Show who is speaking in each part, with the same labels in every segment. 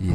Speaker 1: 以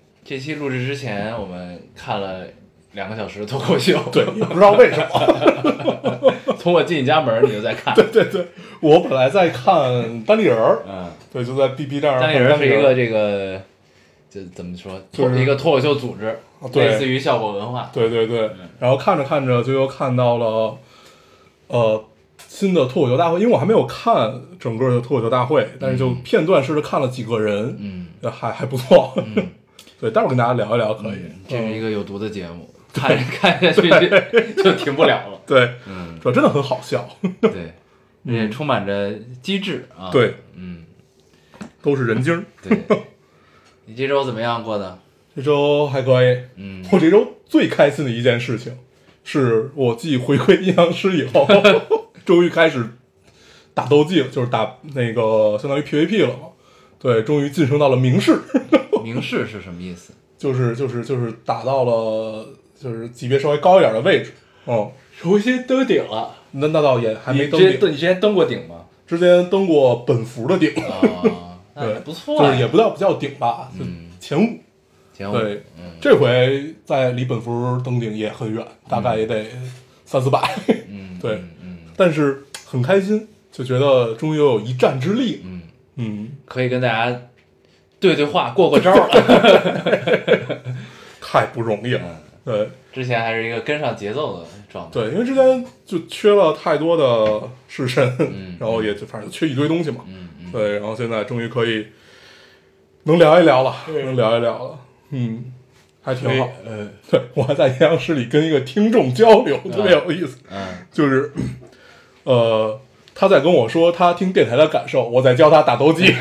Speaker 1: 这期录制之前，我们看了两个小时的脱口秀，
Speaker 2: 对，也不知道为什么。
Speaker 1: 从我进你家门儿你就在看，
Speaker 2: 对对对，我本来在看班里人儿，
Speaker 1: 嗯，
Speaker 2: 对，就在 B B 站上
Speaker 1: 单
Speaker 2: 看
Speaker 1: 立
Speaker 2: 班里
Speaker 1: 人是一个
Speaker 2: 人，
Speaker 1: 这个，这怎么说，
Speaker 2: 就
Speaker 1: 脱
Speaker 2: 是哦
Speaker 1: 一个脱口秀组织，
Speaker 2: 对
Speaker 1: 类似于效果文化，
Speaker 2: 对对对。
Speaker 1: 嗯
Speaker 2: 然后看着看着就又看到了，呃，新的脱口秀大会，因为我还没有看整个的脱口秀大会，但是就片段式的看了几个人，
Speaker 1: 嗯，
Speaker 2: 呃还还不错。
Speaker 1: 嗯
Speaker 2: 对，待会儿跟大家聊一聊可以。嗯
Speaker 1: 这是一
Speaker 2: 个
Speaker 1: 个有毒的节
Speaker 2: 哦
Speaker 1: 目，看看下去 就就停不了了，
Speaker 2: 对，
Speaker 1: 嗯，
Speaker 2: 主要真的很好笑，
Speaker 1: 对，也充满着机智啊，
Speaker 2: 嗯对，
Speaker 1: 嗯，
Speaker 2: 都是人精儿。
Speaker 1: 对， 你这周怎么样过的？
Speaker 2: 这周还可以，
Speaker 1: 嗯，
Speaker 2: 我这周最开心的一件事情，是我继回归阴阳师以后， 终于开始打斗技了，就是打那个相当于 PVP 了嘛。对，终于晋升到了明士，
Speaker 1: 明示是什么意思？
Speaker 2: 就是就是就是打到了就是级别稍微高一点的位置。嗯，
Speaker 1: 重新登顶了，
Speaker 2: 那那倒也还没登
Speaker 1: 你之前
Speaker 2: 顶，
Speaker 1: 登你之前登过顶吗？
Speaker 2: 之前登过本服的顶，
Speaker 1: 啊，那
Speaker 2: 对
Speaker 1: 也不错
Speaker 2: 就
Speaker 1: 呀，
Speaker 2: 是也不叫不叫顶吧，就
Speaker 1: 嗯
Speaker 2: 前五。
Speaker 1: 前五，
Speaker 2: 对
Speaker 1: 嗯，
Speaker 2: 这回在离本服登顶也很远，大概也得三四百。
Speaker 1: 嗯，
Speaker 2: 对
Speaker 1: 嗯嗯
Speaker 2: 但是很开心，就觉得终于有一战之力。
Speaker 1: 嗯，
Speaker 2: 嗯，
Speaker 1: 可以跟大家对对话，过过招儿。
Speaker 2: 太不容易了。
Speaker 1: 嗯
Speaker 2: 对
Speaker 1: 之前还是一个跟上节奏的状态，
Speaker 2: 对，因为之前就缺了太多的式神，
Speaker 1: 嗯
Speaker 2: 然后也就反正缺一堆东西嘛。
Speaker 1: 嗯嗯，
Speaker 2: 对，然后现在终于可以能聊一聊了，能聊一聊了。嗯，还挺好。
Speaker 1: 呃，
Speaker 2: 对我还在阴阳师里跟一个听众交流，特别有意思。
Speaker 1: 嗯
Speaker 2: 就是，呃，他在跟我说他听电台的感受，我在教他打 斗技。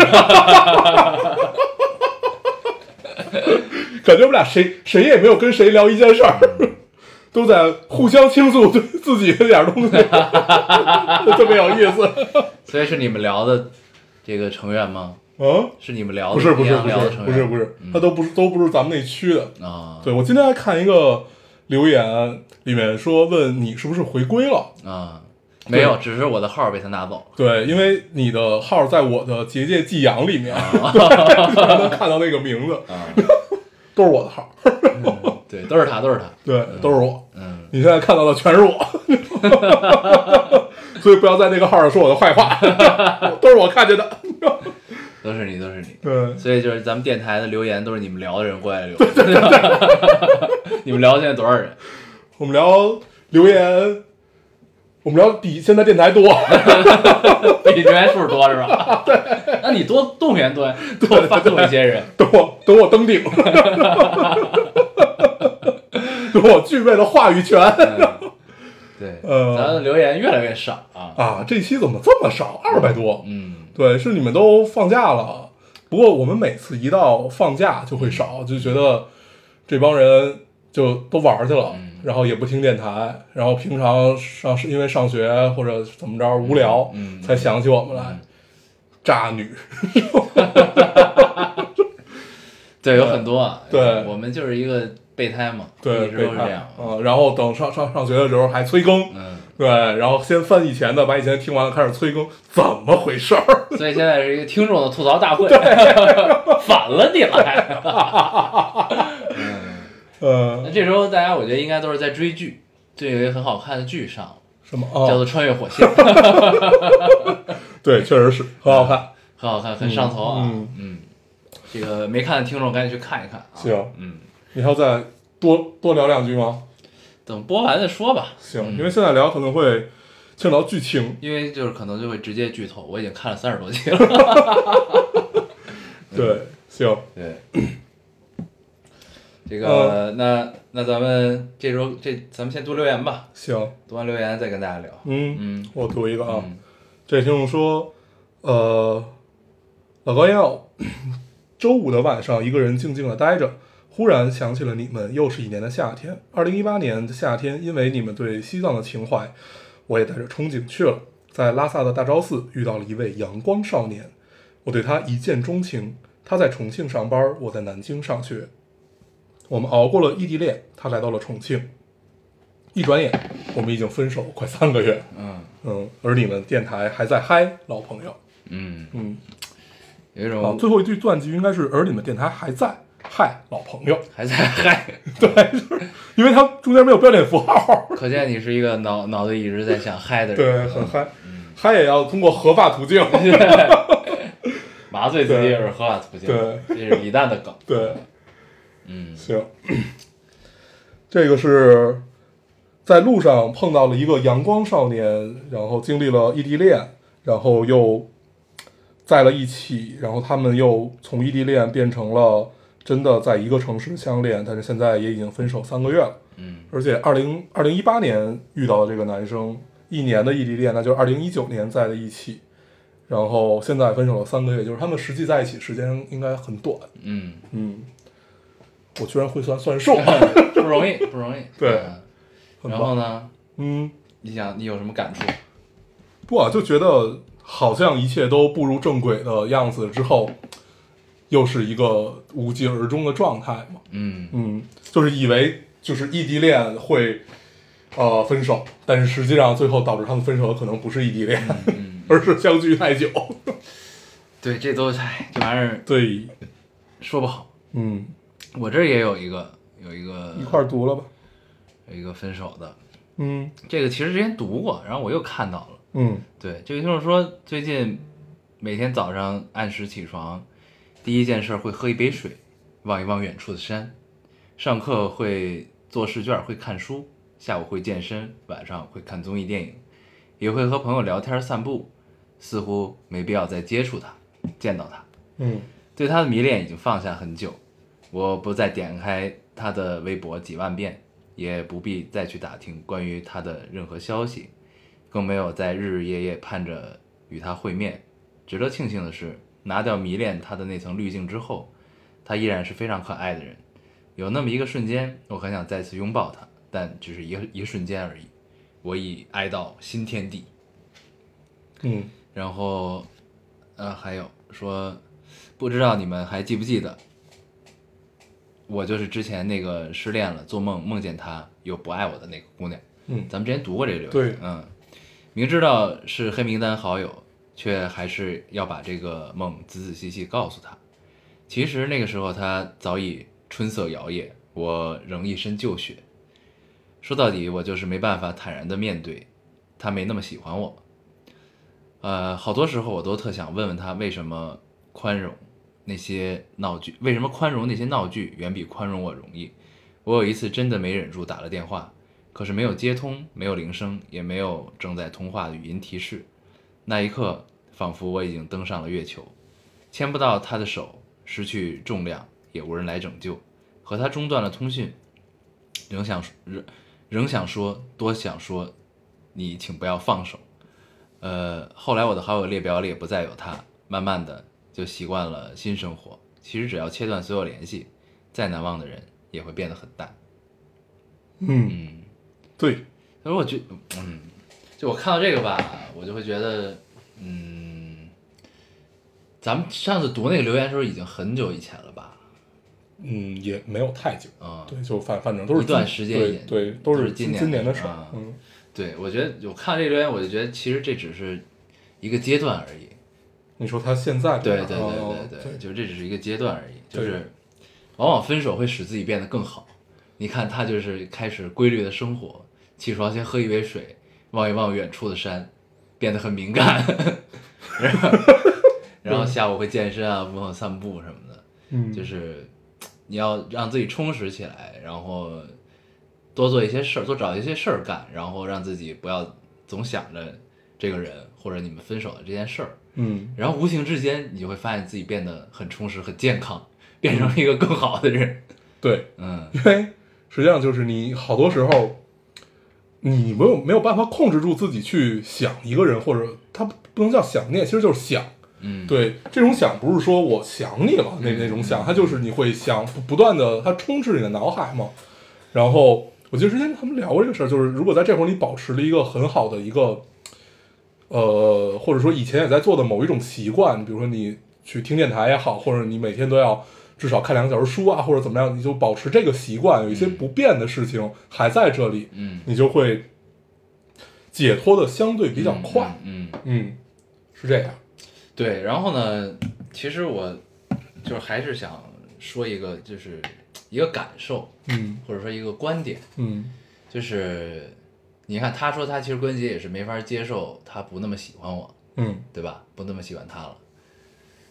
Speaker 2: 感觉我们俩谁谁也没有跟谁聊一件事儿，
Speaker 1: 嗯
Speaker 2: 都在互相倾诉对自己的点儿东西， 特别有意思。
Speaker 1: 所以是你们聊的这个成员吗？
Speaker 2: 嗯，
Speaker 1: 是你们聊的，
Speaker 2: 不是不
Speaker 1: 你
Speaker 2: 是
Speaker 1: 俩
Speaker 2: 不是
Speaker 1: 聊的嗯成员，
Speaker 2: 不是不是，他都不是都不是咱们那区的。
Speaker 1: 是啊，
Speaker 2: 对我今天还看一个留言，里面说问你是不是回归了。
Speaker 1: 啊，没有，只是我的号儿被他拿走了。
Speaker 2: 对，因为你的号在我的结界寄养里面， 对能看到那个名字，
Speaker 1: 啊，
Speaker 2: 都是我的号，
Speaker 1: 对，都是他，都是他，
Speaker 2: 对，都是我。
Speaker 1: 嗯，
Speaker 2: 你现在看到的全是我， 所以不要在那个号上说我的坏话， 都是我看见的。
Speaker 1: 都是你，都是你。
Speaker 2: 对，
Speaker 1: 所以就是咱们电台的留言都是你们聊的人过来留 的，你们聊现在多少人？
Speaker 2: 我们聊留言，我们聊比现在电台多，
Speaker 1: 比你留言数多是吧？对，那你多动员动员，多发动一些人。
Speaker 2: 等我等我登顶， 等我具备了话语权
Speaker 1: 嗯对，
Speaker 2: 呃
Speaker 1: 咱的留言越来越少啊。
Speaker 2: 啊！这期怎么这么少？二百多，
Speaker 1: 嗯，
Speaker 2: 对，是你们都放假了。不过我们每次一到放假就会少，就觉得这帮人就都玩去了，
Speaker 1: 嗯
Speaker 2: 然后也不听电台，然后平常上因为上学或者怎么着无聊，
Speaker 1: 嗯嗯
Speaker 2: 才想起我们来。渣女，
Speaker 1: 对，有很多啊。
Speaker 2: 对
Speaker 1: 我们就是一个备胎嘛，
Speaker 2: 对，
Speaker 1: 一直
Speaker 2: 备
Speaker 1: 都是
Speaker 2: 胎
Speaker 1: 这样。
Speaker 2: 嗯，然后等上上上学的时候还催更，
Speaker 1: 嗯，
Speaker 2: 对，然后先翻以前的，把以前听完了开始催更，怎么回事儿？
Speaker 1: 所以现在是一个听众的吐槽大会， 反了你来。
Speaker 2: 呃
Speaker 1: 那，这时候大家我觉得应该都是在追剧，最近有一个很好看的剧上了，
Speaker 2: 什么
Speaker 1: 叫
Speaker 2: 哦，
Speaker 1: 做《穿越火线》，
Speaker 2: 对，确实是很好看。
Speaker 1: 很好看，很上头啊。
Speaker 2: 嗯
Speaker 1: 嗯，这个没看的听众赶紧去看一看啊。
Speaker 2: 行
Speaker 1: 嗯，
Speaker 2: 你还要再多多聊两句吗？
Speaker 1: 等播完再说吧。
Speaker 2: 行，因为现在聊可能会牵扯到剧情，
Speaker 1: 因为就是可能就会直接剧透，我已经看了三十多集了。
Speaker 2: 对，呃行，
Speaker 1: 对， 这个、那那咱们这周这咱们先读留言吧，
Speaker 2: 行，
Speaker 1: 读完留言再跟大家聊。
Speaker 2: 嗯，
Speaker 1: 嗯
Speaker 2: 我读一个啊，
Speaker 1: 嗯
Speaker 2: 这位听众说， 呃，老高要周五的晚上一个人静静的待着，忽然想起了你们，又是一年的夏天，二零一八年的夏天，因为你们对西藏的情怀，我也带着憧憬去了。在拉萨的大昭寺遇到了一位阳光少年，我对他一见钟情。他在重庆上班，我在南京上学。我们熬过了异地恋，他来到了重庆。一转眼，我们已经分手快三个月。
Speaker 1: 嗯
Speaker 2: 嗯，而你们电台还在嗨，老朋友。
Speaker 1: 嗯，
Speaker 2: 嗯，
Speaker 1: 有一
Speaker 2: 好，
Speaker 1: 种
Speaker 2: 最后一句断句应该是“而你们电台还在嗨，老朋友
Speaker 1: 还在 嗨，”，
Speaker 2: 因为它中间没有标点符号。
Speaker 1: 可见你是一个脑 脑子一直在想嗨的
Speaker 2: 对，
Speaker 1: 人，啊
Speaker 2: 很嗨，嗨也要通过合法途径。
Speaker 1: 麻醉自己也是合法途径，
Speaker 2: 对，
Speaker 1: 这是李诞的梗，
Speaker 2: 对，
Speaker 1: 嗯
Speaker 2: 行， 这个是在路上碰到了一个阳光少年，然后经历了异地恋，然后又在了一起，然后他们又从异地恋变成了真的在一个城市相恋，但是现在也已经分手三个月了。
Speaker 1: 嗯
Speaker 2: 而且二零二零一八年遇到的这个男生，一年的异地恋，那就是二零一九年在了一起，然后现在分手了三个月，就是他们实际在一起时间应该很短。
Speaker 1: 嗯，
Speaker 2: 嗯，我居然会算算 数，
Speaker 1: 不容易不容易，
Speaker 2: 对
Speaker 1: 嗯
Speaker 2: 很
Speaker 1: 然后
Speaker 2: 棒。
Speaker 1: 呢，
Speaker 2: 嗯，
Speaker 1: 你想你有什么感触？
Speaker 2: 不啊，就觉得好像一切都步入正轨的样子之后，又是一个无疾而终的状态嘛。
Speaker 1: 嗯
Speaker 2: 嗯，就是以为就是异地恋会呃分手，但是实际上最后导致他们分手的可能不是异地恋，
Speaker 1: 嗯，
Speaker 2: 而是相距太久。
Speaker 1: 对，这都唉，这玩意儿
Speaker 2: 对，
Speaker 1: 说不好，
Speaker 2: 嗯，
Speaker 1: 我这儿也有一个有一个
Speaker 2: 一块儿读了吧。
Speaker 1: 有一个分手的，
Speaker 2: 嗯
Speaker 1: 这个其实之前读过，然后我又看到了。
Speaker 2: 嗯
Speaker 1: 对，这个听众说，最近每天早上按时起床，第一件事会喝一杯水，望一望远处的山。上课会做试卷，会看书，下午会健身，晚上会看综艺电影，也会和朋友聊天散步。似乎没必要再接触他，见到他，
Speaker 2: 嗯
Speaker 1: 对他的迷恋已经放下很久。我不再点开他的微博几万遍，也不必再去打听关于他的任何消息。更没有在日日夜夜盼着与他会面。值得庆幸的是，拿掉迷恋他的那层滤镜之后，他依然是非常可爱的人。有那么一个瞬间，我很想再次拥抱他，但只是一一瞬间而已。我已爱到新天地。
Speaker 2: 嗯，
Speaker 1: 然后，呃，还有说，不知道你们还记不记得，我就是之前那个失恋了，做梦梦见他又不爱我的那个姑娘。
Speaker 2: 嗯
Speaker 1: 咱们之前读过这个留言。
Speaker 2: 对
Speaker 1: 嗯，明知道是黑名单好友，却还是要把这个梦仔仔细细告诉他。其实那个时候他早已春色摇曳，我仍一身旧雪。说到底，我就是没办法坦然的面对，他没那么喜欢我。呃，好多时候我都特想问问他为什么宽容那些闹剧，为什么宽容那些闹剧远比宽容我容易？我有一次真的没忍住打了电话，可是没有接通，没有铃声，也没有正在通话的语音提示。那一刻，仿佛我已经登上了月球，牵不到他的手，失去重量，也无人来拯救，和他中断了通讯，仍想仍仍想说，多想说，你请不要放手。呃，后来我的好友列表里也不再有他，慢慢的就习惯了新生活。其实只要切断所有联系，再难忘的人也会变得很淡。
Speaker 2: 嗯，
Speaker 1: 嗯，
Speaker 2: 对，
Speaker 1: 所以我觉嗯，就我看到这个吧，我就会觉得，嗯，咱们上次读那个留言的时候已经很久以前了吧？
Speaker 2: 嗯，也没有太久。
Speaker 1: 啊、
Speaker 2: 对，就反反正都是
Speaker 1: 一段
Speaker 2: 今
Speaker 1: 时间
Speaker 2: 对
Speaker 1: 也
Speaker 2: 对，都
Speaker 1: 都
Speaker 2: 是
Speaker 1: 是今年
Speaker 2: 今年
Speaker 1: 的
Speaker 2: 的事儿
Speaker 1: 啊。
Speaker 2: 嗯，
Speaker 1: 对，我觉得我看这留言，我就觉得其实这只是一个阶段而已。
Speaker 2: 你说他现在
Speaker 1: 对对
Speaker 2: 这
Speaker 1: 对
Speaker 2: 样哦
Speaker 1: 对对，就是这只是一个阶段而已，就
Speaker 2: 对
Speaker 1: 是往往分手会使自己变得更好。你看他就是开始规律的生活，起床先喝一杯水，望一望远处的山，变得很敏感， 然后然后下午会健身啊，朋友散步什么的，
Speaker 2: 嗯，
Speaker 1: 就是你要让自己充实起来，然后多做一些事儿，多找一些事儿干，然后让自己不要总想着这个人或者你们分手的这件事儿。
Speaker 2: 嗯，
Speaker 1: 然后无形之间，你就会发现自己变得很充实、很健康，变成了一个更好的 人。
Speaker 2: 对，
Speaker 1: 嗯，
Speaker 2: 因为实际上就是你好多时候，你没有没有办法控制住自己去想一个人，或者他不能叫想念，其实就是想，
Speaker 1: 嗯，
Speaker 2: 对，这种想不是说我想你了那那种想，他就是你会想不不断的，它充斥你的脑海嘛。然后我记得之前他们聊过这个事儿，就是如果在这会儿你保持了一个很好的一个，呃，或者说以前也在做的某一种习惯，比如说你去听电台也好，或者你每天都要至少看两个小时书啊，或者怎么样，你就保持这个习惯，有一些不变的事情还在这里，
Speaker 1: 嗯，
Speaker 2: 你就会解脱的相对比较快。
Speaker 1: 嗯，嗯，
Speaker 2: 嗯，是这样。
Speaker 1: 对。然后呢，其实我就是还是想说一个，就是一个感受，
Speaker 2: 嗯
Speaker 1: 或者说一个观点，
Speaker 2: 嗯
Speaker 1: 就是你看他说他其实关节也是没法接受，他不那么喜欢我，
Speaker 2: 嗯
Speaker 1: 对吧？不那么喜欢他了。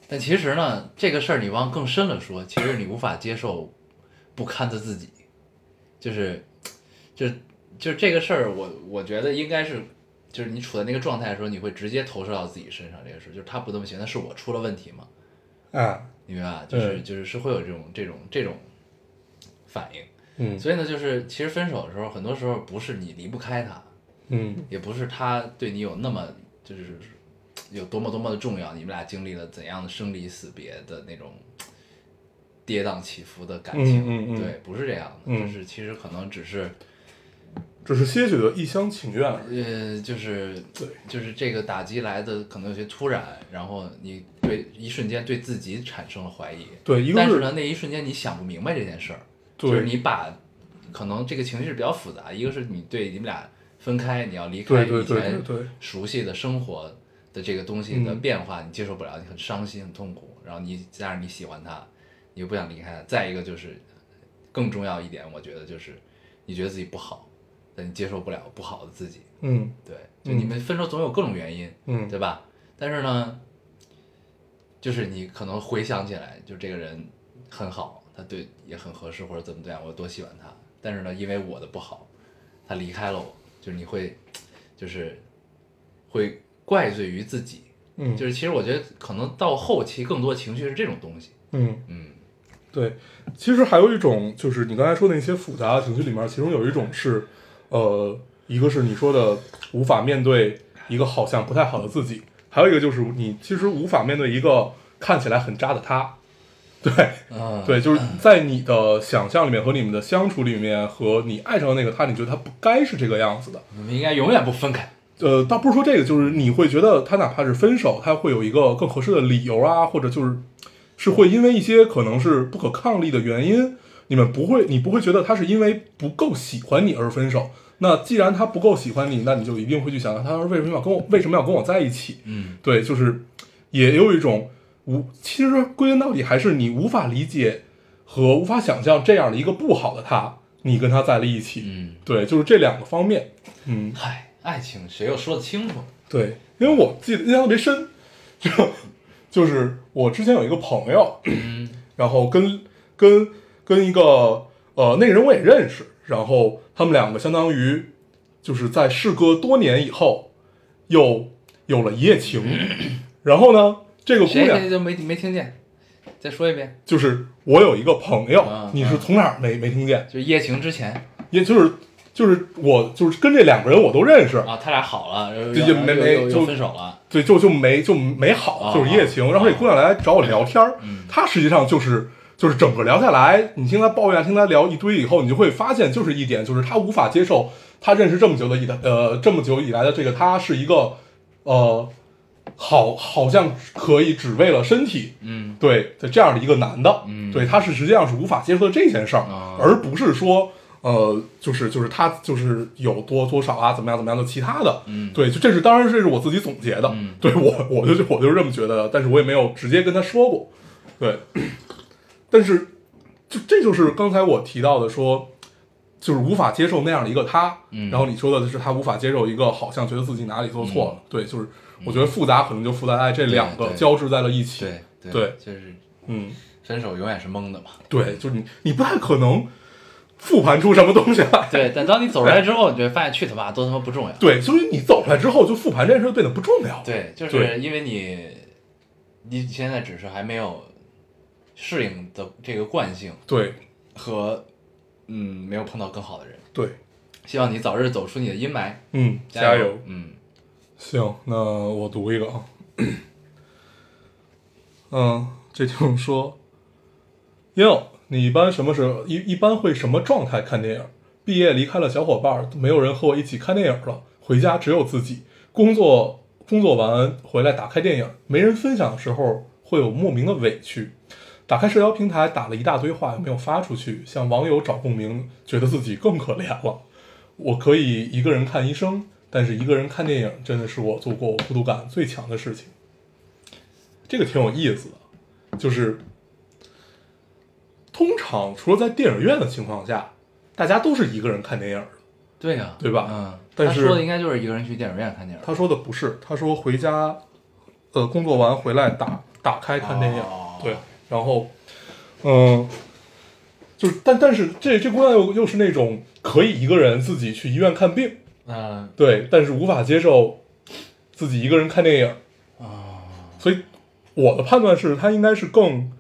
Speaker 1: 但其实呢，这个事儿你往更深了说，其实你无法接受不堪的自己，就是，就是，就是这个事儿，我我觉得应该是，就是你处在那个状态的时候，你会直接投射到自己身上。这个事儿就是他不那么喜欢，那是我出了问题嘛？
Speaker 2: 啊
Speaker 1: 你明白吧？就是
Speaker 2: 嗯
Speaker 1: 就是是会有这种这种这种反应。
Speaker 2: 嗯
Speaker 1: 所以呢，就是其实分手的时候，很多时候不是你离不开他，
Speaker 2: 嗯
Speaker 1: 也不是他对你有那么就是有多么多么的重要，你们俩经历了怎样的生离死别的那种跌宕起伏的感情，
Speaker 2: 嗯嗯嗯
Speaker 1: 对，不是这样的，
Speaker 2: 嗯
Speaker 1: 就是其实可能只是
Speaker 2: 只是些许的一厢情愿而已。
Speaker 1: 呃，就是
Speaker 2: 对
Speaker 1: 就是这个打击来的可能有些突然，然后你对一瞬间对自己产生了怀疑，
Speaker 2: 对，一个
Speaker 1: 但是呢，那一瞬间你想不明白这件事儿，就是
Speaker 2: 对
Speaker 1: 你把可能这个情绪是比较复杂，一个是你对你们俩分开，你要离开
Speaker 2: 对对
Speaker 1: 以
Speaker 2: 对对
Speaker 1: 前
Speaker 2: 对
Speaker 1: 熟悉的生活的这个东西的
Speaker 2: 嗯
Speaker 1: 变化，你接受不了，你很伤心很痛苦，然后你加上你喜欢他，你又不想离开他，再一个就是更重要一点，我觉得就是你觉得自己不好，但你接受不了不好的自己，
Speaker 2: 嗯
Speaker 1: 对，就你们分手总有各种原因，
Speaker 2: 嗯
Speaker 1: 对吧？但是呢，就是你可能回想起来，就这个人很好，他对也很合适，或者怎么怎么样，我多喜欢他。但是呢，因为我的不好，他离开了我，就是你会，就是会怪罪于自己。
Speaker 2: 嗯，
Speaker 1: 就是其实我觉得可能到后期更多情绪是这种东西。
Speaker 2: 嗯
Speaker 1: 嗯
Speaker 2: 对。其实还有一种就是你刚才说的那些复杂的情绪里面，其中有一种是，呃，一个是你说的无法面对一个好像不太好的自己，还有一个就是你其实无法面对一个看起来很渣的他。对，
Speaker 1: 嗯，
Speaker 2: 对，就是在你的想象里面和你们的相处里面，和你爱上的那个他，你觉得他不该是这个样子的。
Speaker 1: 你们应该永远不分开。
Speaker 2: 呃，倒不是说这个，就是你会觉得他哪怕是分手，他会有一个更合适的理由啊，或者就是是会因为一些可能是不可抗力的原因，你们不会，你不会觉得他是因为不够喜欢你而分手。那既然他不够喜欢你，那你就一定会去想，他为什么要跟我，为什么要跟我在一起？
Speaker 1: 嗯
Speaker 2: 对，就是也有一种无，其实归根到底还是你无法理解和无法想象这样的一个不好的他，你跟他在了一起。
Speaker 1: 嗯，
Speaker 2: 对，就是这两个方面。嗯，
Speaker 1: 嗨，爱情谁又说得清楚？
Speaker 2: 对，因为我记得印象特别深，就就是我之前有一个朋友，
Speaker 1: 嗯
Speaker 2: 然后跟跟跟一个呃那个人我也认识，然后他们两个相当于就是在事隔多年以后又有了一 夜情，然后呢，这个姑
Speaker 1: 谁
Speaker 2: 娘
Speaker 1: 谁就没没听见？再说一遍，
Speaker 2: 就是我有一个朋友
Speaker 1: 啊，
Speaker 2: 你是从哪儿没没听见？
Speaker 1: 就是夜情之前。
Speaker 2: 也就是就是我就是跟这两个人我都认识，
Speaker 1: 啊，他俩好了，然后
Speaker 2: 这就
Speaker 1: 然后
Speaker 2: 没
Speaker 1: 又
Speaker 2: 没
Speaker 1: 又又
Speaker 2: 就
Speaker 1: 分手了。
Speaker 2: 对，就就没就没好，
Speaker 1: 啊
Speaker 2: 就是一夜情。然后这姑娘来找我聊天儿，她实际上就是就是整个聊下来，你听她抱怨，听她聊一堆以后，你就会发现就是一点，就是她无法接受她认识这么久的以呃这么久以来的这个她是一个呃好好像可以只为了身体
Speaker 1: 嗯
Speaker 2: 对的这样的一个男的，
Speaker 1: 嗯
Speaker 2: 对，他是实际上是无法接受的这件事儿，
Speaker 1: 啊
Speaker 2: 而不是说呃，就是就是他就是有多多少啊，怎么样怎么样的其他的，
Speaker 1: 嗯
Speaker 2: 对，就这是当然这是我自己总结的，
Speaker 1: 嗯
Speaker 2: 对我我就我就这么觉得的，但是我也没有直接跟他说过，对， 但是就这就是刚才我提到的说。就是无法接受那样的一个他，
Speaker 1: 嗯
Speaker 2: 然后你说的是他无法接受一个好像觉得自己哪里做错了，对，就是我觉得复杂可能就复杂在这两
Speaker 1: 嗯
Speaker 2: 个
Speaker 1: 对对
Speaker 2: 交织在了一起，
Speaker 1: 对对
Speaker 2: 对
Speaker 1: 就是
Speaker 2: 嗯，
Speaker 1: 分手永远是懵的嘛。
Speaker 2: 对，就是你你不太可能复盘出什么东西来。
Speaker 1: 对，但当你走出来之后，你就会发现去他妈都他妈不重要。
Speaker 2: 对，所以你走出来之后，就复盘这件事就变得不重要了。
Speaker 1: 对，就
Speaker 2: 对
Speaker 1: 是因为你你现在只是还没有适应的这个惯性
Speaker 2: 对
Speaker 1: 和嗯没有碰到更好的人。
Speaker 2: 对，
Speaker 1: 希望你早日走出你的阴霾，
Speaker 2: 嗯，
Speaker 1: 加
Speaker 2: 油！
Speaker 1: 嗯，
Speaker 2: 行，那我读一个啊。嗯，这听众说，哟，你一般什么时候一一般会什么状态看电影？毕业离开了小伙伴，没有人和我一起看电影了，回家只有自己。工作工作完回来打开电影，没人分享的时候会有莫名的委屈。打开社交平台打了一大堆话，又没有发出去，向网友找共鸣，觉得自己更可怜了。我可以一个人看医生，但是一个人看电影真的是我做过孤独感最强的事情。这个挺有意思的，就是通常除了在电影院的情况下，大家都是一个人看电影的。
Speaker 1: 对呀，
Speaker 2: 对吧
Speaker 1: 嗯，
Speaker 2: 但
Speaker 1: 他
Speaker 2: 是
Speaker 1: 说的应该就是一个人去电影院看电影，
Speaker 2: 他说的不是，他说回家，呃，工作完回来打打开看电影，
Speaker 1: 哦
Speaker 2: 对，然后，嗯，就是但但是这这姑娘又又是那种可以一个人自己去医院看病，
Speaker 1: 嗯
Speaker 2: 对，但是无法接受自己一个人看电影啊，所以我的判断是，他应该是更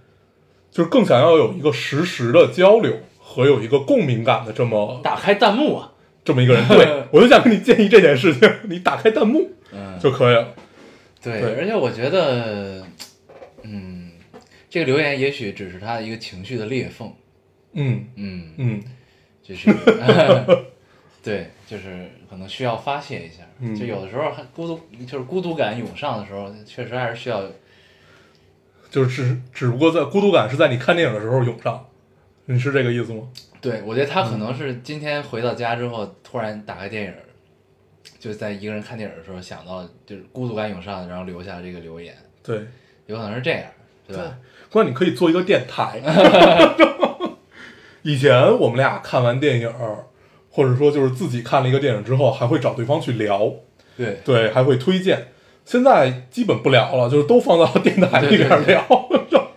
Speaker 2: 就是更想要有一个实时的交流和有一个共鸣感的这么
Speaker 1: 打开弹幕啊，
Speaker 2: 这么一个人。对我就想跟你建议这件事情，你打开弹幕
Speaker 1: 嗯，
Speaker 2: 就可以了。
Speaker 1: 对，
Speaker 2: 对
Speaker 1: 而且我觉得，嗯，这个留言也许只是他的一个情绪的裂缝，
Speaker 2: 嗯
Speaker 1: 嗯，
Speaker 2: 嗯
Speaker 1: 就是 对，就是可能需要发泄一下，
Speaker 2: 嗯
Speaker 1: 就有的时候还孤独，就是孤独感涌上的时候，确实还是需要，
Speaker 2: 就是只只不过在孤独感是在你看电影的时候涌上，你是这个意思吗？
Speaker 1: 对我觉得他可能是今天回到家之后，突然打开电影。就在一个人看电影的时候，想到就是孤独感涌上，然后留下这个留言，
Speaker 2: 对，
Speaker 1: 有可能是这样，对吧？
Speaker 2: 关键你可以做一个电台。以前我们俩看完电影，或者说就是自己看了一个电影之后，还会找对方去聊，
Speaker 1: 对，
Speaker 2: 对，还会推荐。现在基本不聊了，就是都放到电台里
Speaker 1: 对对
Speaker 2: 面
Speaker 1: 对
Speaker 2: 聊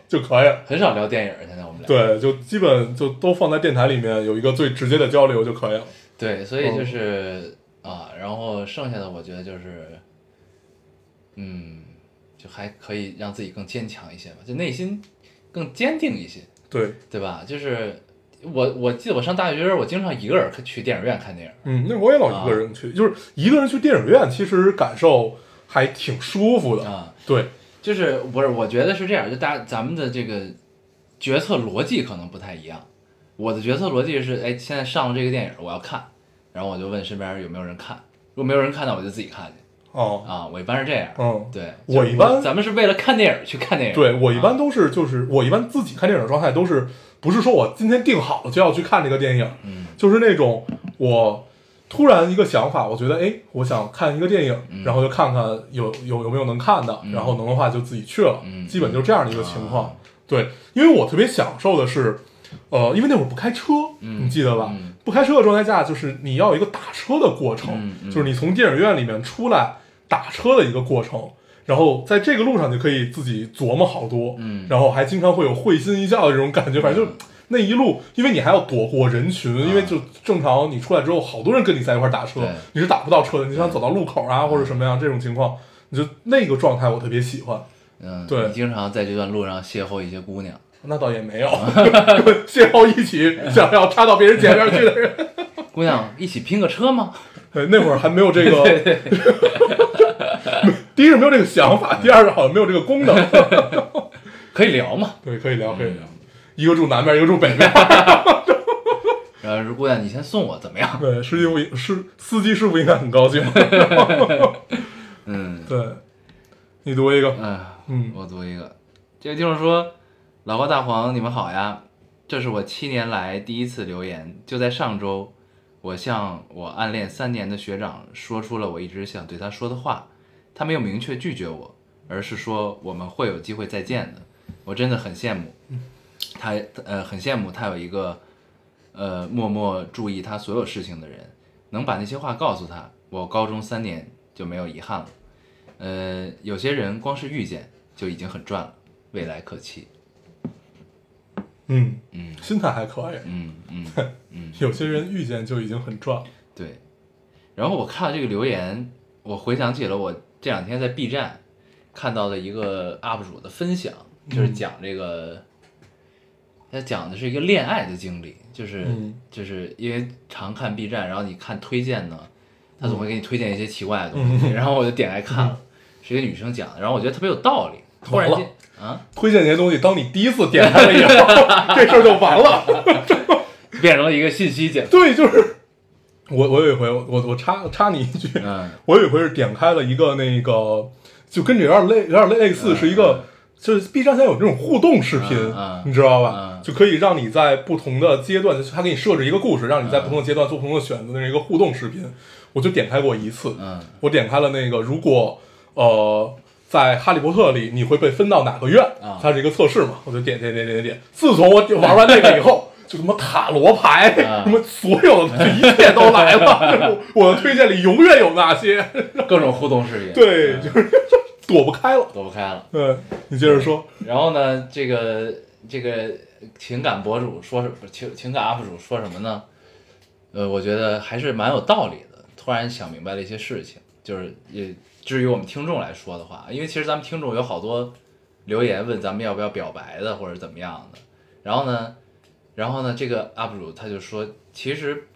Speaker 2: 就可以了。
Speaker 1: 很少聊电影儿，现在我们俩。
Speaker 2: 对，就基本就都放在电台里面，有一个最直接的交流就可以了。
Speaker 1: 对，所以就是、啊，然后剩下的我觉得就是，嗯，就还可以让自己更坚强一些吧，就内心更坚定一些，
Speaker 2: 对，
Speaker 1: 对吧？就是我我记得我上大学的时候，我经常一个人去电影院看电影，
Speaker 2: 嗯，那我也老一个人去，就是一个人去电影院，其实感受还挺舒服的。
Speaker 1: 啊，
Speaker 2: 对，
Speaker 1: 就是不是？我觉得是这样，就大咱们的这个决策逻辑可能不太一样。我的决策逻辑是，哎，现在上了这个电影，我要看，然后我就问身边有没有人看，如果没有人看，那我就自己看去
Speaker 2: 哦，
Speaker 1: 啊。我一般是这样，
Speaker 2: 嗯，
Speaker 1: 对，
Speaker 2: 我
Speaker 1: 就是
Speaker 2: 一般
Speaker 1: 咱们是为了看电影去看电影。
Speaker 2: 对我一般
Speaker 1: 啊
Speaker 2: 都是就是我一般自己看电影的状态都是不是说我今天定好了就要去看这个电影，
Speaker 1: 嗯
Speaker 2: 就是那种我突然一个想法，我觉得哎，我想看一个电
Speaker 1: 嗯
Speaker 2: 影，然后就看看有有有没有能看的，然后能的话就自己去了
Speaker 1: 嗯，啊
Speaker 2: 基本就这样的一个情况。对，因为我特别享受的是，呃，因为那会儿不开车，
Speaker 1: 嗯
Speaker 2: 你记得吧
Speaker 1: 嗯？
Speaker 2: 不开车的状态下，就是你要有一个打车的过
Speaker 1: 嗯
Speaker 2: 程，
Speaker 1: 嗯
Speaker 2: 就是你从电影院里面出来打车的一个过程。然后在这个路上就可以自己琢磨好多，
Speaker 1: 嗯
Speaker 2: 然后还经常会有会心一笑的这种感觉，反正就那一路，因为你还要躲过人群，因为就正常你出来之后，好多人跟你在一块儿打车
Speaker 1: 嗯对，
Speaker 2: 你是打不到车的，你想走到路口啊或者什么样这种情况，你就那个状态我特别喜欢。
Speaker 1: 嗯，
Speaker 2: 对
Speaker 1: 你经常在这段路上邂逅一些姑娘。
Speaker 2: 那倒也没有， 邂逅一起想要插到别人前面去的人，
Speaker 1: 姑娘，一起拼个车吗？
Speaker 2: 对，那会儿还没有这 个，第一是没有这个想法，第二是好像没有这个功能。
Speaker 1: 可以聊吗？
Speaker 2: 对，可以聊，可以聊，一个住南边，一个住北边。
Speaker 1: 然后说姑娘，你先送我怎么样？
Speaker 2: 对，司机傅是司机师傅应该很高兴。
Speaker 1: 嗯
Speaker 2: 对，你读一个，
Speaker 1: 嗯，
Speaker 2: 嗯
Speaker 1: 我读一个，这个听众说，老高大黄，你们好呀，这是我七年来第一次留言，就在上周，我向我暗恋三年的学长说出了我一直想对他说的话，他没有明确拒绝我，而是说我们会有机会再见的，我真的很羡慕，他呃很羡慕他有一个呃默默注意他所有事情的人，能把那些话告诉他，我高中三年就没有遗憾了。呃，有些人光是遇见就已经很赚了，未来可期。
Speaker 2: 嗯，
Speaker 1: 嗯
Speaker 2: 心态还可以。
Speaker 1: 嗯嗯 嗯，
Speaker 2: 有些人遇见就已经很赚了。
Speaker 1: 对。然后我看了这个留言，我回想起了我这两天在 B 站看到的一个 UP 主的分享，
Speaker 2: 嗯
Speaker 1: 就是讲这个，他讲的是一个恋爱的经历，就是、
Speaker 2: 嗯
Speaker 1: 就是因为常看 B 站，然后你看推荐呢，他总会给你推荐一些
Speaker 2: 嗯
Speaker 1: 奇怪的东西，然后我就点开看了，是一个女生讲的，然后我觉得特别有道理，突然
Speaker 2: 完了
Speaker 1: 间啊。啊，
Speaker 2: 推荐这些东西，当你第一次点开了以后， 这事儿就完了。
Speaker 1: 变成一个信息茧。
Speaker 2: 对，就是我我有一回，我我我插插你一句，
Speaker 1: 嗯
Speaker 2: 我有一回是点开了一个那个，就跟这有点类有点类似，是一个就是 B 站现在有这种互动视频
Speaker 1: 嗯嗯，
Speaker 2: 你知道吧
Speaker 1: 嗯？
Speaker 2: 就可以让你在不同的阶段，就是它给你设置一个故
Speaker 1: 嗯
Speaker 2: 事，让你在不同的阶段做不同的选择，那是一个互动视频。我就点开过一次，
Speaker 1: 嗯
Speaker 2: 我点开了那个，如果呃在《哈利波特》里你会被分到哪个院
Speaker 1: 啊
Speaker 2: 它是一个测试嘛，我就点点点点点点。自从我玩完这个 以后，就什么塔罗牌，
Speaker 1: 啊
Speaker 2: 什么所有的一切都来 了。我的推荐里永远有那些，
Speaker 1: 各种互动视频，
Speaker 2: 对，
Speaker 1: 嗯
Speaker 2: 就是躲不开了。
Speaker 1: 躲不开了。
Speaker 2: 对，你接着说，
Speaker 1: 然后呢，这个这个情感博主说什么情情感 UP 主说什么呢？呃，我觉得还是蛮有道理的。突然想明白了一些事情，就是也至于我们听众来说的话，因为其实咱们听众有好多留言问咱们要不要表白的或者怎么样的，然后呢，然后呢，这个 UP 主他就说，其实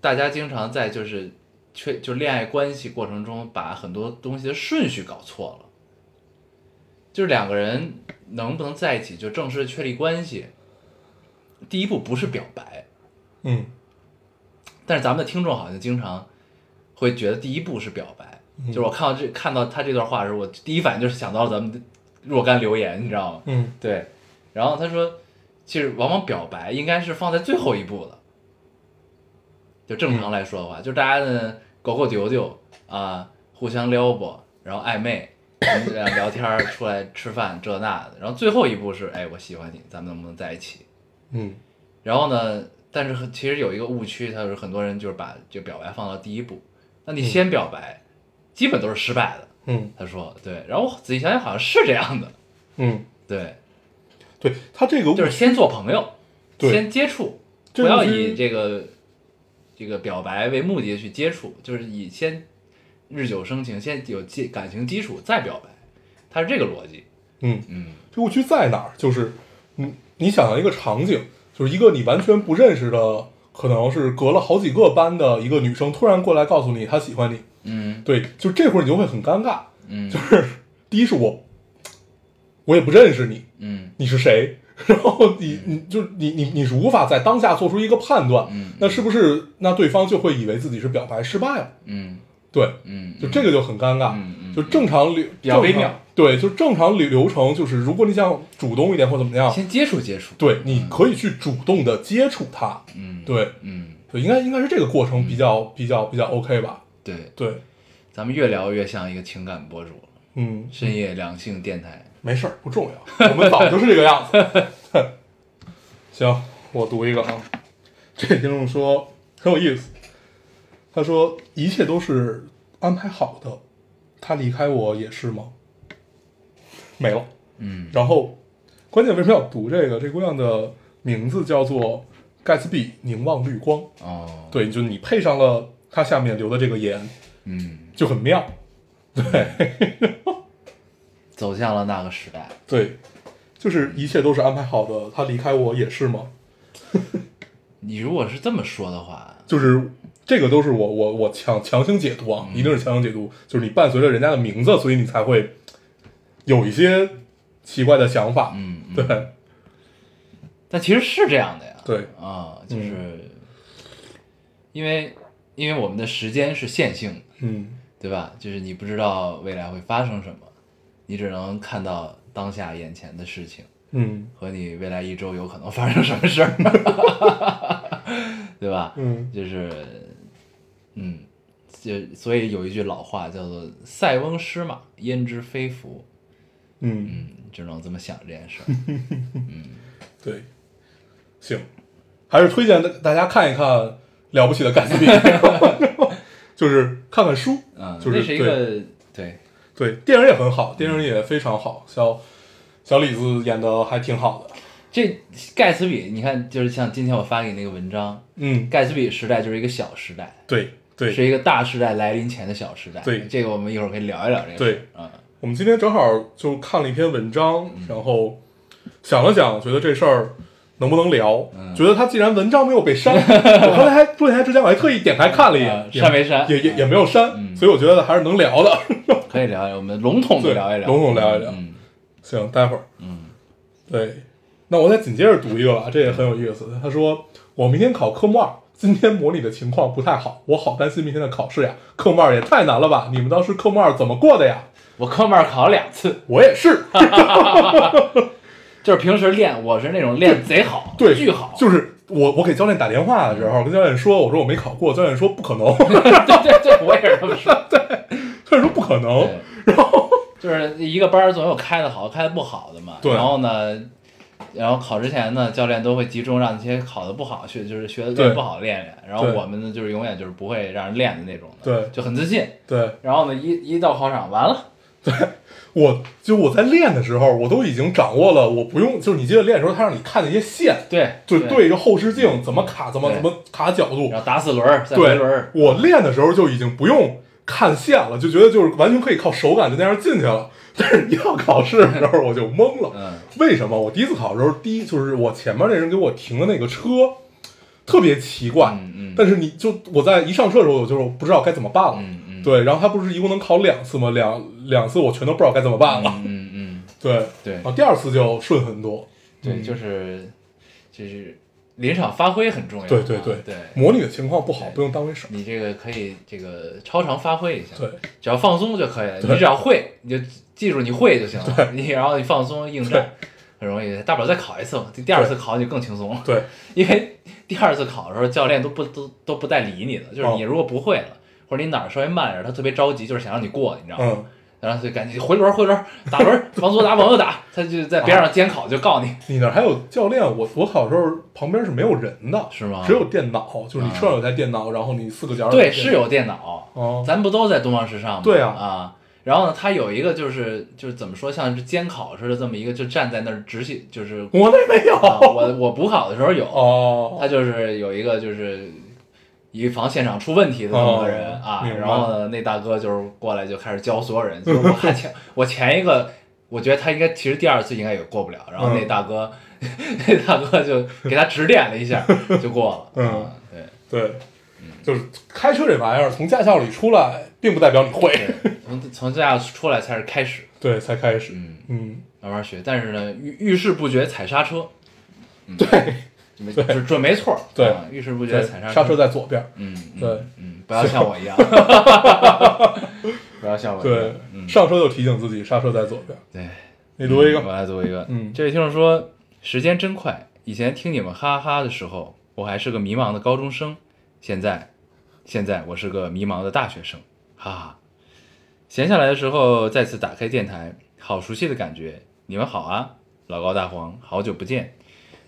Speaker 1: 大家经常在就是确就恋爱关系过程中把很多东西的顺序搞错了。就是两个人能不能在一起就正式确立关系，第一步不是表白，
Speaker 2: 嗯
Speaker 1: 但是咱们的听众好像经常会觉得第一步是表白，就是我看到这看到他这段话的时候，我第一反应就是想到了咱们的若干留言，你知道吗？
Speaker 2: 嗯
Speaker 1: 对，然后他说，其实往往表白应该是放在最后一步的，就正常来说的话，就是大家呢狗狗丢丢啊，互相撩拨，然后暧昧，嗯这样聊天儿出来吃饭这那的，然后最后一步是哎我喜欢你，咱们能不能在一起？
Speaker 2: 嗯
Speaker 1: 然后呢，但是很其实有一个误区，他是很多人就是把这表白放到第一步，那你先表白，基本都是失败的。
Speaker 2: 嗯
Speaker 1: 他说对，然后我仔细想想好像是这样的，
Speaker 2: 嗯，
Speaker 1: 对，
Speaker 2: 对他这个误
Speaker 1: 就是先做朋友，
Speaker 2: 对
Speaker 1: 先接触，
Speaker 2: 这
Speaker 1: 不
Speaker 2: 个
Speaker 1: 要
Speaker 2: 是
Speaker 1: 以这个这个表白为目的去接触，就是以先日久生情，先有基感情基础再表白，它是这个逻辑。
Speaker 2: 嗯
Speaker 1: 嗯
Speaker 2: 这误区在哪儿？就是你你想象一个场景，就是一个你完全不认识的，可能是隔了好几个班的一个女生突然过来告诉你她喜欢你，
Speaker 1: 嗯
Speaker 2: 对，就这会儿你就会很尴尬。
Speaker 1: 嗯
Speaker 2: 就是第一是我我也不认识你，
Speaker 1: 嗯
Speaker 2: 你是谁？ 然后你你就是你你你是无法在当下做出一个判断，
Speaker 1: 嗯
Speaker 2: 那是不是那对方就会以为自己是表白失败了？
Speaker 1: 嗯
Speaker 2: 对，
Speaker 1: 嗯，
Speaker 2: 就这个就很尴尬，
Speaker 1: 嗯嗯
Speaker 2: 就正常流
Speaker 1: 表微
Speaker 2: 正常
Speaker 1: 表
Speaker 2: 对，就正常流流程就是，如果你想主动一点或怎么样，
Speaker 1: 先接触接触。
Speaker 2: 对，你可以去主动的接触他，
Speaker 1: 嗯
Speaker 2: 对，
Speaker 1: 嗯
Speaker 2: 对，应该应该是这个过程比较比较比较 OK 吧？
Speaker 1: 对，
Speaker 2: 对，
Speaker 1: 咱们越聊越像一个情感博主了，
Speaker 2: 嗯，
Speaker 1: 深夜两性电台。
Speaker 2: 没事儿，不重要，我们早就是这个样子。行，我读一个啊，这个听众说很有意思，他说一切都是安排好的，他离开我也是吗？没了。
Speaker 1: 嗯
Speaker 2: 然后，关键为什么要读这个？这姑娘的名字叫做盖茨比凝望绿光。
Speaker 1: 哦
Speaker 2: 对，就你配上了他下面留的这个言，
Speaker 1: 嗯，
Speaker 2: 就很妙。
Speaker 1: 走向了那个时代。
Speaker 2: 对，就是一切都是安排好的。他离开我也是吗？
Speaker 1: 你如果是这么说的话，
Speaker 2: 就是这个都是我我我强强行解读啊，一定是强行解读。就是你伴随着人家的名字，所以你才会有一些奇怪的想法。
Speaker 1: 嗯，嗯
Speaker 2: 对，
Speaker 1: 但其实是这样的呀。
Speaker 2: 对嗯
Speaker 1: 啊，就是因为因为我们的时间是线性的，
Speaker 2: 嗯
Speaker 1: 对吧？就是你不知道未来会发生什么，你只能看到当下眼前的事情
Speaker 2: 嗯
Speaker 1: 和你未来一周有可能发生什么事儿， 对吧？
Speaker 2: 嗯
Speaker 1: 就是嗯，就所以有一句老话叫做“塞翁失马，焉知非福
Speaker 2: 嗯，”，
Speaker 1: 嗯，只能这么想这件事儿。
Speaker 2: 对，行，还是推荐大家看一看《了不起的盖茨比》，就是看看书，
Speaker 1: 嗯，
Speaker 2: 就是
Speaker 1: 那是一个对，
Speaker 2: 对，电影也很好，电影也非常好，小小李子演的还挺好的。
Speaker 1: 这盖茨比，你看，就是像今天我发给你那个文章，
Speaker 2: 嗯，
Speaker 1: 盖茨比时代就是一个小时代，
Speaker 2: 对对，
Speaker 1: 是一个大时代来临前的小时代。
Speaker 2: 对
Speaker 1: 这个我们一会儿可以聊一聊这个。
Speaker 2: 对，
Speaker 1: 啊，嗯
Speaker 2: 我们今天正好就看了一篇文章，然后想了想，觉得这事儿能不能聊？
Speaker 1: 嗯
Speaker 2: 觉得他既然文章没有 被删，我刚才还录电台之前我还特意点开看了一
Speaker 1: 啊
Speaker 2: 眼，也
Speaker 1: 删没删
Speaker 2: 也也也没有删，
Speaker 1: 嗯
Speaker 2: 所以我觉得还是能聊的。
Speaker 1: 可以聊一聊，我们笼统的
Speaker 2: 对
Speaker 1: 聊一聊，
Speaker 2: 笼统地聊一聊
Speaker 1: 嗯，
Speaker 2: 行，待会儿，
Speaker 1: 嗯，
Speaker 2: 对，那我再紧接着读一个吧，这也很有意
Speaker 1: 嗯
Speaker 2: 思。他说：“我明天考科目二，今天模拟的情况不太好，我好担心明天的考试呀。科目二也太难了吧？你们当时科目二怎么过的呀？
Speaker 1: 我科目二考两次，
Speaker 2: 我也是，
Speaker 1: 就是平时练，我是那种练贼好，
Speaker 2: 对，
Speaker 1: 巨好，嗯
Speaker 2: 就是我我给教练打电话的时候，跟教练说，我说我没考过，教练说不可能，
Speaker 1: 对对对，我也是这么说。
Speaker 2: 教练说不可能，
Speaker 1: 对， 就是一个班儿总有开的好、开的不好的嘛。
Speaker 2: 对
Speaker 1: 然后呢，然后考之前呢，教练都会集中让那些考的不好学，就是学的
Speaker 2: 对
Speaker 1: 不好的练练。然后
Speaker 2: 对
Speaker 1: 我们呢，就是永远就是不会让人练的那种的，
Speaker 2: 对
Speaker 1: 就很自信。
Speaker 2: 对
Speaker 1: 然后呢，一一到考场完了，
Speaker 2: 我就我在练的时候，我都已经掌握了，我不用就是你接着练的时候，他让你看那些线，
Speaker 1: 对，
Speaker 2: 就
Speaker 1: 对，
Speaker 2: 对着后视镜怎么卡，怎么
Speaker 1: 对
Speaker 2: 怎么卡角度，
Speaker 1: 然后打死轮儿，再回
Speaker 2: 对
Speaker 1: 轮儿，，
Speaker 2: 我练的时候就已经不用看线了，就觉得就是完全可以靠手感就那样进去了。 但是，一到考试的时候，我就懵了。
Speaker 1: 嗯
Speaker 2: 为什么？我第一次考的时候，第一就是我前面那人给我停的那个车特别奇怪。
Speaker 1: 嗯嗯，
Speaker 2: 但是你就我在一上车的时候，我就是不知道该怎么办了。
Speaker 1: 嗯嗯，
Speaker 2: 对，然后他不是一共能考两次吗？两两次我全都不知道该怎么办了。
Speaker 1: 嗯嗯嗯，
Speaker 2: 对，
Speaker 1: 对
Speaker 2: 然后第二次就顺很多。
Speaker 1: 对，就是就是临场发挥很重要啊。
Speaker 2: 对对对
Speaker 1: 对，
Speaker 2: 模拟的情况不好
Speaker 1: 对
Speaker 2: 不用当回事儿。
Speaker 1: 你这个可以这个超常发挥一下，
Speaker 2: 对，
Speaker 1: 只要放松就可以了。你
Speaker 2: 对
Speaker 1: 只要会，你就记住你会就行了。你然后你放松应战，很容易。大不了再考一次嘛，第第二次考你就更轻松了。
Speaker 2: 对，
Speaker 1: 因为第二次考的时候，教练都不都都不带理你的，就是
Speaker 2: 哦
Speaker 1: 你如果不会了，或者你哪儿稍微慢点儿，他特别着急，就是想让你过，你知道吗？
Speaker 2: 嗯，
Speaker 1: 然后就赶紧回轮儿回轮儿，打轮儿，往左打往右打，他就在边上监考就告 你，
Speaker 2: 你那儿还有教练？我我考的时候旁边是没有人的，
Speaker 1: 是吗？
Speaker 2: 只有电脑，就是你车上有台电脑，然后你四个角儿
Speaker 1: 对，
Speaker 2: 电脑
Speaker 1: 是有电脑，
Speaker 2: 哦，
Speaker 1: 咱不都在东方时尚吗？
Speaker 2: 对
Speaker 1: 啊，
Speaker 2: 啊
Speaker 1: 然后呢，它有一个就是就是怎么说，像是监考似的这么一个，就站在那儿执行，就是、
Speaker 2: 我那没有
Speaker 1: 啊、我我补考的时候有，
Speaker 2: 哦，
Speaker 1: 他就是有一个就是以防现场出问题的这么个人、
Speaker 2: 哦
Speaker 1: 啊
Speaker 2: 明，白
Speaker 1: 然后呢，那大哥就是过来就开始教所有人，就是我看前我前一个。我觉得他应该，其实第二次应该也过不了。然后那
Speaker 2: 嗯
Speaker 1: 大哥， 那大哥就给他指点了一下，就过了。
Speaker 2: 嗯
Speaker 1: 啊，对，
Speaker 2: 对，就是开车这玩意儿，从驾校里出来，并不代表你会，
Speaker 1: 对从从这样出来才是开始。
Speaker 2: 对，才开始，
Speaker 1: 嗯，
Speaker 2: 嗯，
Speaker 1: 慢慢学，但是呢，遇遇事不决踩刹车，嗯
Speaker 2: 对
Speaker 1: 没准准没错儿，
Speaker 2: 对
Speaker 1: 啊遇事不决踩刹
Speaker 2: 刹车在左边，
Speaker 1: 嗯，嗯
Speaker 2: 对，
Speaker 1: 嗯，不要像我 一样， 不要像我一
Speaker 2: 对
Speaker 1: 样，嗯，
Speaker 2: 上车就提醒自己刹车在左边。
Speaker 1: 对，
Speaker 2: 你读一
Speaker 1: 嗯
Speaker 2: 个，
Speaker 1: 我来读一个，
Speaker 2: 嗯
Speaker 1: 这位听众说，时间真快，以前听你们哈哈的时候，我还是个迷茫的高中生，现在，现在我是个迷茫的大学生，哈哈。闲下来的时候，再次打开电台，好熟悉的感觉。你们好啊，老高大黄，好久不见。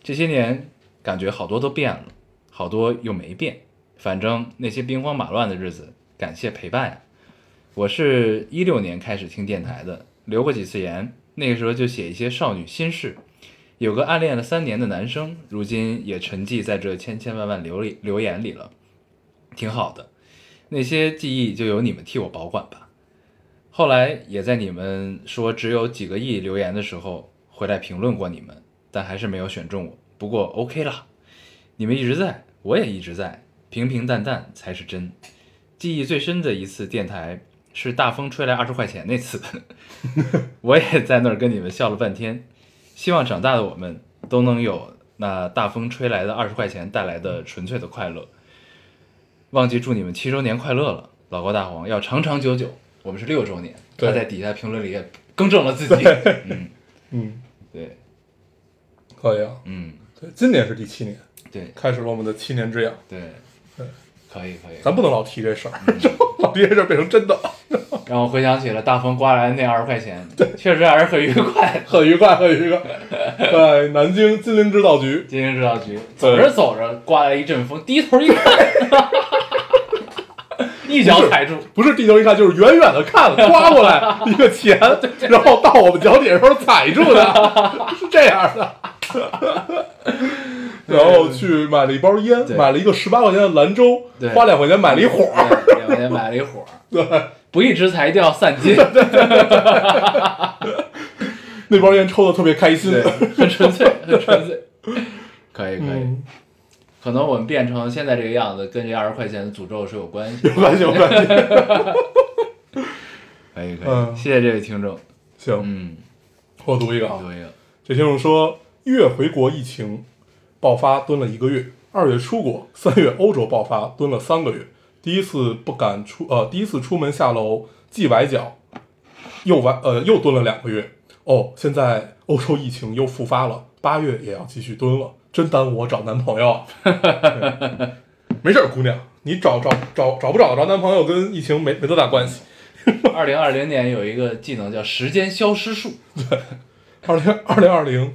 Speaker 1: 这些年感觉好多都变了，好多又没变。反正那些兵荒马乱的日子，感谢陪伴呀、我是一六年开始听电台的，留过几次言，那个时候就写一些少女心事。有个暗恋了三年的男生，如今也沉寂在这千千万万留里留言里了，挺好的。那些记忆就由你们替我保管吧。后来也在你们说只有几个亿留言的时候回来评论过你们，但还是没有选中我。不过 OK 啦，你们一直在，我也一直在，平平淡淡才是真。记忆最深的一次电台是大风吹来二十块钱那次， 我也在那儿跟你们笑了半天。希望长大的我们都能有那大风吹来的二十块钱带来的纯粹的快乐。忘记祝你们七周年快乐了，老高大黄要长长久久。我们是六周年，
Speaker 2: 对
Speaker 1: 他在底下评论里也更正了自己。嗯，
Speaker 2: 嗯，
Speaker 1: 对，
Speaker 2: 可以啊，
Speaker 1: 嗯，
Speaker 2: 对，今年是第七年，
Speaker 1: 对
Speaker 2: 开始了我们的七年之痒，
Speaker 1: 对，可以可以。
Speaker 2: 嗯咱不能老提这事儿，
Speaker 1: 嗯
Speaker 2: 老提这事儿变成真的，
Speaker 1: 让我回想起了大风刮来的那二十块钱，确实让人很愉快。
Speaker 2: 很愉快，很愉快，在南京金陵制造局，
Speaker 1: 金陵制造局，走着走着刮来一阵风，低头一看， 一脚踩住，
Speaker 2: 不是低头一看，就是远远的看 了，刮过来一个钱，然后到我们脚底的时候踩住 的，是这样的。然后去买了一包烟，
Speaker 1: 对
Speaker 2: 买了一个十八块钱的兰州
Speaker 1: 对，
Speaker 2: 花两块钱买了一火，
Speaker 1: 对两块钱买了一火，
Speaker 2: 对，
Speaker 1: 不义之财一定要散尽，
Speaker 2: 那包烟抽的特别开心
Speaker 1: 对。，很纯 粹，很纯粹，可以可以，
Speaker 2: 嗯，
Speaker 1: 可能我们变成现在这个样子，跟这二十块钱的诅咒是有关系
Speaker 2: 有
Speaker 1: 的，
Speaker 2: 关系，有关系。
Speaker 1: 可以可以，
Speaker 2: 嗯
Speaker 1: 谢谢这位听众，
Speaker 2: 行，
Speaker 1: 嗯，
Speaker 2: 我读一个啊，
Speaker 1: 读一个，
Speaker 2: 这听众说，月回国疫情爆发蹲了一个月，二月出国，三月欧洲爆发蹲了三个月。第一次不敢出，呃，第一次出门下楼既崴脚，又崴，呃，又蹲了两个月。哦，现在欧洲疫情又复发了，八月也要继续蹲了，真耽误我找男朋友啊。对没事儿，姑娘，你找找找找不找得着男朋友跟疫情没没多大关系。
Speaker 1: 二零二零年有一个技能叫时间消失术，
Speaker 2: 二零二零二零，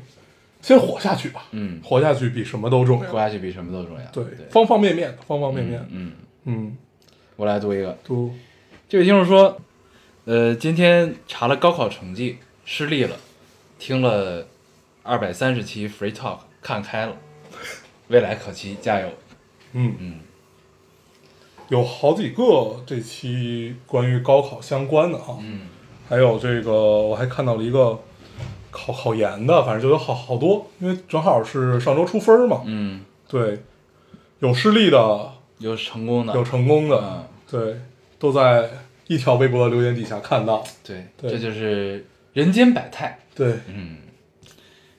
Speaker 2: 先活下去吧，
Speaker 1: 嗯，
Speaker 2: 活下去比什么都重要
Speaker 1: 活。下去比什么都重要。
Speaker 2: 对，
Speaker 1: 对，
Speaker 2: 方方面面，方方面面，
Speaker 1: 嗯，
Speaker 2: 嗯，
Speaker 1: 我来读一个，
Speaker 2: 都
Speaker 1: 这位听众说，呃，今天查了高考成绩，失利了，听了二百三十期 Free Talk，看开了，未来可期，加油！
Speaker 2: 嗯
Speaker 1: 嗯，
Speaker 2: 有好几个这期关于高考相关的啊，
Speaker 1: 嗯，
Speaker 2: 还有这个我还看到了一个考考研的，反正就有好好多，因为正好是上周出分嘛，
Speaker 1: 嗯，
Speaker 2: 对，有失利的，
Speaker 1: 有成功的，
Speaker 2: 有成功的，
Speaker 1: 嗯
Speaker 2: 对，都在一条微博的留言底下看到，
Speaker 1: 对，
Speaker 2: 对
Speaker 1: 这就是人间百态。
Speaker 2: 对，
Speaker 1: 嗯，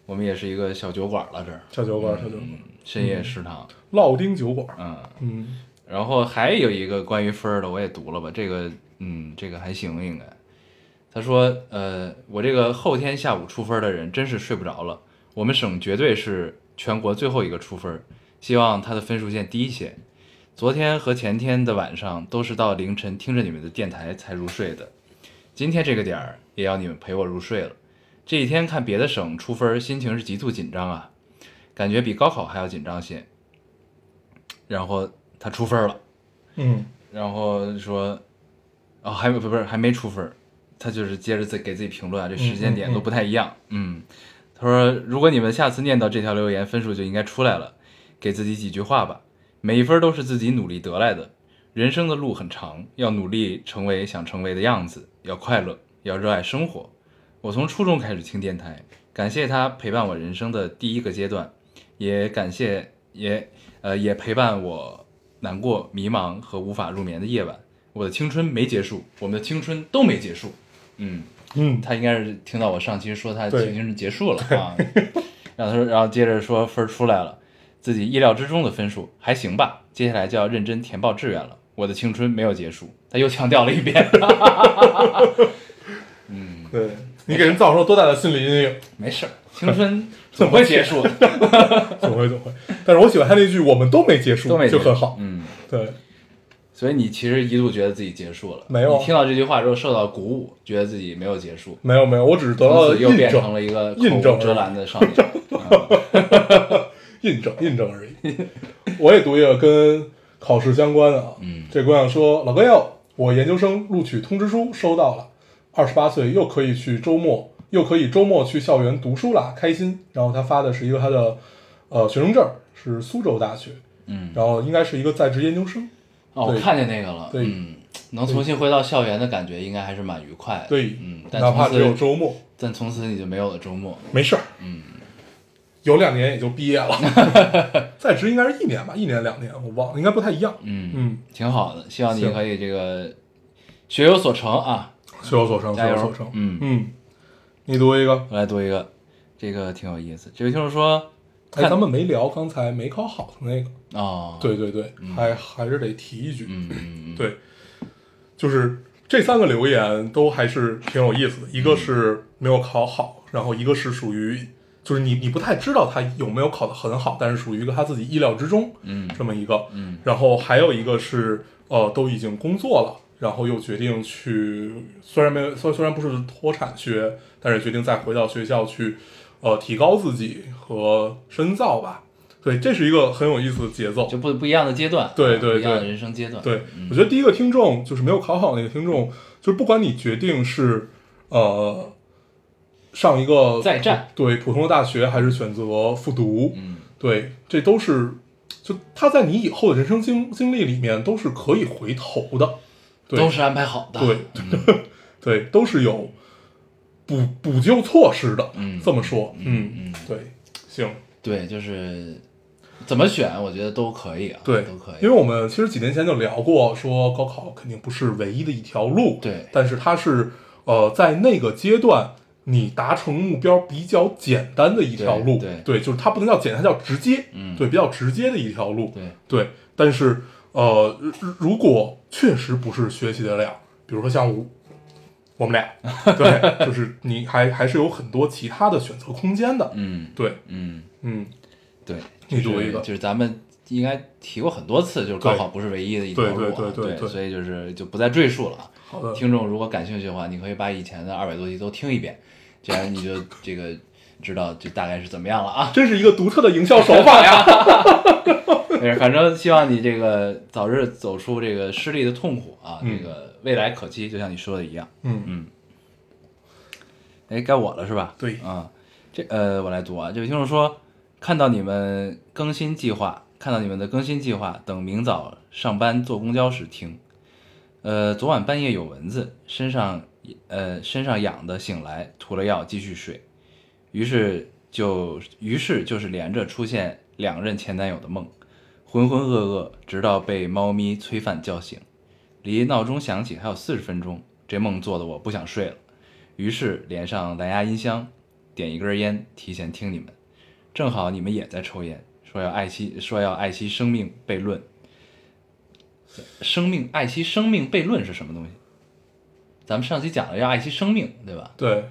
Speaker 1: 我们也是一个小酒馆了，这儿
Speaker 2: 小酒馆，小酒馆，
Speaker 1: 嗯深夜食堂，
Speaker 2: 烙丁酒馆，
Speaker 1: 嗯，
Speaker 2: 嗯
Speaker 1: 然后还有一个关于分儿的，我也读了吧，这个嗯，这个还行应该。他说，呃，我这个后天下午出分儿的人真是睡不着了，我们省绝对是全国最后一个出分儿，希望他的分数线低一些。昨天和前天的晚上都是到凌晨听着你们的电台才入睡的，今天这个点儿也要你们陪我入睡了。这几天看别的省出分儿，心情是极度紧张啊，感觉比高考还要紧张些。然后他出分儿了。
Speaker 2: 嗯，
Speaker 1: 然后说，哦，还没不不是还没出分儿，他就是接着再给自己评论啊，这时间点都不太一样。嗯，他说如果你们下次念到这条留言，分数就应该出来了，给自己几句话吧。每一分都是自己努力得来的，人生的路很长，要努力成为想成为的样子，要快乐，要热爱生活。我从初中开始听电台，感谢他陪伴我人生的第一个阶段，也感谢也呃也陪伴我难过、迷茫和无法入眠的夜晚。我的青春没结束，我们的青春都没结束。嗯，
Speaker 2: 嗯，
Speaker 1: 他应该是听到我上期说他
Speaker 2: 对
Speaker 1: 青春结束了啊，然后他说，然后接着说分儿出来了，自己意料之中的分数还行吧，接下来就要认真填报志愿了。我的青春没有结束，他又强调了一遍，
Speaker 2: 对你给人造成了多大的心理阴影？
Speaker 1: 没事儿，青春总会结束，
Speaker 2: 总会总会。但是我喜欢他那句“我们都没结束”，
Speaker 1: 都没结
Speaker 2: 就
Speaker 1: 束
Speaker 2: 很好。
Speaker 1: 嗯。
Speaker 2: 对，
Speaker 1: 所以你其实一度觉得自己结束了，
Speaker 2: 没有啊
Speaker 1: 你听到这句话之后受到鼓舞，觉得自己没有结束，
Speaker 2: 没有没有，我只是得到
Speaker 1: 从
Speaker 2: 了
Speaker 1: 此又
Speaker 2: 印
Speaker 1: 变成
Speaker 2: 证，
Speaker 1: 了一个口
Speaker 2: 印证
Speaker 1: 无遮拦的少年。嗯
Speaker 2: 印证，印证而已。 我也读一个跟考试相关的啊，
Speaker 1: 嗯
Speaker 2: 这姑娘说：“老哥哟，我研究生录取通知书收到了，二十八岁又可以去周末，又可以周末去校园读书啦，开心。”然后她发的是一个她的呃学生证，是苏州大学，
Speaker 1: 嗯，
Speaker 2: 然后应该是一个在职研究生。
Speaker 1: 哦，我
Speaker 2: 对
Speaker 1: 看见那个了，
Speaker 2: 对
Speaker 1: 嗯，能重新回到校园的感觉，应该还是蛮愉快的。
Speaker 2: 对，
Speaker 1: 嗯，但
Speaker 2: 哪怕只有
Speaker 1: 从此，
Speaker 2: 周末，
Speaker 1: 但从此你就没有了周末。
Speaker 2: 没事儿，
Speaker 1: 嗯，
Speaker 2: 有两年也就毕业了， 在职应该是一年吧，一年两年我忘了，应该不太一样。
Speaker 1: 嗯，
Speaker 2: 嗯，
Speaker 1: 挺好的，希望你
Speaker 2: 行
Speaker 1: 可以这个学有所成啊，
Speaker 2: 学有所成，学
Speaker 1: 加
Speaker 2: 有
Speaker 1: 油
Speaker 2: 所成。
Speaker 1: 嗯
Speaker 2: 嗯，你读一个。
Speaker 1: 我来读一个，这个挺有意思。这位听众说，
Speaker 2: 哎，
Speaker 1: 看
Speaker 2: 咱们没聊刚才没考好的那个。
Speaker 1: 哦，，
Speaker 2: 对对对，还还是得提一句。
Speaker 1: 嗯嗯嗯，
Speaker 2: 对，就是这三个留言都还是挺有意思的，一
Speaker 1: 嗯
Speaker 2: 个是没有考好，然后一个是属于就是你你不太知道他有没有考得很好，但是属于一个他自己意料之中，
Speaker 1: 嗯
Speaker 2: 这么一个，
Speaker 1: 嗯，
Speaker 2: 然后还有一个是呃都已经工作了。然后又决定去，虽然没有，虽虽然不是脱产学，但是决定再回到学校去，呃，提高自己和深造吧。对，这是一个很有意思的节奏，
Speaker 1: 嗯就不不一样的阶段，啊
Speaker 2: 对对
Speaker 1: 不一样的
Speaker 2: 对
Speaker 1: 人生阶段，
Speaker 2: 对，我觉得第一个听众就是没有考好那个听众，就是不管你决定是呃上一个
Speaker 1: 再战
Speaker 2: 对普通的大学，还是选择复读，
Speaker 1: 嗯
Speaker 2: 对，这都是就他在你以后的人生经经历里面都是可以回头的，对
Speaker 1: 都是安排好的。嗯
Speaker 2: 对，对，都是有补补救措施的，
Speaker 1: 嗯
Speaker 2: 这么说，嗯
Speaker 1: 嗯
Speaker 2: 对，行。
Speaker 1: 对，就是怎么选，我觉得都可以啊，
Speaker 2: 对，
Speaker 1: 都可以。
Speaker 2: 因为我们其实几年前就聊过，说高考肯定不是唯一的一条路，
Speaker 1: 对
Speaker 2: 但是它是呃，在那个阶段你达成目标比较简单的一条路，
Speaker 1: 对对
Speaker 2: 就是它不能叫简单，它叫直接，
Speaker 1: 嗯
Speaker 2: 对，比较直接的一条路，
Speaker 1: 对，
Speaker 2: 对，但是呃，如如果确实不是学习的料，比如说像我我们俩，对，就是你还还是有很多其他的选择空间的。
Speaker 1: 嗯
Speaker 2: 对，
Speaker 1: 嗯，
Speaker 2: 嗯，
Speaker 1: 对，
Speaker 2: 你
Speaker 1: 就
Speaker 2: 读
Speaker 1: 是
Speaker 2: 一个
Speaker 1: 就是咱们应该提过很多次，就是高考不是唯一的一条
Speaker 2: 对
Speaker 1: 路啊，
Speaker 2: 对对对对对嗯
Speaker 1: 所以就是就不再赘述了啊。
Speaker 2: 好的，
Speaker 1: 听众如果感兴趣的话，你可以把以前的二百多集都听一遍，这样你 就这个知道这大概是怎么样了啊。
Speaker 2: 这是一个独特的营销手法呀。
Speaker 1: 没事，反正希望你这个早日走出这个失利的痛苦啊，
Speaker 2: 嗯
Speaker 1: 这个未来可期，就像你说的一样。
Speaker 2: 嗯
Speaker 1: 哎，该我了是吧？
Speaker 2: 对
Speaker 1: 啊，这呃，我来读啊。这位听众说，看到你们更新计划，看到你们的更新计划，等明早上班坐公交时听。呃，昨晚半夜有蚊子，身上呃身上痒的，醒来涂了药继续睡，于是就于是就是连着出现两任前男友的梦，浑浑噩噩，直到被猫咪崔范叫醒，离闹钟响起还有四十分钟，这梦做的我不想睡了。于是连上蓝牙音箱，点一根烟，提前听你们。正好你们也在抽烟，说要爱惜，说要爱惜生命悖论。生命爱惜生命悖论是什么东西？咱们上期讲了要爱惜生命，对吧？
Speaker 2: 对，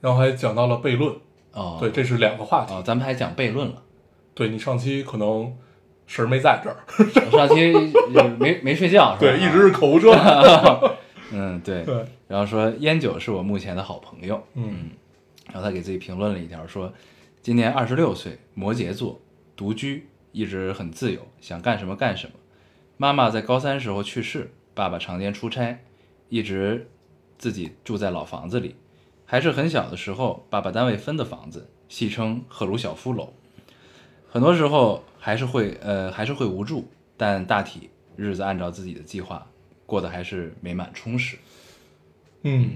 Speaker 2: 然后还讲到了悖论，
Speaker 1: 哦，
Speaker 2: 对，这是两个话题。
Speaker 1: 哦，咱们还讲悖论了。
Speaker 2: 对你上期可能神儿没在这儿，
Speaker 1: 我上期就是没没睡觉，是吧？
Speaker 2: 对，一直是口无遮拦。
Speaker 1: 嗯对。
Speaker 2: 对，
Speaker 1: 然后说烟酒是我目前的好朋友，
Speaker 2: 嗯
Speaker 1: 然后他给自己评论了一条说，今年二十六岁，摩羯座，独居，一直很自由，想干什么干什么。妈妈在高三时候去世，爸爸常年出差，一直自己住在老房子里。还是很小的时候，爸爸单位分的房子，戏称“赫鲁晓夫楼”。很多时候还是会呃还是会无助，但大体日子按照自己的计划过得还是美满充实。
Speaker 2: 嗯，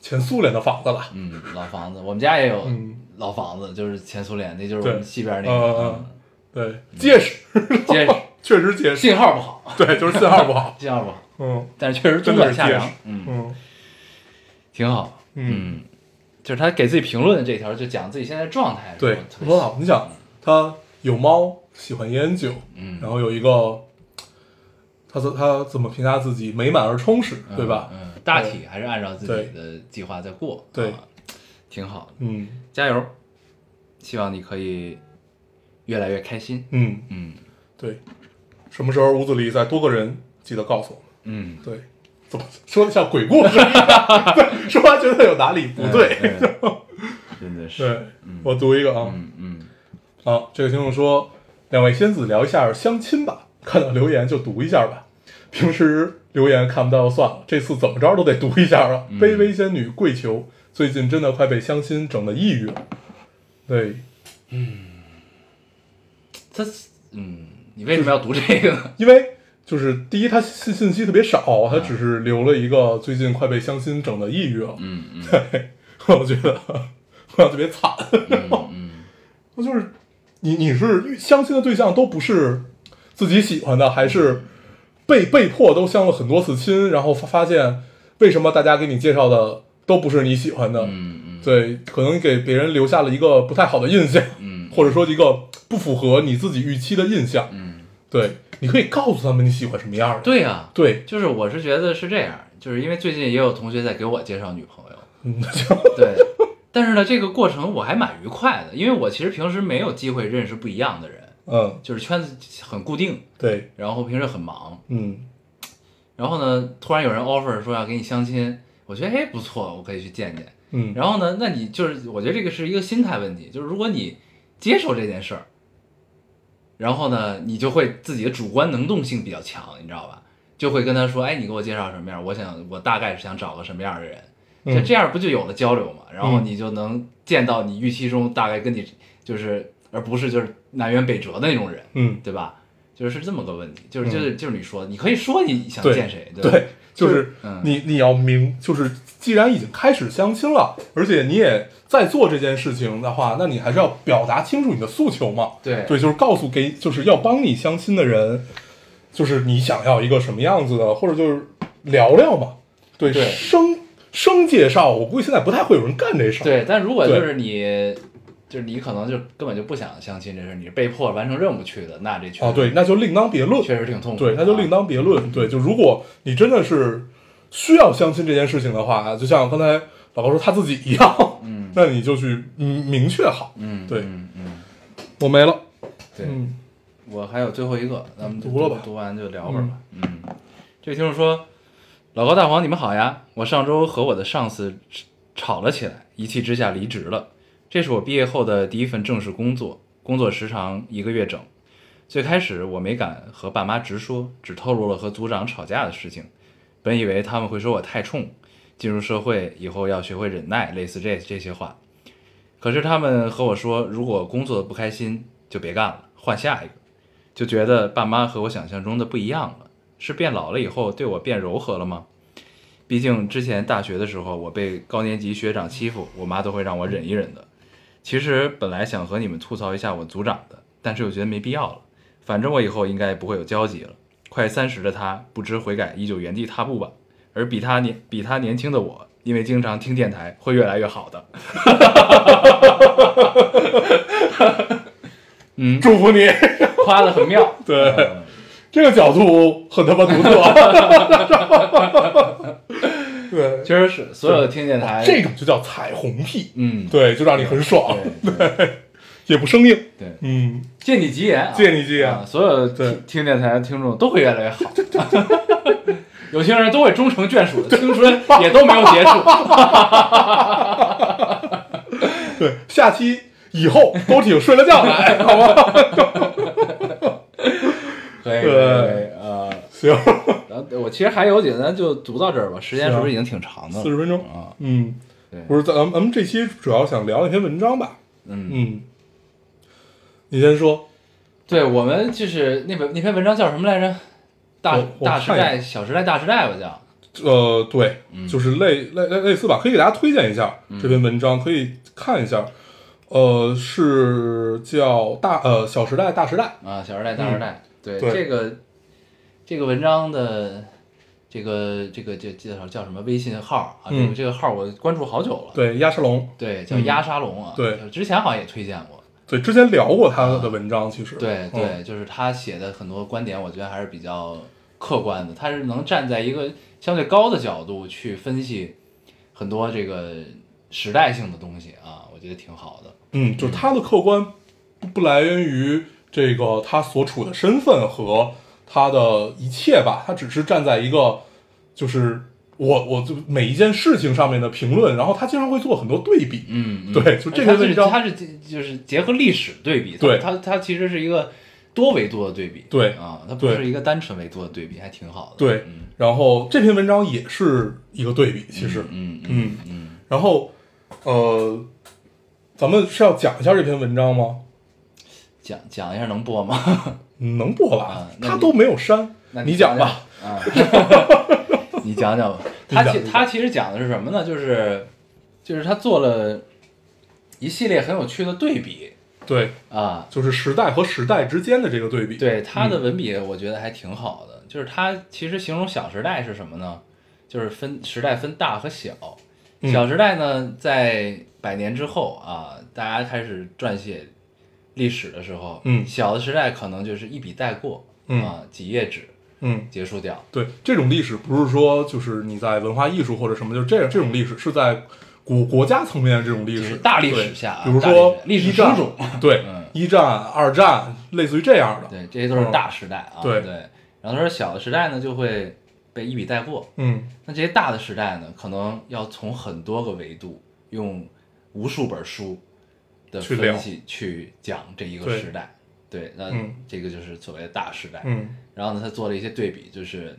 Speaker 2: 前苏联的房子了。
Speaker 1: 嗯，老房子，我们家也有
Speaker 2: 嗯
Speaker 1: 老房子，就是前苏联，那就是我们
Speaker 2: 对
Speaker 1: 西边那
Speaker 2: 嗯
Speaker 1: 个
Speaker 2: 嗯，对，结实，
Speaker 1: 嗯结实，
Speaker 2: 确实结实。
Speaker 1: 信号不好，
Speaker 2: 对，就是信号不好。
Speaker 1: 信号不好，
Speaker 2: 嗯，
Speaker 1: 但是确实中
Speaker 2: 真的
Speaker 1: 转
Speaker 2: 是
Speaker 1: 下
Speaker 2: 结
Speaker 1: 扬
Speaker 2: 实，。
Speaker 1: 嗯，
Speaker 2: 嗯
Speaker 1: 挺好，
Speaker 2: 嗯。
Speaker 1: 嗯，就是他给自己评论的这条，就讲自己现在状态，
Speaker 2: 对
Speaker 1: 是吧，特别
Speaker 2: 很好。你想，他有猫，喜欢烟酒，
Speaker 1: 嗯
Speaker 2: 然后有一个，他怎他怎么评价自己美满而充实，对吧？
Speaker 1: 嗯，嗯大体还是按照自己的计划在过，
Speaker 2: 对
Speaker 1: 啊，挺好的，
Speaker 2: 嗯
Speaker 1: 加油，希望你可以越来越开心，
Speaker 2: 嗯，
Speaker 1: 嗯
Speaker 2: 对。什么时候屋子里再多个人，记得告诉我们。
Speaker 1: 嗯，
Speaker 2: 对，怎么说的像鬼故事？ 对，说完觉得有哪里不对。
Speaker 1: 嗯，嗯真的 是，
Speaker 2: 对，我读一个啊，
Speaker 1: 嗯嗯，
Speaker 2: 啊，这个听众说，两位仙子聊一下相亲吧，看到留言就读一下吧。平时留言看不到就算了，这次怎么着都得读一下啊！
Speaker 1: 嗯
Speaker 2: 卑微仙女跪求，最近真的快被相亲整得抑郁了。对，
Speaker 1: 这嗯，你为什么要读这个呢？
Speaker 2: 因为就是第一，他信信息特别少，
Speaker 1: 嗯
Speaker 2: 他只是留了一个最近快被相亲整得抑郁了。
Speaker 1: 嗯嗯
Speaker 2: 对，我觉得我特别惨。
Speaker 1: 嗯
Speaker 2: 那 就是你你是相亲的对象都不是自己喜欢的，还是被被迫都相了很多次亲，然后发发现为什么大家给你介绍的都不是你喜欢的？
Speaker 1: 嗯嗯
Speaker 2: 对，可能给别人留下了一个不太好的印象，
Speaker 1: 嗯
Speaker 2: 或者说一个不符合你自己预期的印象。
Speaker 1: 嗯，
Speaker 2: 对，你可以告诉他们你喜欢什么样的。
Speaker 1: 对啊呀、
Speaker 2: 对，
Speaker 1: 就是我是觉得是这样，就是因为最近也有同学在给我介绍女朋友，
Speaker 2: 嗯，
Speaker 1: 对，但是呢，这个过程我还蛮愉快的，因为我其实平时没有机会认识不一样的人，
Speaker 2: 嗯，
Speaker 1: 就是圈子很固定，
Speaker 2: 对，
Speaker 1: 然后平时很忙，
Speaker 2: 嗯，
Speaker 1: 然后呢，突然有人 offer 说要给你相亲，我觉得哎不错，我可以去见见。
Speaker 2: 嗯，
Speaker 1: 然后呢，那你就是我觉得这个是一个心态问题，就是如果你接受这件事儿，然后呢，你就会自己的主观能动性比较强，你知道吧？就会跟他说，哎，你给我介绍什么样？我想我大概是想找个什么样的人，
Speaker 2: 嗯
Speaker 1: 就这样不就有了交流嘛？然后
Speaker 2: 嗯
Speaker 1: 你就能见到你预期中大概跟你就是，而不是就是南辕北辙的那种人，
Speaker 2: 嗯，
Speaker 1: 对吧？就是是这么个问题，就是就是就是你说，你可以说你想
Speaker 2: 对
Speaker 1: 见谁，对吧？
Speaker 2: 对，就是
Speaker 1: 嗯
Speaker 2: 你你要明，就是既然已经开始相亲了，而且你也在做这件事情的话，那你还是要表达清楚你的诉求嘛。
Speaker 1: 对
Speaker 2: 对，就是告诉给，就是要帮你相亲的人，就是你想要一个什么样子的，或者就是聊聊嘛。对，
Speaker 1: 对
Speaker 2: 生生介绍，我估计现在不太会有人干这事儿。
Speaker 1: 对，但如果
Speaker 2: 对
Speaker 1: 就是你，就是你可能就根本就不想相亲这事儿，你是被迫完成任务去的，那这确实
Speaker 2: 啊，对，那就另当别论。
Speaker 1: 确实挺痛苦的啊。
Speaker 2: 对，那就另当别论。对，就如果你真的是需要相亲这件事情的话，就像刚才老高说他自己一样，嗯，那你就去嗯明确好。
Speaker 1: 嗯，
Speaker 2: 对
Speaker 1: 嗯嗯，
Speaker 2: 我没了，
Speaker 1: 对，
Speaker 2: 嗯，
Speaker 1: 我还有最后一个，咱们就
Speaker 2: 读了吧
Speaker 1: 读完就聊会儿吧。嗯，这位听众说：“老高、大黄，你们好呀！我上周和我的上司吵吵了起来，一气之下离职了。这是我毕业后的第一份正式工作，工作时长一个月整。最开始我没敢和爸妈直说，只透露了和组长吵架的事情。本以为他们会说我太冲，进入社会以后要学会忍耐，类似这这些话。可是他们和我说，如果工作不开心就别干了，换下一个。就觉得爸妈和我想象中的不一样了，是变老了以后对我变柔和了吗？毕竟之前大学的时候，我被高年级学长欺负，我妈都会让我忍一忍的。其实本来想和你们吐槽一下我组长的，但是又觉得没必要了，反正我以后应该不会有交集了。快三十的他不知悔改，依旧原地踏步吧。而比他年比他年轻的我，因为经常听电台，会越来越好的。嗯，
Speaker 2: 祝福你。
Speaker 1: 夸的很妙。
Speaker 2: 对
Speaker 1: 嗯
Speaker 2: 这个角度很他妈独特。对，
Speaker 1: 确实是所有的听电台，
Speaker 2: 这种就叫彩虹屁，
Speaker 1: 嗯，
Speaker 2: 对，就让你很爽，
Speaker 1: 对对
Speaker 2: 也不生硬。
Speaker 1: 对，
Speaker 2: 嗯，
Speaker 1: 借你吉言啊，
Speaker 2: 借你吉言
Speaker 1: 啊所有
Speaker 2: 对
Speaker 1: 听听电台的听众都会越来越好， 有情人都会终成眷属的，青春也都没有 结束。啊
Speaker 2: 对，下期以后都挺睡了觉 来，好吗？
Speaker 1: 可以，
Speaker 2: 对
Speaker 1: 可以，呃，
Speaker 2: 行，
Speaker 1: 然后我其实还有几个，咱就读到这儿吧，时间是不是已经挺长的了？
Speaker 2: 四十分钟
Speaker 1: 啊，
Speaker 2: 嗯
Speaker 1: 对，
Speaker 2: 不是，咱咱们这期主要想聊一篇文章吧？
Speaker 1: 嗯，
Speaker 2: 嗯，你先说。
Speaker 1: 对我们就是那本那篇文章叫什么来着？大
Speaker 2: 我我
Speaker 1: 大时
Speaker 2: 看一
Speaker 1: 代、小时代、大时代吧，叫。
Speaker 2: 呃，对，
Speaker 1: 嗯
Speaker 2: 就是类类类类似吧，可以给大家推荐一下这篇文章，可以看一下。呃，是叫大呃《小时代》《大时代》，
Speaker 1: 啊，《小时代》《大时代》对
Speaker 2: 嗯对
Speaker 1: 这个这个文章的这个这个这介绍叫什么微信号啊？这
Speaker 2: 嗯
Speaker 1: 个这个号我关注好久了，
Speaker 2: 对，鸭翅龙，
Speaker 1: 对，叫
Speaker 2: 嗯
Speaker 1: 鸭沙龙啊，
Speaker 2: 对，
Speaker 1: 之前好像也推荐过，
Speaker 2: 对，之前聊过他的文章，其实
Speaker 1: 对
Speaker 2: 嗯
Speaker 1: 对，就是他写的很多观点，我觉得还是比较客观的，他是能站在一个相对高的角度去分析很多这个时代性的东西啊，我觉得挺好的，
Speaker 2: 嗯，就是他的客观不不来源于这个他所处的身份和他的一切吧，他只是站在一个就是我我就每一件事情上面的评论，然后他经常会做很多对比，
Speaker 1: 嗯，嗯
Speaker 2: 对，就这
Speaker 1: 它
Speaker 2: 篇
Speaker 1: 是
Speaker 2: 文章，
Speaker 1: 它是结就是结合历史对比，它
Speaker 2: 对
Speaker 1: 它它其实是一个多维度的对比，
Speaker 2: 对
Speaker 1: 啊，它不
Speaker 2: 对
Speaker 1: 是一个单纯维度的对比，还挺好的，
Speaker 2: 对
Speaker 1: 嗯，
Speaker 2: 然后这篇文章也是一个对比，其实，
Speaker 1: 嗯嗯
Speaker 2: 嗯，
Speaker 1: 嗯，
Speaker 2: 然后呃，咱们是要讲一下这篇文章吗？嗯
Speaker 1: 讲讲一下能播吗？
Speaker 2: 能播吧
Speaker 1: 啊？那
Speaker 2: 他
Speaker 1: 你
Speaker 2: 都没有删
Speaker 1: 那，
Speaker 2: 讲吧。
Speaker 1: 讲啊，你讲讲吧。 他其
Speaker 2: 你讲
Speaker 1: 他其实讲的是什么呢？就是就是他做了一系列很有趣的对比
Speaker 2: 对，
Speaker 1: 啊，
Speaker 2: 就是时代和时代之间的这个对比。
Speaker 1: 对他
Speaker 2: 嗯
Speaker 1: 的文笔，我觉得还挺好的。就是他其实形容《小时代》是什么呢？就是分时代分大和小。
Speaker 2: 嗯
Speaker 1: 《小时代》呢，在百年之后啊，大家开始撰写历史的时候，
Speaker 2: 嗯
Speaker 1: 小的时代可能就是一笔带过，
Speaker 2: 嗯
Speaker 1: 啊，几页纸
Speaker 2: 嗯，
Speaker 1: 结束掉。
Speaker 2: 对，这种历史不是说就是你在文化艺术或者什么，就是这这种历史是在国国家层面的这种历
Speaker 1: 就
Speaker 2: 史
Speaker 1: 是大历
Speaker 2: 对
Speaker 1: 史下啊
Speaker 2: 比如
Speaker 1: 大
Speaker 2: 说
Speaker 1: 历史
Speaker 2: 一战
Speaker 1: 书种，
Speaker 2: 对
Speaker 1: 嗯
Speaker 2: 一战、二战，类似于这样的。
Speaker 1: 对，这些都是
Speaker 2: 嗯
Speaker 1: 大时代啊。
Speaker 2: 对
Speaker 1: 然后他说小的时代呢，就会被一笔带过，
Speaker 2: 嗯，
Speaker 1: 那这些大的时代呢，可能要从很多个维度，用无数本书的
Speaker 2: 去
Speaker 1: 分
Speaker 2: 聊
Speaker 1: 析去讲这一个
Speaker 2: 对
Speaker 1: 时代。对，那
Speaker 2: 嗯
Speaker 1: 这个就是所谓的大时代。
Speaker 2: 嗯
Speaker 1: 然后呢，他做了一些对比，就是，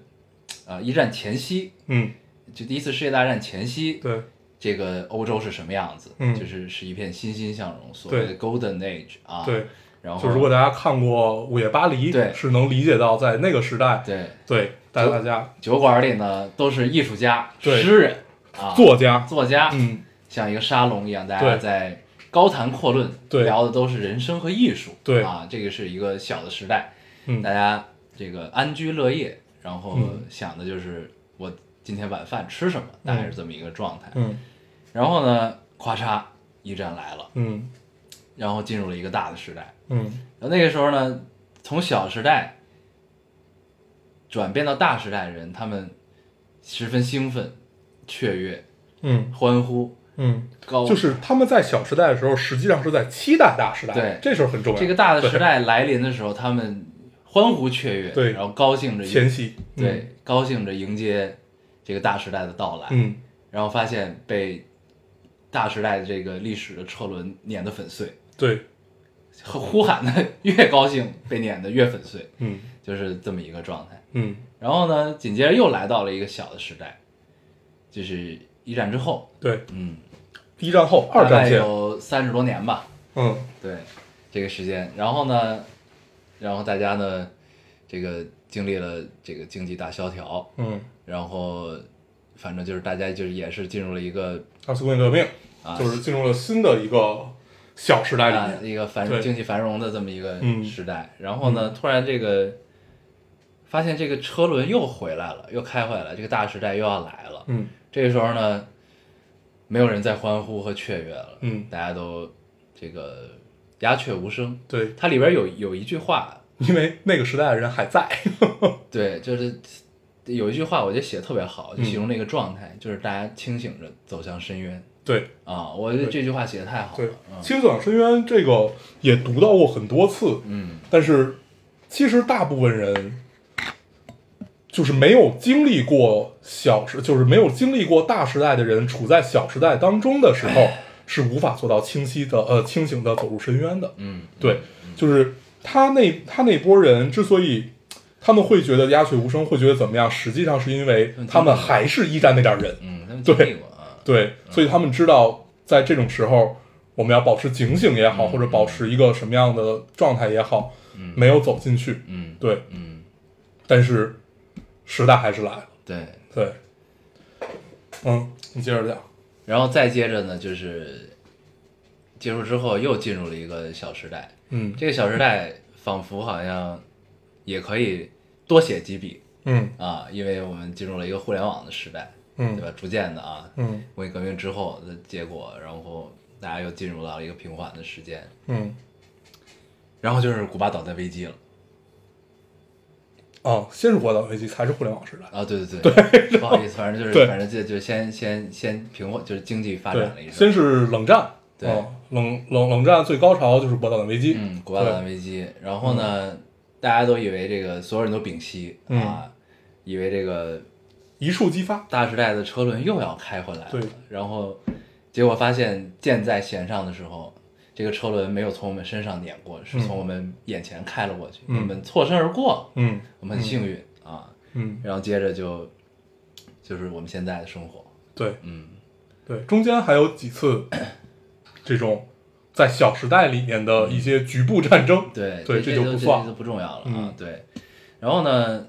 Speaker 1: 呃，一战前夕，
Speaker 2: 嗯，
Speaker 1: 就第一次世界大战前夕，
Speaker 2: 对
Speaker 1: 这个欧洲是什么样子？
Speaker 2: 嗯
Speaker 1: 就是是一片欣欣向荣，所谓的
Speaker 2: 对
Speaker 1: Golden Age 啊。
Speaker 2: 对，
Speaker 1: 然后
Speaker 2: 就如果大家看过《午夜巴黎》，
Speaker 1: 对
Speaker 2: 是能理解到在那个时代，
Speaker 1: 对
Speaker 2: 对带大家
Speaker 1: 酒馆里呢都是艺术家、
Speaker 2: 对
Speaker 1: 诗人啊、
Speaker 2: 作家，
Speaker 1: 作家，
Speaker 2: 嗯，
Speaker 1: 像一个沙龙一样，大家
Speaker 2: 对
Speaker 1: 在高谈阔论，
Speaker 2: 对
Speaker 1: 聊的都是人生和艺术，
Speaker 2: 对
Speaker 1: 啊，这个是一个小的时代，
Speaker 2: 嗯
Speaker 1: 大家这个安居乐业，然后
Speaker 2: 嗯
Speaker 1: 想的就是我今天晚饭吃什么，大概是这么一个状态。
Speaker 2: 嗯
Speaker 1: 然后呢，咔嚓一战来了，
Speaker 2: 嗯
Speaker 1: 然后进入了一个大的时代。
Speaker 2: 嗯
Speaker 1: 然后那个时候呢，从小时代转变到大时代的人，他们十分兴奋、雀跃、
Speaker 2: 嗯
Speaker 1: 欢呼、
Speaker 2: 嗯，
Speaker 1: 高，
Speaker 2: 就是他们在小时代的时候，实际上是在期待大时代，
Speaker 1: 对
Speaker 2: 这时候很重要。
Speaker 1: 这个大的
Speaker 2: 对
Speaker 1: 时代来临的时候，他们欢呼雀跃，
Speaker 2: 对
Speaker 1: 然后高兴着迎
Speaker 2: 前夕，嗯
Speaker 1: 对、，啊高兴着迎接这个大时代的到来，
Speaker 2: 嗯
Speaker 1: 然后发现被大时代的这个历史的车轮碾得粉碎，
Speaker 2: 对，
Speaker 1: 呼喊的 越高兴，被碾得越粉碎，
Speaker 2: 嗯
Speaker 1: 就是这么一个状态。
Speaker 2: 嗯
Speaker 1: 然后呢，紧接着又来到了一个小的时代，就是一战之后，
Speaker 2: 对，
Speaker 1: 嗯，
Speaker 2: 一战后二
Speaker 1: 大
Speaker 2: 战
Speaker 1: 概
Speaker 2: 前，
Speaker 1: 有三十多年吧，
Speaker 2: 嗯
Speaker 1: 对这个时间。然后呢，然后大家呢，这个经历了这个经济大萧条，
Speaker 2: 嗯，
Speaker 1: 然后反正就是大家就是也是进入了一个
Speaker 2: 二次工业革命
Speaker 1: 啊
Speaker 2: 就是进入了新的一个小时代里
Speaker 1: 啊
Speaker 2: 面，
Speaker 1: 一个繁
Speaker 2: 对
Speaker 1: 经济繁荣的这么一个
Speaker 2: 嗯
Speaker 1: 时代。然后呢，突然这个发现这个车轮又回来了，又开回来了，这个大时代又要来了。
Speaker 2: 嗯
Speaker 1: 这个时候呢，没有人再欢呼和雀跃了，
Speaker 2: 嗯，
Speaker 1: 大家都这个鸦雀无声。
Speaker 2: 对，
Speaker 1: 它里边有有一句话，
Speaker 2: 因为那个时代的人还在，
Speaker 1: 对，就是有一句话，我觉得写的特别好，就形
Speaker 2: 嗯
Speaker 1: 容那个状态，就是大家清醒着走向深渊
Speaker 2: 对
Speaker 1: 啊！我觉得这句话写的太好
Speaker 2: 对
Speaker 1: 了，，嗯
Speaker 2: 其实《走向深渊》这个也读到过很多次，
Speaker 1: 嗯，
Speaker 2: 但是其实大部分人就是没有经历过小时，就是没有经历过大时代的人，处在小时代当中的时候，
Speaker 1: 哎
Speaker 2: 是无法做到清晰的呃清醒的走入深渊的。
Speaker 1: 嗯，
Speaker 2: 对，就是他那他那波人之所以。他们会觉得鸦雀无声，会觉得怎么样？实际上是因为
Speaker 1: 嗯
Speaker 2: 他们还是一战那点人，
Speaker 1: 嗯，他们经
Speaker 2: 对
Speaker 1: 历过啊，
Speaker 2: 对，所以他们知道在这种时候，我们要保持警醒也
Speaker 1: 嗯
Speaker 2: 好，或者保持一个什么样的状态也好，没有走进去。
Speaker 1: 嗯
Speaker 2: 对，
Speaker 1: 嗯，
Speaker 2: 但是时代还是来了。
Speaker 1: 对。
Speaker 2: 对，嗯，你接着讲。
Speaker 1: 然后再接着呢，就是结束之后又进入了一个小时代，
Speaker 2: 嗯
Speaker 1: 这个小时代仿佛好像也可以多写几笔
Speaker 2: 嗯
Speaker 1: 啊，因为我们进入了一个互联网的时代，对
Speaker 2: 嗯
Speaker 1: 吧？逐渐的啊，
Speaker 2: 嗯
Speaker 1: 工业革命之后的结果，然后大家又进入到了一个平缓的时间，
Speaker 2: 嗯，
Speaker 1: 然后就是古巴倒在危机了
Speaker 2: 哦，先是国岛危机，才是互联网时代。
Speaker 1: 啊！对对对，不好意思，反正就是
Speaker 2: 对
Speaker 1: 反正就就先先先平缓，就是经济发展了一
Speaker 2: 对，
Speaker 1: 阵，
Speaker 2: 先是冷战。
Speaker 1: 对
Speaker 2: 哦冷冷冷战最高潮就是国岛的危机。
Speaker 1: 嗯，古巴导弹危机。然后呢，大家都以为这个所有人都屏息啊，以为这个
Speaker 2: 一触即发。
Speaker 1: 大时代的车轮又要开回来了
Speaker 2: 对。
Speaker 1: 然后结果发现箭在弦上的时候，这个车轮没有从我们身上碾过，是
Speaker 2: 嗯
Speaker 1: 从我们眼前开了过去，
Speaker 2: 嗯
Speaker 1: 我们错身而过，
Speaker 2: 嗯
Speaker 1: 我们很幸运啊。
Speaker 2: 嗯，
Speaker 1: 然后接着就就是我们现在的生活，
Speaker 2: 对，
Speaker 1: 嗯，
Speaker 2: 对，中间还有几次这种在《小时代》里面的一些局部战争。
Speaker 1: 对
Speaker 2: 对，
Speaker 1: 这
Speaker 2: 就
Speaker 1: 都
Speaker 2: 不
Speaker 1: 这
Speaker 2: 算。
Speaker 1: 就不重要了啊。
Speaker 2: 嗯
Speaker 1: 对，然后呢，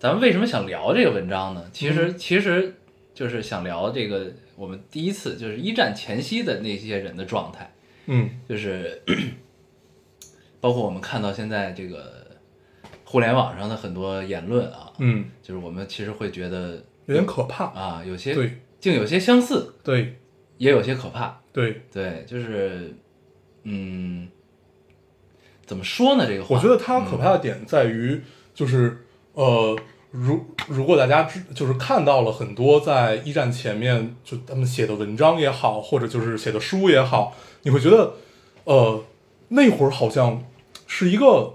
Speaker 1: 咱们为什么想聊这个文章呢？其
Speaker 2: 嗯
Speaker 1: 实、其实就是想聊这个我们第一次就是一战前夕的那些人的状态，
Speaker 2: 嗯
Speaker 1: 就是 包括我们看到现在这个互联网上的很多言论啊，
Speaker 2: 嗯，
Speaker 1: 就是我们其实会觉得
Speaker 2: 有点可怕。
Speaker 1: 啊，有些
Speaker 2: 对
Speaker 1: 竟有些相似，
Speaker 2: 对
Speaker 1: 也有些可怕。
Speaker 2: 对，
Speaker 1: 对，就是嗯，怎么说呢？这个话
Speaker 2: 我觉得它可怕的点在于，就是呃，如如果大家知就是看到了很多在一战前面就他们写的文章也好，或者就是写的书也好，你会觉得呃那会儿好像是一个。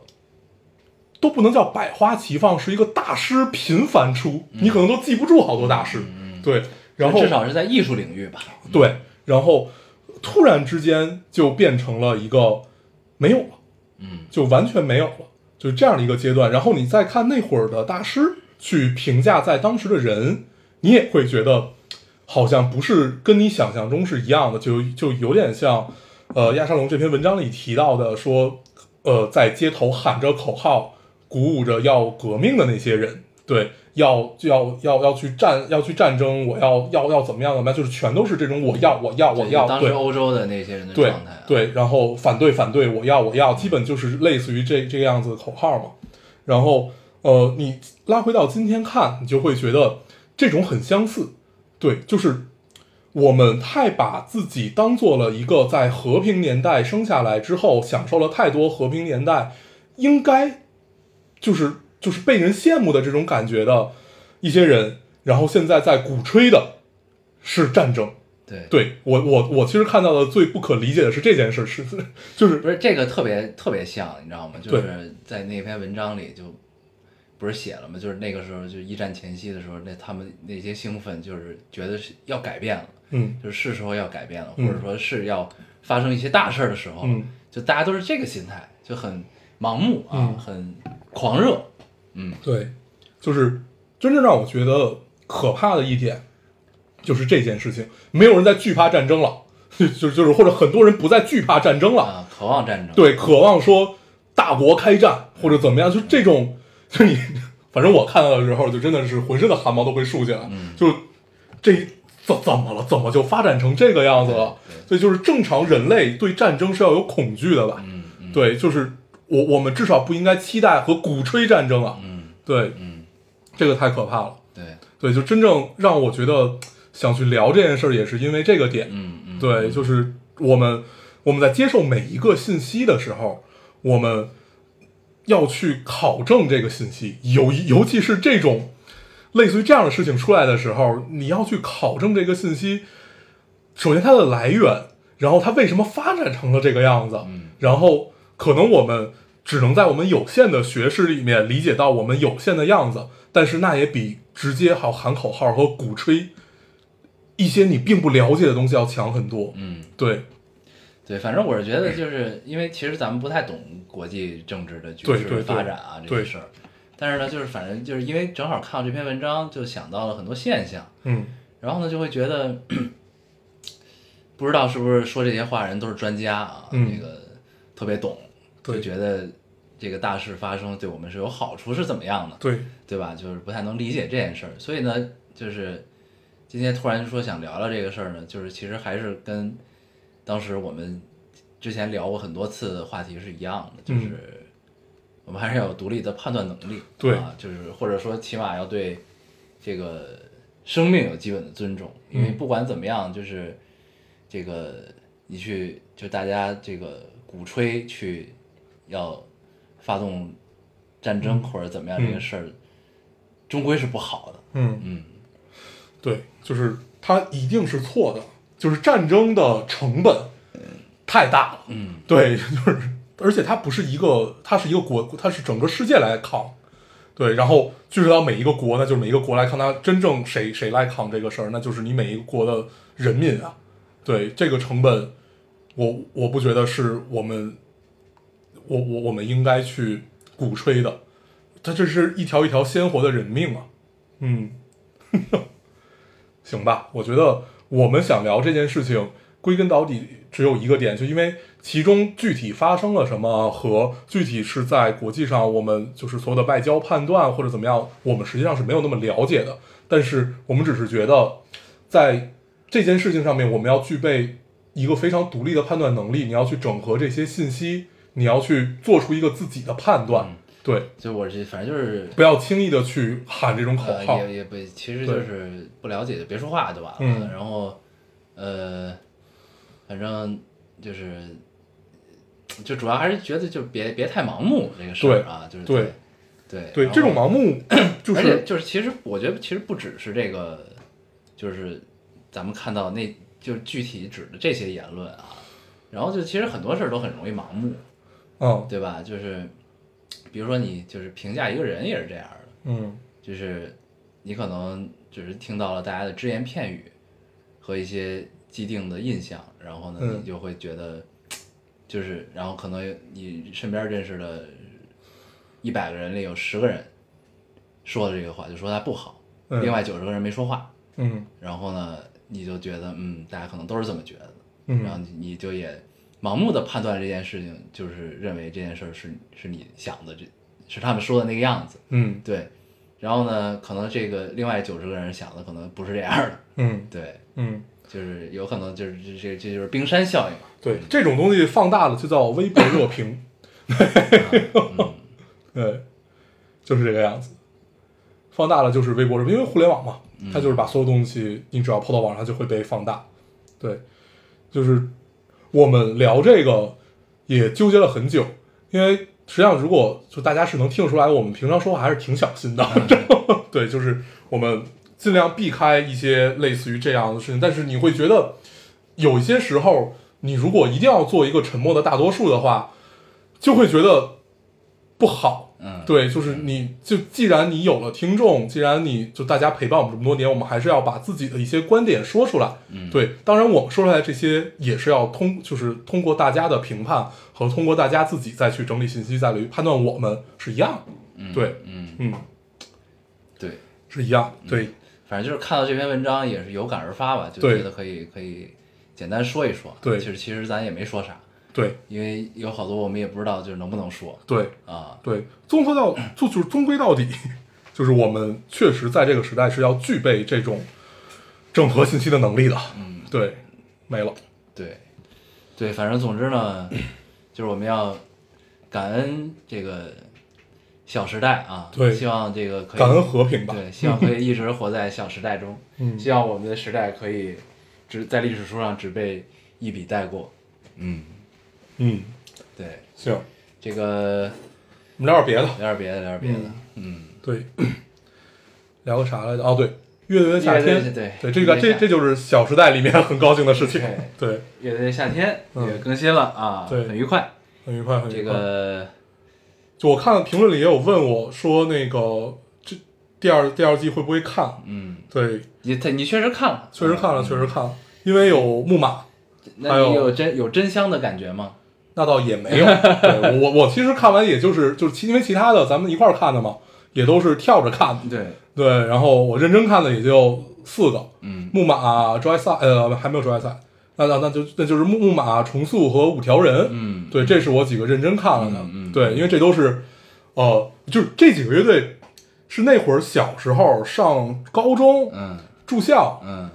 Speaker 2: 都不能叫百花齐放，是一个大师频繁出，你可能都记不住好多大师。对，然后
Speaker 1: 至少是在艺术领域吧。
Speaker 2: 对，然后突然之间就变成了一个没有了，
Speaker 1: 嗯，
Speaker 2: 就完全没有了，就这样的一个阶段。然后你再看那会儿的大师去评价在当时的人，你也会觉得好像不是跟你想象中是一样的，就就有点像，呃，亚沙龙这篇文章里提到的说，呃，在街头喊着口号，鼓舞着要革命的那些人，对，要要要要去战，要去战争，我要要要怎么样怎么样，就是全都是这种我要我要我
Speaker 1: 对
Speaker 2: 要，
Speaker 1: 当
Speaker 2: 对
Speaker 1: 时欧洲的那些人的
Speaker 2: 对
Speaker 1: 状态、啊，，
Speaker 2: 对，然后反对反对，我要我要，基本就是类似于这这个样子的口号嘛。然后呃，你拉回到今天看，你就会觉得这种很相似，对，就是我们太把自己当做了一个在和平年代生下来之后，享受了太多和平年代应该就是就是被人羡慕的这种感觉的一些人，然后现在在鼓吹的是战争。
Speaker 1: 对，
Speaker 2: 对我我我其实看到的最不可理解的是这件事，是就是
Speaker 1: 不是这个特别特别像，你知道吗？就
Speaker 2: 对
Speaker 1: 是在那篇文章里就不是写了吗？就是那个时候就一战前夕的时候，那他们那些兴奋就是觉得是要改变了，
Speaker 2: 嗯
Speaker 1: 就是是时候要改变了，
Speaker 2: 嗯
Speaker 1: 或者说是要发生一些大事儿的时候，
Speaker 2: 嗯
Speaker 1: 就大家都是这个心态，就很盲目啊，
Speaker 2: 嗯
Speaker 1: 很狂热。
Speaker 2: 对，就是真正让我觉得可怕的一点，就是这件事情，没有人在惧怕战争了， 就就就是或者很多人不再惧怕战争了，
Speaker 1: 啊，渴望战争。，
Speaker 2: 对，渴望说大国开战或者怎么样，就这种，就你，反正我看到的时候，就真的是浑身的汗毛都会竖起来，就这怎怎么了，怎么就发展成这个样子了？所以就是正常人类对战争是要有恐惧的吧？
Speaker 1: 嗯嗯
Speaker 2: 对，就是我我们至少不应该期待和鼓吹战争啊，
Speaker 1: 嗯
Speaker 2: 对，
Speaker 1: 嗯，
Speaker 2: 这个太可怕了。
Speaker 1: 对，
Speaker 2: 对，就真正让我觉得想去聊这件事儿，也是因为这个点。
Speaker 1: 嗯嗯，
Speaker 2: 对，就是我们我们在接受每一个信息的时候，我们要去考证这个信息，尤尤其是这种类似于这样的事情出来的时候，你要去考证这个信息，首先它的来源，然后它为什么发展成了这个样子，然后可能我们只能在我们有限的学识里面理解到我们有限的样子，但是那也比直接好喊口号和鼓吹。一些你并不了解的东西要强很多，
Speaker 1: 嗯
Speaker 2: 对
Speaker 1: 对，反正我是觉得，就是因为其实咱们不太懂国际政治的局
Speaker 2: 对对
Speaker 1: 势
Speaker 2: 对
Speaker 1: 发展啊这
Speaker 2: 对
Speaker 1: 些事儿，但是呢，就是反正就是因为正好看到这篇文章，就想到了很多现象，
Speaker 2: 嗯，
Speaker 1: 然后呢就会觉得， 不知道是不是说这些话人都是专家啊，
Speaker 2: 嗯
Speaker 1: 这个特别懂，
Speaker 2: 对
Speaker 1: 就觉得这个大事发生对我们是有好处是怎么样的，
Speaker 2: 对，
Speaker 1: 对吧？就是不太能理解这件事儿，所以呢，就是今天突然说想聊聊这个事儿呢，就是其实还是跟当时我们之前聊过很多次的话题是一样的，就是我们还是要有独立的判断能力，
Speaker 2: 对
Speaker 1: 啊，就是或者说起码要对这个生命有基本的尊重，因为
Speaker 2: 嗯
Speaker 1: 不管怎么样，就是这个你去就大家这个鼓吹去要发动战
Speaker 2: 嗯
Speaker 1: 争或者怎么样这个事儿，终归是不好的。
Speaker 2: 嗯，
Speaker 1: 嗯，
Speaker 2: 对，就是它一定是错的，就是战争的成本太大了，
Speaker 1: 嗯，
Speaker 2: 对，就是，而且它不是一个，它是一个国，它是整个世界来扛，对，然后具体到每一个国呢，就是每一个国来扛，它真正谁谁来扛这个事儿，那就是你每一个国的人民啊，对，这个成本，我我不觉得是我们，我我我们应该去鼓吹的，它这是一条一条鲜活的人命啊，嗯。 行吧，我觉得我们想聊这件事情，归根到底只有一个点，就因为其中具体发生了什么和具体是在国际上我们就是所有的外交判断或者怎么样，我们实际上是没有那么了解的。但是我们只是觉得，在这件事情上面，我们要具备一个非常独立的判断能力，你要去整合这些信息，你要去做出一个自己的判断
Speaker 1: 嗯，
Speaker 2: 对，
Speaker 1: 就我这反正就是
Speaker 2: 不要轻易的去喊这种口
Speaker 1: 呃，
Speaker 2: 号，
Speaker 1: 也也不，其实就是不了解就别说话就完了。
Speaker 2: 嗯
Speaker 1: 然后，呃，反正就是，就主要还是觉得就别别太盲目这个事儿啊，就是
Speaker 2: 对
Speaker 1: 对
Speaker 2: 对，
Speaker 1: 然后
Speaker 2: 这种盲目就
Speaker 1: 而
Speaker 2: 是
Speaker 1: 且就是其实我觉得其实不只是这个，就是咱们看到那就是具体指的这些言论啊，然后就其实很多事儿都很容易盲目，
Speaker 2: 嗯
Speaker 1: 对吧？就是比如说你就是评价一个人也是这样的。
Speaker 2: 嗯
Speaker 1: 就是你可能只是听到了大家的只言片语和一些既定的印象，然后呢，
Speaker 2: 嗯
Speaker 1: 你就会觉得，就是然后可能你身边认识的一百个人里有十个人说的这个话，就说他不好，
Speaker 2: 嗯
Speaker 1: 另外九十个人没说话，
Speaker 2: 嗯
Speaker 1: 然后呢，你就觉得嗯，大家可能都是这么觉得的，
Speaker 2: 嗯，
Speaker 1: 然后你你就也盲目的判断这件事情，就是认为这件事儿是是你想的这。是他们说的那个样子，
Speaker 2: 嗯
Speaker 1: 对，然后呢，可能这个另外九十个人想的可能不是这样的，
Speaker 2: 嗯
Speaker 1: 对，
Speaker 2: 嗯，
Speaker 1: 就是有可能就是这这这就是冰山效应嘛，
Speaker 2: 对，这种东西放大了就叫微博热评，对，就是这个样子。放大了就是微博，因为互联网嘛，它就是把所有东西你只要抛到网上就会被放大。对，就是我们聊这个也纠结了很久，因为实际上如果就大家是能听得出来，我们平常说话还是挺小心的。 对，就是我们尽量避开一些类似于这样的事情，但是你会觉得有一些时候，你如果一定要做一个沉默的大多数的话，就会觉得不好。
Speaker 1: 嗯，
Speaker 2: 对，就是你就既然你有了听众，既然你就大家陪伴我们这么多年，我们还是要把自己的一些观点说出来。
Speaker 1: 嗯
Speaker 2: 对，当然我们说出来这些也是要通，就是通过大家的评判和通过大家自己再去整理信息，再来判断我们是一样的。
Speaker 1: 嗯
Speaker 2: 对
Speaker 1: 嗯
Speaker 2: 嗯，
Speaker 1: 对，
Speaker 2: 是一样。
Speaker 1: 嗯
Speaker 2: 对，
Speaker 1: 反正就是看到这篇文章也是有感而发吧，就
Speaker 2: 对
Speaker 1: 觉得可以可以简单说一说。
Speaker 2: 对
Speaker 1: 其实其实咱也没说啥，
Speaker 2: 对，
Speaker 1: 因为有好多我们也不知道就是能不能说
Speaker 2: 对，
Speaker 1: 啊。
Speaker 2: 对，综合到就就是终归到底，就是我们确实在这个时代是要具备这种整合信息的能力的。
Speaker 1: 嗯，
Speaker 2: 对，没了。
Speaker 1: 对，对，反正总之呢，就是我们要感恩这个《小时代》啊，
Speaker 2: 对
Speaker 1: 希望这个可以
Speaker 2: 感恩和平吧。
Speaker 1: 对，希望可以一直活在《小时代》中，
Speaker 2: 嗯
Speaker 1: 希望我们的时代可以只在历史书上只被一笔带过。嗯，
Speaker 2: 嗯，
Speaker 1: 对，
Speaker 2: 行，
Speaker 1: 这个
Speaker 2: 我们聊点别的。
Speaker 1: 聊点别的，聊点别的，嗯，
Speaker 2: 对，聊个啥来着？哦，对，乐队的夏
Speaker 1: 乐队嗯
Speaker 2: 天。
Speaker 1: 对
Speaker 2: 对，这个
Speaker 1: 乐队
Speaker 2: 这
Speaker 1: 夏
Speaker 2: 这就是《小时代》里面很高兴的事情。对，
Speaker 1: 乐队夏天
Speaker 2: 嗯
Speaker 1: 也更新了啊，
Speaker 2: 对
Speaker 1: 很愉快。
Speaker 2: 很愉快，很
Speaker 1: 这
Speaker 2: 愉快。
Speaker 1: 个
Speaker 2: 就我看评论里也有问我说，那个这第二第二季会不会看？
Speaker 1: 嗯，
Speaker 2: 对，
Speaker 1: 你他你确实看了，
Speaker 2: 确实看了，
Speaker 1: 嗯
Speaker 2: 确实看了，因为有木马。
Speaker 1: 那
Speaker 2: 还
Speaker 1: 你
Speaker 2: 有
Speaker 1: 有真有真香的感觉吗？
Speaker 2: 那倒也 没有，对我我我其实看完也就是就是其因为其他的咱们一块儿看的嘛，也都是跳着看的，
Speaker 1: 对，
Speaker 2: 对，然后我认真看的也就四个，
Speaker 1: 嗯
Speaker 2: 木马、抓赛，呃，还没有抓赛，那那那就那就是木木马、重塑和五条人，
Speaker 1: 嗯，
Speaker 2: 对，这是我几个认真看了的，
Speaker 1: 嗯嗯
Speaker 2: 对，因为这都是，呃，就是这几个乐队是那会儿小时候上高中
Speaker 1: 嗯
Speaker 2: 住校，
Speaker 1: 嗯，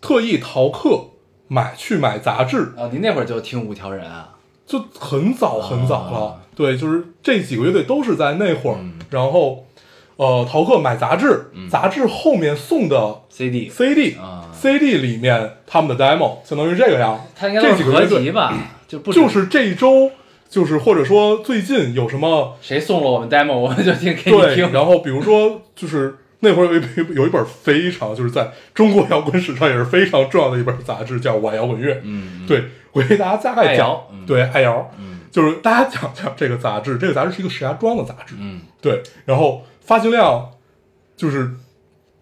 Speaker 2: 特意逃课买去买杂志，
Speaker 1: 哦，你那会儿就听五条人啊，
Speaker 2: 就很早很早了。
Speaker 1: 啊
Speaker 2: 对，就是这几个乐队都是在那会儿，
Speaker 1: 嗯
Speaker 2: 然后呃，逃课买杂志，杂志后面送的
Speaker 1: CD
Speaker 2: CD，CD、
Speaker 1: 啊
Speaker 2: CD 里面他们的 demo 相当于这个样子。
Speaker 1: 他应该都
Speaker 2: 这
Speaker 1: 是
Speaker 2: 几个
Speaker 1: 合
Speaker 2: 乐队
Speaker 1: 集吧？就不止
Speaker 2: 就是这一周，就是或者说最近有什么
Speaker 1: 谁送了我们 demo，我们就听给你
Speaker 2: 对，
Speaker 1: 听。
Speaker 2: 然后比如说就是。那会儿有一本有一本非常就是在中国摇滚史上也是非常重要的一本杂志，叫《我爱摇滚乐》。
Speaker 1: 嗯，
Speaker 2: 对，我给大家大概
Speaker 1: 爱
Speaker 2: 讲
Speaker 1: 摇，嗯
Speaker 2: 对爱摇，
Speaker 1: 嗯
Speaker 2: 就是大家讲讲这个杂志，这个杂志是一个石家庄的杂志，
Speaker 1: 嗯
Speaker 2: 对，然后发行量就是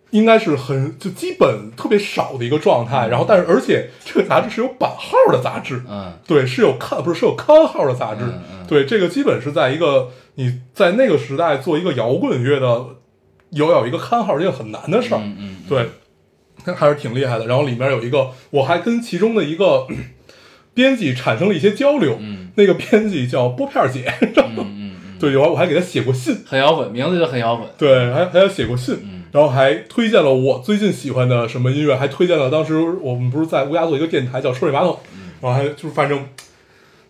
Speaker 2: 应该是很就基本特别少的一个状态，然后但是而且这个杂志是有版号的杂志，
Speaker 1: 嗯
Speaker 2: 对，是有刊不是是有刊号的杂志，
Speaker 1: 嗯嗯
Speaker 2: 对，这个基本是在一个你在那个时代做一个摇滚乐的，有有一个刊号是一个很难的事儿，
Speaker 1: 嗯嗯，
Speaker 2: 对，那还是挺厉害的。然后里面有一个，我还跟其中的一个编辑产生了一些交流。
Speaker 1: 嗯
Speaker 2: 那个编辑叫拨片儿姐，
Speaker 1: 嗯嗯嗯，
Speaker 2: 对，我还我还给她写过信，
Speaker 1: 很摇滚，名字就很摇滚。
Speaker 2: 对，还还要写过信，
Speaker 1: 嗯
Speaker 2: 然后还推荐了我最近喜欢的什么音乐，还推荐了当时我们不是在乌鸦做一个电台叫抽水马桶，
Speaker 1: 嗯
Speaker 2: 然后还就是反正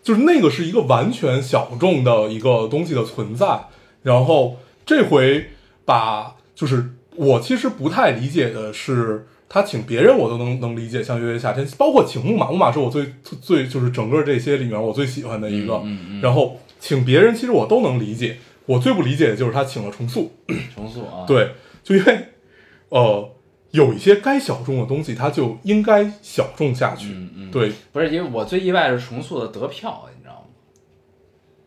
Speaker 2: 就是那个是一个完全小众的一个东西的存在，然后这回把就是我其实不太理解的是。他请别人我都能能理解，像月月夏天，包括请木马，木马是我最最最就是整个这些里面我最喜欢的一个。
Speaker 1: 嗯嗯嗯
Speaker 2: 然后请别人，其实我都能理解，我最不理解的就是他请了重塑，
Speaker 1: 重塑啊，，
Speaker 2: 对，就因为呃，有一些该小众的东西，它就应该小众下去。
Speaker 1: 嗯嗯，，
Speaker 2: 对
Speaker 1: 不是因为我最意外的是重塑的得票，你知道吗？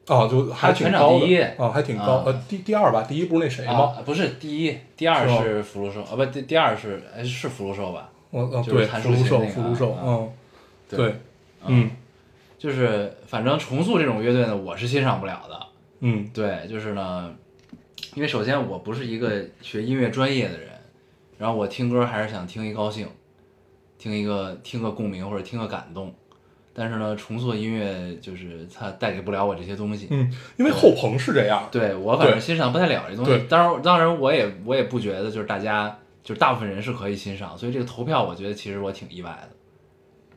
Speaker 2: 啊，就还
Speaker 1: 全
Speaker 2: 挺高
Speaker 1: 场第一
Speaker 2: 的啊，还挺高。
Speaker 1: 啊
Speaker 2: 呃，第第二吧，第一不是那谁吗？
Speaker 1: 啊，不是第一，第二
Speaker 2: 是吗
Speaker 1: 是福禄寿啊，不，第第二是哎是福禄寿吧？
Speaker 2: 我啊，
Speaker 1: 就是
Speaker 2: 对，
Speaker 1: 谭
Speaker 2: 福
Speaker 1: 树
Speaker 2: 禄
Speaker 1: 琴
Speaker 2: 寿，
Speaker 1: 那个
Speaker 2: 福
Speaker 1: 啊
Speaker 2: 禄寿，
Speaker 1: 啊
Speaker 2: 嗯，，对，嗯
Speaker 1: 就是反正重塑这种乐队呢，我是欣赏不了的。
Speaker 2: 嗯
Speaker 1: 对，就是呢，因为首先我不是一个学音乐专业的人，然后我听歌还是想听一高兴，听一个听个共鸣或者听个感动。但是呢，重塑音乐就是它带给不了我这些东西。
Speaker 2: 嗯，因为后朋是这样，
Speaker 1: 对我反正
Speaker 2: 对
Speaker 1: 欣赏不太了这东
Speaker 2: 对
Speaker 1: 西。当然，当然我也我也不觉得就是大家就是大部分人是可以欣赏，所以这个投票我觉得其实我挺意外的。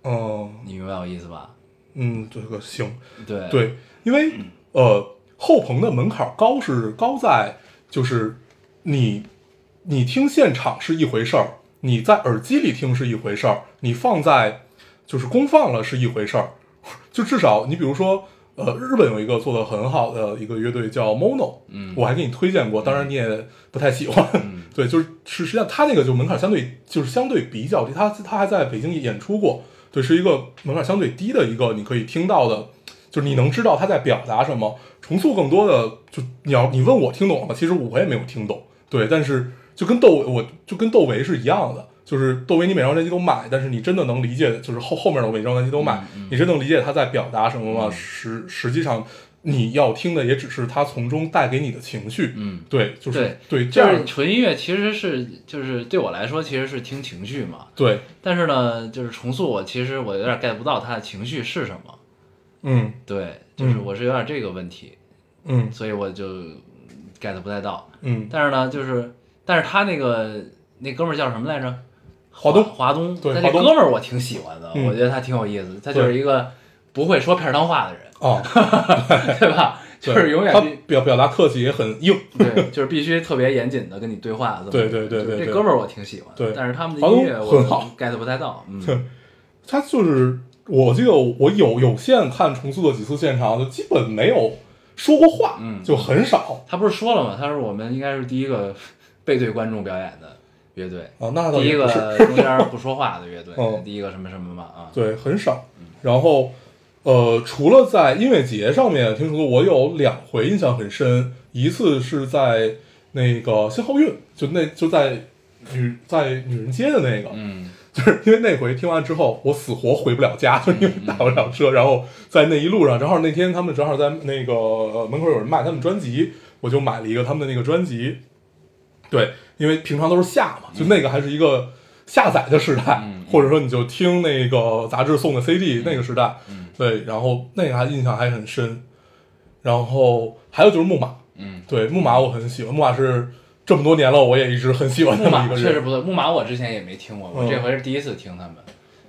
Speaker 2: 嗯
Speaker 1: 你明白我意思吧？
Speaker 2: 嗯，这个行，
Speaker 1: 对
Speaker 2: 对，因为呃，后棚的门槛高是高在就是你你听现场是一回事儿，你在耳机里听是一回事儿，你放在就是公放了是一回事儿。 就至少你比如说，呃，日本有一个做的很好的一个乐队叫 Mono，
Speaker 1: 嗯
Speaker 2: 我还给你推荐过，当然你也不太喜欢。 对，就是是实际上他那个就门槛相对就是相对比较低，他他还在北京演出过，对，是一个门槛相对低的一个你可以听到的，就是你能知道他在表达什么。重塑更多的就你要你问我听懂了吗？其实我也没有听懂，对，但是就跟窦唯我就跟窦唯是一样的。就是窦唯，你每张专辑都买，但是你真的能理解，就是后后面的每张专辑都买，
Speaker 1: 嗯
Speaker 2: 你真能理解他在表达什么吗？实实际上你要听的也只是他从中带给你的情绪，
Speaker 1: 嗯，
Speaker 2: 对，就是
Speaker 1: 对
Speaker 2: 对这
Speaker 1: 就
Speaker 2: 样
Speaker 1: 是纯音乐其实是就是对我来说其实是听情绪嘛，
Speaker 2: 对，
Speaker 1: 但是呢，就是重塑我其实我有点 get 不到他的情绪是什么，
Speaker 2: 嗯
Speaker 1: 对，就是
Speaker 2: 嗯
Speaker 1: 我是有点这个问题，
Speaker 2: 嗯
Speaker 1: 所以我就 get 不太到。
Speaker 2: 嗯，
Speaker 1: 但是呢，就是但是他那个那哥们儿叫什么来着？
Speaker 2: 华东
Speaker 1: 华东，
Speaker 2: 对
Speaker 1: 但
Speaker 2: 华
Speaker 1: 这
Speaker 2: 东
Speaker 1: 哥们儿我挺喜欢的，
Speaker 2: 嗯
Speaker 1: 我觉得他挺有意思，他就是
Speaker 2: 对
Speaker 1: 一个不会说片儿汤话 的人，
Speaker 2: 哦，
Speaker 1: 对吧？ 就
Speaker 2: 对
Speaker 1: 是永远
Speaker 2: 他
Speaker 1: 必
Speaker 2: 表表达客气也很硬，
Speaker 1: 对，就是必须特别严谨的跟你对话。这么
Speaker 2: 对对对对
Speaker 1: 就
Speaker 2: 对
Speaker 1: 这哥们儿我挺喜欢，
Speaker 2: 对
Speaker 1: 但是他们的
Speaker 2: 华
Speaker 1: 音
Speaker 2: 东
Speaker 1: 乐我
Speaker 2: 很好
Speaker 1: get 不太到，嗯，
Speaker 2: 对他就是我记得我有有限看重塑的几次现场，就基本没有说过话，
Speaker 1: 嗯
Speaker 2: 就很少
Speaker 1: 他不是说了吗？他说我们应该是第一个 背对观众表演的乐队，
Speaker 2: 啊，那倒
Speaker 1: 第一
Speaker 2: 也不是，
Speaker 1: 个中间不说话的乐队，
Speaker 2: 嗯
Speaker 1: 第一个什么什么嘛啊，
Speaker 2: 对，很少。然后，呃，除了在音乐节上面听说，我有两回印象很深，一次是在那个新奥运，就那就在女在女人街的那个，
Speaker 1: 嗯
Speaker 2: 就是因为那回听完之后，我死活回不了家，就是因为
Speaker 1: 嗯
Speaker 2: 打不了车。然后在那一路上，正好那天他们正好在那个呃门口有人卖他们专辑，我就买了一个他们的那个专辑。对，因为平常都是下嘛，就那个还是一个下载的时代，
Speaker 1: 嗯
Speaker 2: 或者说你就听那个杂志送的 CD、那个时代。
Speaker 1: 嗯
Speaker 2: 对，然后那个还印象还很深。然后还有就是木马，
Speaker 1: 嗯，
Speaker 2: 对木马我很喜欢，木马是这么多年了，我也一直很喜欢
Speaker 1: 木
Speaker 2: 的
Speaker 1: 马
Speaker 2: 一个人。
Speaker 1: 确实不错，木马我之前也没听过，我
Speaker 2: 嗯
Speaker 1: 这回是第一次听他们，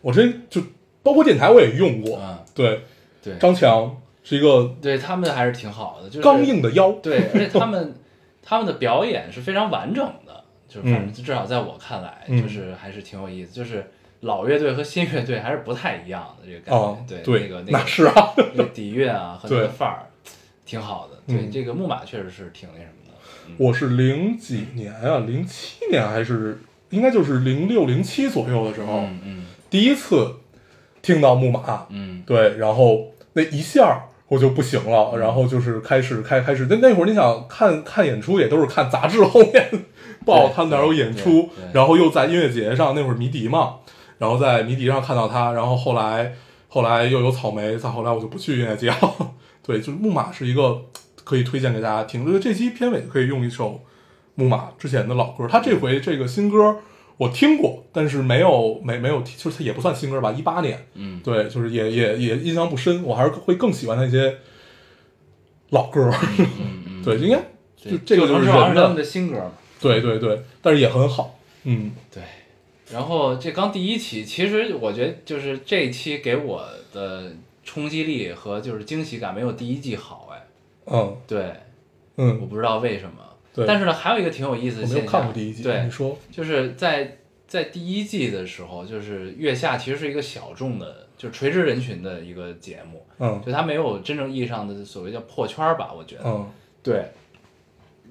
Speaker 2: 我之前就包括电台我也用过，
Speaker 1: 嗯，
Speaker 2: 对，
Speaker 1: 对，
Speaker 2: 张强是一个
Speaker 1: 对他们还是挺好的，就是
Speaker 2: 刚，硬的腰，
Speaker 1: 对，而且他们他们的表演是非常完整的，就是反正
Speaker 2: 嗯
Speaker 1: 至少在我看来，
Speaker 2: 嗯
Speaker 1: 就是还是挺有意思，就是老乐队和新乐队还是不太一样的这个感觉
Speaker 2: 啊，，
Speaker 1: 对，那
Speaker 2: 对
Speaker 1: 个，那
Speaker 2: 那
Speaker 1: 个
Speaker 2: 是啊，
Speaker 1: 那个底蕴啊和那
Speaker 2: 对
Speaker 1: 个范儿挺好的，对，
Speaker 2: 嗯
Speaker 1: 这个木马确实是挺那什么的，
Speaker 2: 我是零几年啊，零七年还是应该就是零六零七左右的时候，
Speaker 1: 嗯嗯
Speaker 2: 第一次听到木马，
Speaker 1: 嗯
Speaker 2: 对，然后那一下儿我就不行了，然后就是开始开开始，那那会儿你想看看演出也都是看杂志后面报他们哪儿有演出
Speaker 1: 对对对，
Speaker 2: 然后又在音乐节上那会儿迷笛嘛，然后在迷笛上看到他，然后后来后来又有草莓，再后来我就不去音乐节了。 对，就是木马是一个可以推荐给大家听，因为这期片尾可以用一首木马之前的老歌，他这回这个新歌。我听过，但是没有没没有，就是它也不算新歌吧，一八年，
Speaker 1: 嗯，
Speaker 2: 对，就是也也也印象不深，我还是会更喜欢那些老歌儿。
Speaker 1: 嗯
Speaker 2: 对，应该就这个
Speaker 1: 就
Speaker 2: 就是
Speaker 1: 是王
Speaker 2: 人
Speaker 1: 是他们
Speaker 2: 的，
Speaker 1: 的新歌嘛，
Speaker 2: 对对对，但是也很好。嗯
Speaker 1: 对。然后这刚第一期，其实我觉得就是这一期给我的冲击力和就是惊喜感没有第一季好哎，
Speaker 2: 嗯
Speaker 1: 对，我
Speaker 2: 嗯，
Speaker 1: 不知道为什么。
Speaker 2: 对
Speaker 1: 但是呢，还有一个挺有意思的
Speaker 2: 我没
Speaker 1: 现
Speaker 2: 有
Speaker 1: 象，
Speaker 2: 看过第一季，
Speaker 1: 对
Speaker 2: 你，说，
Speaker 1: 就是在在第一季的时候，就是月下其实是一个小众的，就是垂直人群的一个节目，
Speaker 2: 嗯
Speaker 1: 就它没有真正意义上的所谓叫破圈儿吧，我觉得。
Speaker 2: 嗯
Speaker 1: 对，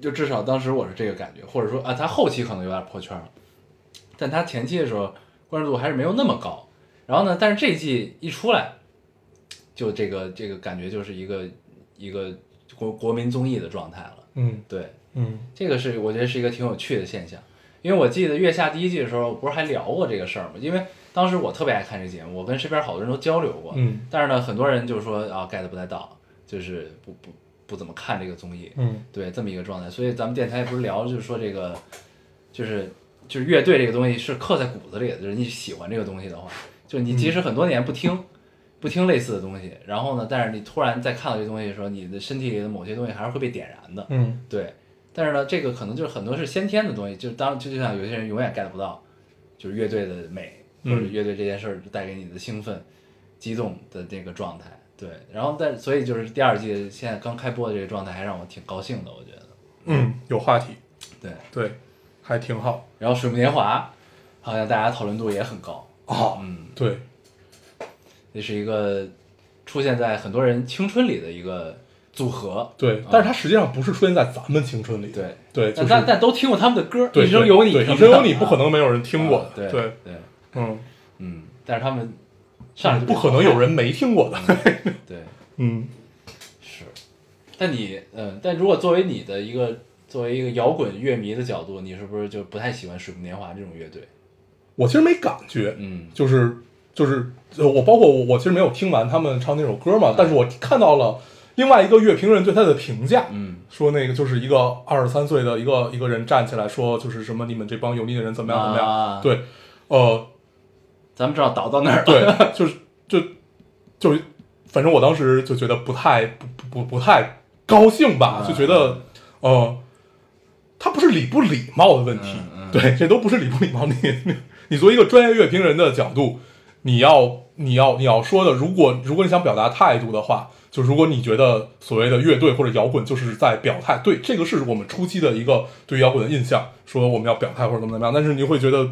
Speaker 1: 就至少当时我是这个感觉，或者说啊，他后期可能有点破圈了，但他前期的时候关注度还是没有那么高。然后呢，但是这一季一出来，就这个这个感觉就是一个一个国国民综艺的状态了。
Speaker 2: 嗯
Speaker 1: 对，
Speaker 2: 嗯
Speaker 1: 这个是我觉得是一个挺有趣的现象，因为我记得月下第一季的时候，我不是还聊过这个事儿吗？因为当时我特别爱看这节目，我跟身边好多人都交流过，
Speaker 2: 嗯
Speaker 1: 但是呢，很多人就说啊 get 不太到，就是不不不怎么看这个综艺，
Speaker 2: 嗯
Speaker 1: 对这么一个状态。所以咱们电台也不是聊，就是说这个，就是就是乐队这个东西是刻在骨子里的，就是你喜欢这个东西的话，就是你即使很多年不听，不听类似的东西，然后呢，但是你突然再看到这东西的时候，你的身体里的某些东西还是会被点燃的，
Speaker 2: 嗯
Speaker 1: 对。但是呢，这个可能就是很多是先天的东西，就是当就就像有些人永远 get 不到，就是乐队的美或者
Speaker 2: 嗯
Speaker 1: 乐队这件事儿带给你的兴奋、激动的这个状态。对，然后但所以就是第二季现在刚开播的这个状态，还让我挺高兴的，我觉得。
Speaker 2: 嗯，有话题。
Speaker 1: 对，
Speaker 2: 对，还挺好
Speaker 1: 然后《水木年华》好像大家讨论度也很高，
Speaker 2: 啊。
Speaker 1: 嗯，
Speaker 2: 对，
Speaker 1: 这是一个出现在很多人青春里的一个组合，
Speaker 2: 对
Speaker 1: 啊，
Speaker 2: 但是它实际上不是出现在咱们青春里，
Speaker 1: 对，
Speaker 2: 对，就
Speaker 1: 但
Speaker 2: 是
Speaker 1: 但但都听过他们的歌，
Speaker 2: 对
Speaker 1: 一生有你》
Speaker 2: 对
Speaker 1: 什么
Speaker 2: 一生
Speaker 1: 的
Speaker 2: 有你不可
Speaker 1: 啊
Speaker 2: 能没有人听过
Speaker 1: 啊
Speaker 2: 的，
Speaker 1: 对
Speaker 2: 对，
Speaker 1: 对，
Speaker 2: 嗯，
Speaker 1: 嗯，但是他们上来就
Speaker 2: 不可 能有人没听过的，
Speaker 1: 对。
Speaker 2: 嗯，
Speaker 1: 是，但你，嗯，但如果作为你的一个作为一个摇滚乐迷的角度，你是不是就不太喜欢水木年华这种乐队？
Speaker 2: 我其实没感觉，
Speaker 1: 嗯
Speaker 2: 就是就是呃我包括我我其实没有听完他们唱那首歌嘛，但是我看到了另外一个乐评人对他的评价，
Speaker 1: 嗯
Speaker 2: 说那个就是一个二十三岁的一个一个人站起来说，就是什么你们这帮油腻的人怎么样怎么样？
Speaker 1: 啊
Speaker 2: 对，呃，
Speaker 1: 咱们知道倒到那儿了。
Speaker 2: 对，就是就就反正我当时就觉得不太不不不不太高兴吧，
Speaker 1: 嗯
Speaker 2: 就觉得呃，他不是礼不礼貌的问题，
Speaker 1: 嗯嗯
Speaker 2: 对，这都不是礼不礼貌。你你你作为一个专业乐评人的角度，你要你要你要说的，如果如果你想表达态度的话。就如果你觉得所谓的乐队或者摇滚就是在表态，对这个是我们初期的一个对摇滚的印象，说我们要表态或者怎么怎么样，但是你会觉得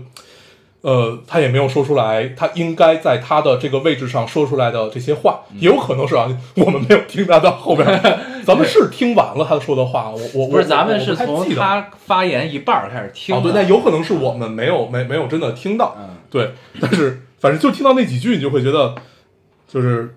Speaker 2: 呃，他也没有说出来，他应该在他的这个位置上说出来的这些话，
Speaker 1: 嗯
Speaker 2: 也有可能是啊，我们没有听他到后边， 咱们是听完了他说的话，我 我
Speaker 1: 不
Speaker 2: 我
Speaker 1: 是，咱
Speaker 2: 我
Speaker 1: 们
Speaker 2: 不
Speaker 1: 是
Speaker 2: 太
Speaker 1: 从
Speaker 2: 记得
Speaker 1: 他发言一半儿开始听
Speaker 2: 哦，
Speaker 1: 的。
Speaker 2: 对，那有可能是我们没有没没有真的听到，
Speaker 1: 嗯
Speaker 2: 对，但是反正就听到那几句，你就会觉得就是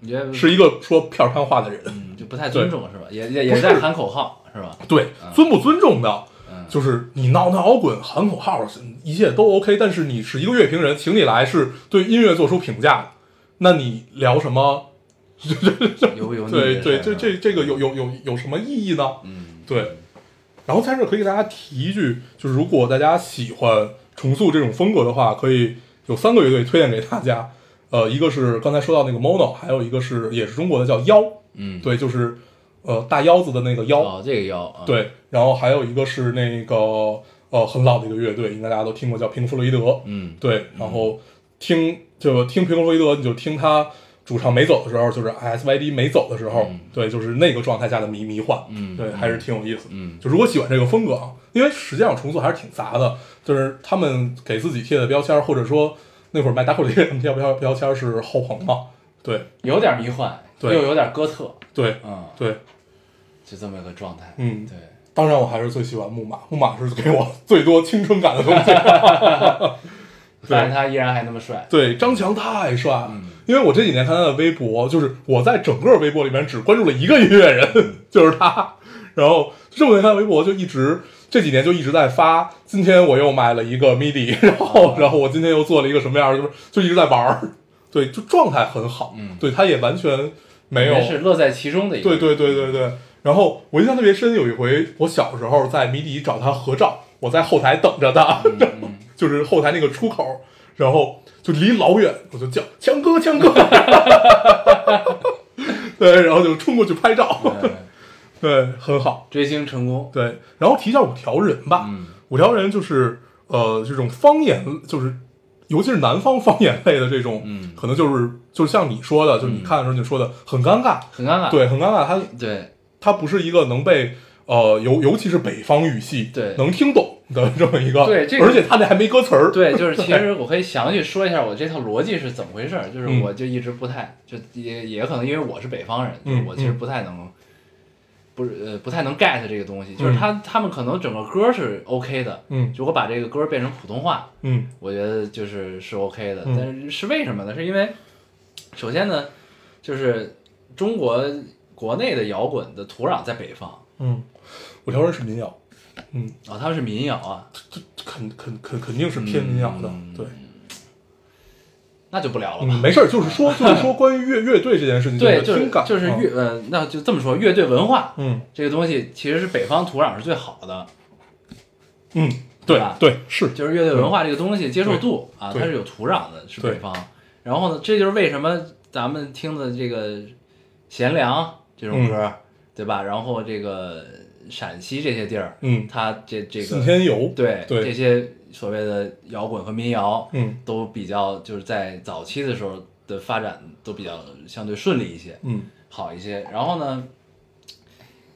Speaker 1: 你觉得
Speaker 2: 是一个说片儿汤话的人，
Speaker 1: 嗯就不太尊重是吧？也也
Speaker 2: 不
Speaker 1: 也
Speaker 2: 是
Speaker 1: 在喊口号是吧？
Speaker 2: 对，尊不尊重的，
Speaker 1: 嗯，
Speaker 2: 就是你闹闹摇滚喊口号，一切都 OK，但是你是一个乐评人，请你来是对音乐做出评价的，那你聊什么？
Speaker 1: 嗯有有你
Speaker 2: 对
Speaker 1: 的事儿
Speaker 2: 对，这这这个有有有有什么意义呢？
Speaker 1: 嗯
Speaker 2: 对，然后在这儿可以给大家提一句，就是如果大家喜欢重塑这种风格的话，可以有三个乐队推荐给大家，呃，一个是刚才说到那个 Mono，还有一个是也是中国的叫腰，
Speaker 1: 嗯，
Speaker 2: 对，就是呃大腰子的那个腰，
Speaker 1: 哦，这个要啊，
Speaker 2: 对，然后还有一个是那个呃很老的一个乐队，应该大家都听过，叫平克·弗洛伊德。
Speaker 1: 嗯
Speaker 2: 对，然后听就听平克·弗洛伊德，你就听他主唱没走的时候，就是 SYD 没走的时候，对，就是那个状态下的迷迷幻，
Speaker 1: 嗯
Speaker 2: 对，
Speaker 1: 嗯
Speaker 2: 还是挺有意思。
Speaker 1: 嗯
Speaker 2: 就如果喜欢这个风格啊，因为实际上重塑还是挺杂的，就是他们给自己贴的标签儿，或者说那会儿卖打火机他们贴的标标签儿是后朋嘛，对
Speaker 1: 有点迷幻，又
Speaker 2: 对
Speaker 1: 有点哥特，
Speaker 2: 对
Speaker 1: 嗯，
Speaker 2: 对，
Speaker 1: 就这么一个状态。
Speaker 2: 嗯
Speaker 1: 对，
Speaker 2: 当然，我还是最喜欢木马，木马是给我最多青春感的东西。
Speaker 1: 但是他依然还那么帅。
Speaker 2: 对，张强太帅了，
Speaker 1: 嗯
Speaker 2: 因为我这几年看他的微博，就是我在整个微博里面只关注了一个音乐
Speaker 1: 嗯
Speaker 2: 人，就是他。然后这五年看他微博就一直这几年就一直在发，今天我又买了一个 MIDI，然
Speaker 1: 嗯
Speaker 2: 后然后我今天又做了一个什么样的，就是就一直在玩儿，对，就状态很好，
Speaker 1: 嗯
Speaker 2: 对他也完全没有
Speaker 1: 也是乐在其中的一个。嗯
Speaker 2: 对对对对对。然后我印象特别深，有一回我小时候在迷笛找他合照，我在后台等着他，
Speaker 1: 嗯
Speaker 2: 然后 就是后台那个出口，然后就离老远我就叫强哥强哥， 对，然后就冲过去拍照，
Speaker 1: 对，
Speaker 2: 对，很好，
Speaker 1: 追星成功。
Speaker 2: 对。然后提一下五条人吧，
Speaker 1: 嗯
Speaker 2: 五条人就是呃这种方言，就是尤其是南方方言类的这种，
Speaker 1: 嗯
Speaker 2: 可能就是就是像你说的，就是你看的时候你说的很尴尬，
Speaker 1: 很尴尬。
Speaker 2: 对，很尴尬，他
Speaker 1: 对
Speaker 2: 它不是一个能被呃，尤尤其是北方语系
Speaker 1: 对
Speaker 2: 能听懂的这么一个，
Speaker 1: 对这个
Speaker 2: 而且它那还没歌词儿，
Speaker 1: 对，就是其实我可以详细说一下我这套逻辑是怎么回事儿。就是
Speaker 2: 嗯
Speaker 1: 我就一直不太，就也也可能因为我是北方人，
Speaker 2: 嗯
Speaker 1: 就是我其实不太能，不是呃不太能 get 这个东西。就是他他们可能整个歌是 OK 的，
Speaker 2: 嗯
Speaker 1: 如果把这个歌变成普通话，
Speaker 2: 嗯
Speaker 1: 我觉得就是是 OK 的，
Speaker 2: 嗯
Speaker 1: 但是是为什么呢？是因为首先呢，就是中国国内的摇滚的土壤在北方，
Speaker 2: 嗯，五条人是民谣，嗯，
Speaker 1: 哦，他们是民谣啊，
Speaker 2: 肯肯肯肯定是偏民谣的，
Speaker 1: 嗯
Speaker 2: 对，
Speaker 1: 那就不聊了吧。
Speaker 2: 嗯，没事儿，就是 说就是说关于乐乐队这件事情，
Speaker 1: 对，
Speaker 2: 就
Speaker 1: 就是是
Speaker 2: 听嗯感，
Speaker 1: 就是乐，呃，那就这么说，乐队文化
Speaker 2: 嗯，
Speaker 1: 这个东西其实是北方土壤是最好的，
Speaker 2: 嗯嗯，
Speaker 1: 对
Speaker 2: 对
Speaker 1: 吧
Speaker 2: 对是，
Speaker 1: 就是乐队文化这个东西接受度啊，
Speaker 2: 嗯对
Speaker 1: 它是有土壤的，是
Speaker 2: 对
Speaker 1: 北方。然后呢，这就是为什么咱们听的这个贤良这种
Speaker 2: 嗯
Speaker 1: 歌，对吧？然后这个陕西这些地儿，
Speaker 2: 嗯，
Speaker 1: 它这这
Speaker 2: 信
Speaker 1: 个
Speaker 2: 天游，
Speaker 1: 对
Speaker 2: 对
Speaker 1: 这些所谓的摇滚和民谣，
Speaker 2: 嗯
Speaker 1: 都比较就是在早期的时候的发展都比较相对顺利一些，
Speaker 2: 嗯
Speaker 1: 好一些。然后呢，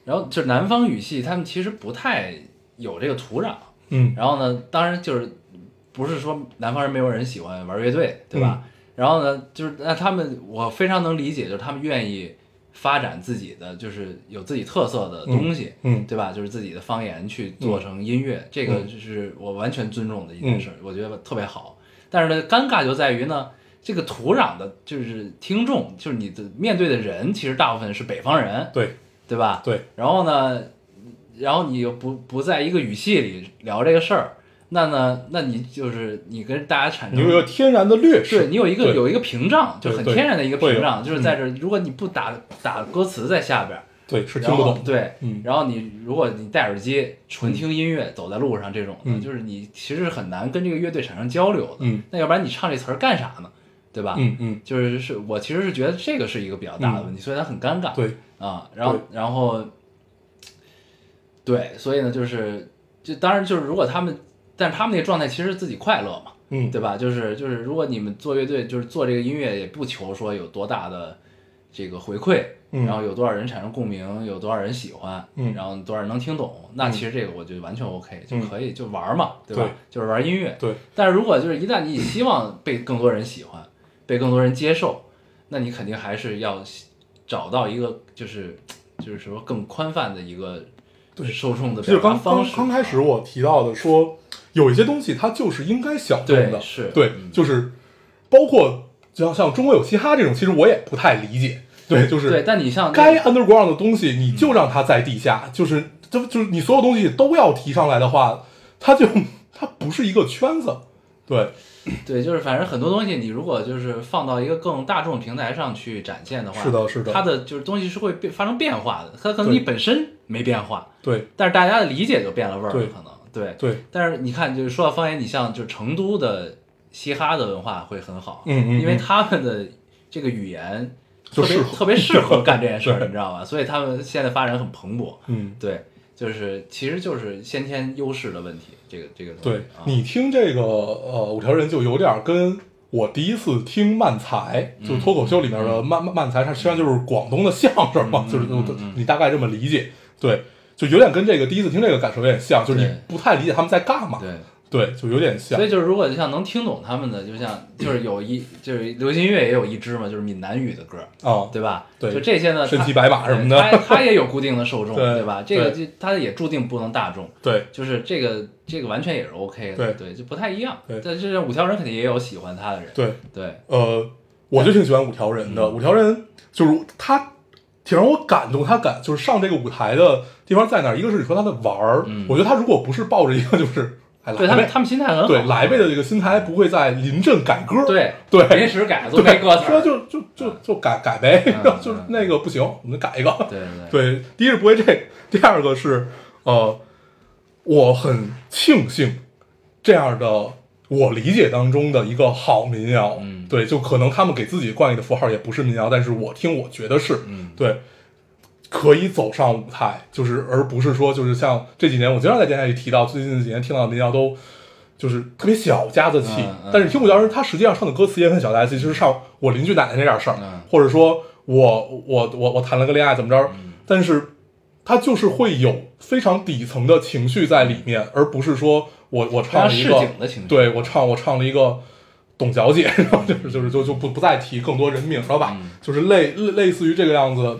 Speaker 1: 然后就是南方语系，他们其实不太有这个土壤。
Speaker 2: 嗯
Speaker 1: 然后呢，当然就是不是说南方人没有人喜欢玩乐队，对吧？
Speaker 2: 嗯
Speaker 1: 然后呢，就是那他们我非常能理解，就是他们愿意发展自己的，就是有自己特色的东西，
Speaker 2: 嗯
Speaker 1: 对吧？就是自己的方言去做成音乐，这个就是我完全尊重的一件事，
Speaker 2: 嗯
Speaker 1: 我觉得特别好。但是呢，尴尬就在于呢，这个土壤的，就是听众，就是你的面对的人，其实大部分是北方人，
Speaker 2: 对
Speaker 1: 对吧？
Speaker 2: 对，
Speaker 1: 然后呢，然后你又不不在一个语系里聊这个事儿，那呢，那你就是你跟大家产
Speaker 2: 你有一个
Speaker 1: 生。
Speaker 2: 天然的劣势，
Speaker 1: 嗯对你有一个
Speaker 2: 对
Speaker 1: 有一个屏障，就
Speaker 2: 对
Speaker 1: 很
Speaker 2: 对
Speaker 1: 天然的一个
Speaker 2: 会
Speaker 1: 屏
Speaker 2: 有
Speaker 1: 障，就是在这儿。如果你不打打歌词在下边儿，
Speaker 2: 对是
Speaker 1: 然
Speaker 2: 听不
Speaker 1: 后
Speaker 2: 懂，
Speaker 1: 对，
Speaker 2: 嗯
Speaker 1: 然后你如果你戴耳机纯听音乐，走在路上这种的，
Speaker 2: 嗯
Speaker 1: 就是你其实很难跟这个乐队产生交流的。
Speaker 2: 嗯
Speaker 1: 那要不然你唱这词儿干啥呢？对吧？
Speaker 2: 嗯嗯，
Speaker 1: 就是是我其实是觉得这个是一个比较大的问题，所以它很尴尬。
Speaker 2: 对，
Speaker 1: 啊，然后
Speaker 2: 对
Speaker 1: 然后对，所以呢，就是就当然就是如果他们，但是他们那个状态其实是自己快乐嘛，
Speaker 2: 嗯
Speaker 1: 对吧？就是就是如果你们做乐队，就是做这个音乐，也不求说有多大的这个回馈，
Speaker 2: 嗯
Speaker 1: 然后有多少人产生共鸣，有多少人喜欢，
Speaker 2: 嗯
Speaker 1: 然后多少人能听懂，那其实这个我觉得完全 OK，、就可以就玩儿嘛，对吧？
Speaker 2: 对
Speaker 1: 就是玩音乐。
Speaker 2: 嗯对，
Speaker 1: 但是如果就是一旦你希望被更多人喜欢，被更多人接受，那你肯定还是要找到一个就是就是说更宽泛的一个
Speaker 2: 对
Speaker 1: 受众的
Speaker 2: 这就是
Speaker 1: 表达
Speaker 2: 刚
Speaker 1: 方
Speaker 2: 刚
Speaker 1: 式。啊
Speaker 2: 刚开始我提到的说，有一些东西它就是应该小众的，
Speaker 1: 对是
Speaker 2: 对，
Speaker 1: 嗯
Speaker 2: 就是包括像像中国有嘻哈这种，其实我也不太理解，对，就是
Speaker 1: 对，嗯但你像那
Speaker 2: 该
Speaker 1: 个
Speaker 2: underground 的东西，你就让它在地下，就是就就是你所有东西都要提上来的话，它就 它不是一个圈子，对，
Speaker 1: 对，就是反正很多东西，你如果就是放到一个更大众平台上去展现的话，
Speaker 2: 是的是的
Speaker 1: 它的就是东西是会变发生变化的，它可能你
Speaker 2: 对
Speaker 1: 本身没变化，
Speaker 2: 对，
Speaker 1: 但是大家的理解就变了味儿了，
Speaker 2: 对
Speaker 1: 可能对。
Speaker 2: 对，
Speaker 1: 但是你看，就是说到方言，你像就是成都的嘻哈的文化会很好，
Speaker 2: 嗯嗯
Speaker 1: 因为
Speaker 2: 嗯
Speaker 1: 他们的这个语言特
Speaker 2: 就
Speaker 1: 别
Speaker 2: 适合
Speaker 1: 特别适合干这件事儿，
Speaker 2: 对
Speaker 1: 你知道吧？所以他们现在发展很蓬勃，
Speaker 2: 嗯，
Speaker 1: 对，就是其实就是先天优势的问题，这个这个东西
Speaker 2: 对
Speaker 1: 啊，
Speaker 2: 你听这个呃五条人就有点跟我第一次听漫才，就脱口秀里面的漫漫漫才，它实际上就是广东的相声嘛，就是你大概这么理解，对，就有点跟这个第一次听这个感受有点像，就是你
Speaker 1: 对
Speaker 2: 不太理解他们在干嘛，
Speaker 1: 对。
Speaker 2: 对，啊就有点像
Speaker 1: 所，以就是，如果就像能听懂他们的，就像就是有一就是流行音乐也有一支嘛，就是闽南语的歌，
Speaker 2: 啊，
Speaker 1: 对吧？
Speaker 2: 对
Speaker 1: 就这些呢，
Speaker 2: 身骑
Speaker 1: 它
Speaker 2: 白马什么的
Speaker 1: 对它它也有固定的受众，
Speaker 2: 对
Speaker 1: 对吧？这个
Speaker 2: 对
Speaker 1: 就它也注定不能大众，
Speaker 2: 对，
Speaker 1: 就是这个这个完全也是 OK 的，
Speaker 2: 对
Speaker 1: 对，就不太一样。
Speaker 2: 对
Speaker 1: 但是五条人肯定也有喜欢他的人，
Speaker 2: 对，
Speaker 1: 对
Speaker 2: 呃，我就挺喜欢五条人的。
Speaker 1: 嗯
Speaker 2: 五条人就是他挺让我感动，他感就是上这个舞台的地方在哪儿？一个是你说他的玩儿，我觉得他如果不是抱着一个就是哎
Speaker 1: 嗯对，
Speaker 2: 来
Speaker 1: 他们
Speaker 2: 呗，
Speaker 1: 他们心态很好，
Speaker 2: 对来呗的这个心态，不会在临阵改歌，
Speaker 1: 对
Speaker 2: 对
Speaker 1: 临时改都没歌词
Speaker 2: 说
Speaker 1: 儿，
Speaker 2: 就就就就改改呗，
Speaker 1: 嗯
Speaker 2: 就是那个不行，我们改一个，
Speaker 1: 对对
Speaker 2: 对，第一是不会这，第二个是呃，我很庆幸这样的我理解当中的一个好民谣，
Speaker 1: 嗯
Speaker 2: 对，就可能他们给自己冠以的符号也不是民谣，但是我听我觉得是，
Speaker 1: 嗯
Speaker 2: 对，可以走上舞台，就是而不是说就是像这几年我经常在电台里提到，最近几年听到的民谣都。就是特别小家子气，
Speaker 1: 嗯嗯
Speaker 2: 但是听五条人他实际上唱的歌词也很小家子气，就是唱我邻居奶奶那点事儿，
Speaker 1: 嗯
Speaker 2: 或者说我我我我谈了个恋爱怎么着，
Speaker 1: 嗯
Speaker 2: 但是他就是会有非常底层的情绪在里面，而不是说我我唱了一
Speaker 1: 非常
Speaker 2: 个
Speaker 1: 市井的情绪嗯
Speaker 2: 对我唱我唱了一个董小姐，然后就是就是就就不不再提更多人名了吧，就是类类类似于这个样子，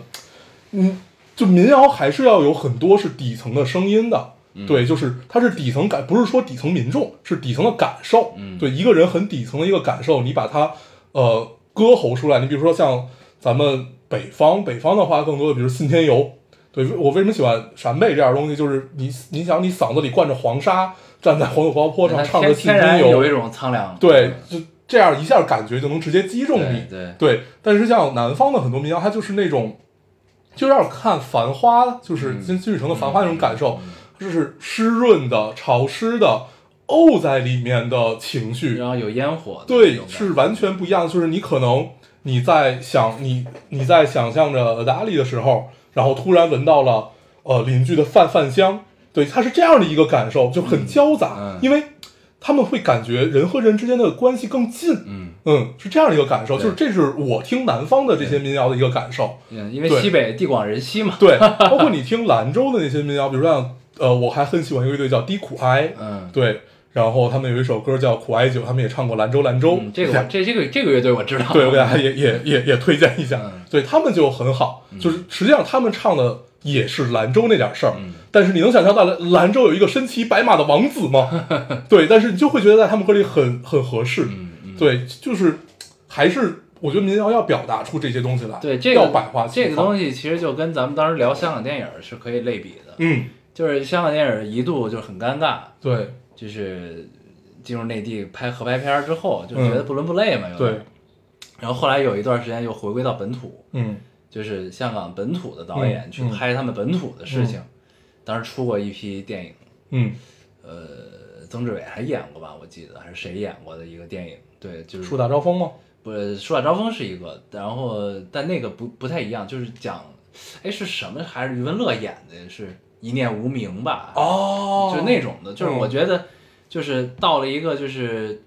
Speaker 2: 嗯，就民谣还是要有很多是底层的声音的。
Speaker 1: 嗯
Speaker 2: 对，就是它是底层感，不是说底层民众，是底层的感受。
Speaker 1: 嗯
Speaker 2: 对，一个人很底层的一个感受，你把它呃歌喉出来，你比如说像咱们北方，北方的话更多的比如信天游。对我为什么喜欢陕北这样东西，就是你你想你嗓子里灌着黄沙，站在黄土高坡上
Speaker 1: 他
Speaker 2: 唱
Speaker 1: 天
Speaker 2: 着信
Speaker 1: 天然
Speaker 2: 天
Speaker 1: 有
Speaker 2: 游
Speaker 1: 一，种苍凉，
Speaker 2: 对，就这样一下感觉就能直接击中你
Speaker 1: 对。对
Speaker 2: 对，但是像南方的很多民谣，它就是那种，就有点看《繁花》，就是
Speaker 1: 嗯
Speaker 2: 金金宇澄的《繁花》那种感受，就是湿润的、潮湿的、沤在里面的情绪
Speaker 1: 然，后有烟火的那
Speaker 2: 对
Speaker 1: 种，感觉，
Speaker 2: 是完全不一样的。就是你可能你在想你你在想象着达利的时候，然后突然闻到了呃邻居的饭饭香，对，它是这样的一个感受，就很交杂，
Speaker 1: 嗯
Speaker 2: 因为他们会感觉人和人之间的关系更近，
Speaker 1: 嗯
Speaker 2: 嗯，是这样的一个感受，
Speaker 1: 对
Speaker 2: 就是这是我听南方的这些民谣的一个感受。
Speaker 1: 嗯，因为
Speaker 2: 对
Speaker 1: 西北地广人稀嘛，
Speaker 2: 对，包括你听兰州的那些民谣，比如像呃，我还很喜欢一个乐队叫低苦哀，
Speaker 1: 嗯，
Speaker 2: 对，然后他们有一首歌叫《苦艾酒》，他们也唱过《兰州兰州》
Speaker 1: 嗯这个我这这个这个乐队我知道，
Speaker 2: 对，我给大家也也也也推荐一下，
Speaker 1: 嗯
Speaker 2: 对他们就很好，就是实际上他们唱的也是兰州那点事儿，
Speaker 1: 嗯
Speaker 2: 但是你能想象到兰兰州有一个身骑白马的王子吗？ 对，但是你就会觉得在他们歌里很很合适，
Speaker 1: 嗯嗯，
Speaker 2: 对，就是还是我觉得民谣要表达出这些东西来，
Speaker 1: 对这个
Speaker 2: 要百花齐
Speaker 1: 这
Speaker 2: 放，
Speaker 1: 个东西其实就跟咱们当时聊香港电影儿是可以类比的，
Speaker 2: 嗯，
Speaker 1: 就是香港电影儿一度就很尴尬，
Speaker 2: 对
Speaker 1: 就是进入内地拍合拍片儿之后，就觉得
Speaker 2: 嗯
Speaker 1: 不伦不类嘛，有点
Speaker 2: 对
Speaker 1: 儿。，然后后来有一段时间又回归到本土，
Speaker 2: 嗯
Speaker 1: 就是香港本土的导演
Speaker 2: 嗯
Speaker 1: 去
Speaker 2: 嗯
Speaker 1: 拍他们本土的事情。当时出过一批电影，
Speaker 2: 嗯，
Speaker 1: 呃，曾志伟还演过吧，我记得还是谁演过的一个电影。对，就是
Speaker 2: 树大招风吗？
Speaker 1: 不是树大招风是一个，然后但那个不不太一样，就是讲，哎是什么？还是余文乐演的是一念无名吧？，
Speaker 2: 哦
Speaker 1: 就那种的，就是
Speaker 2: 嗯
Speaker 1: 我觉得就是到了一个就是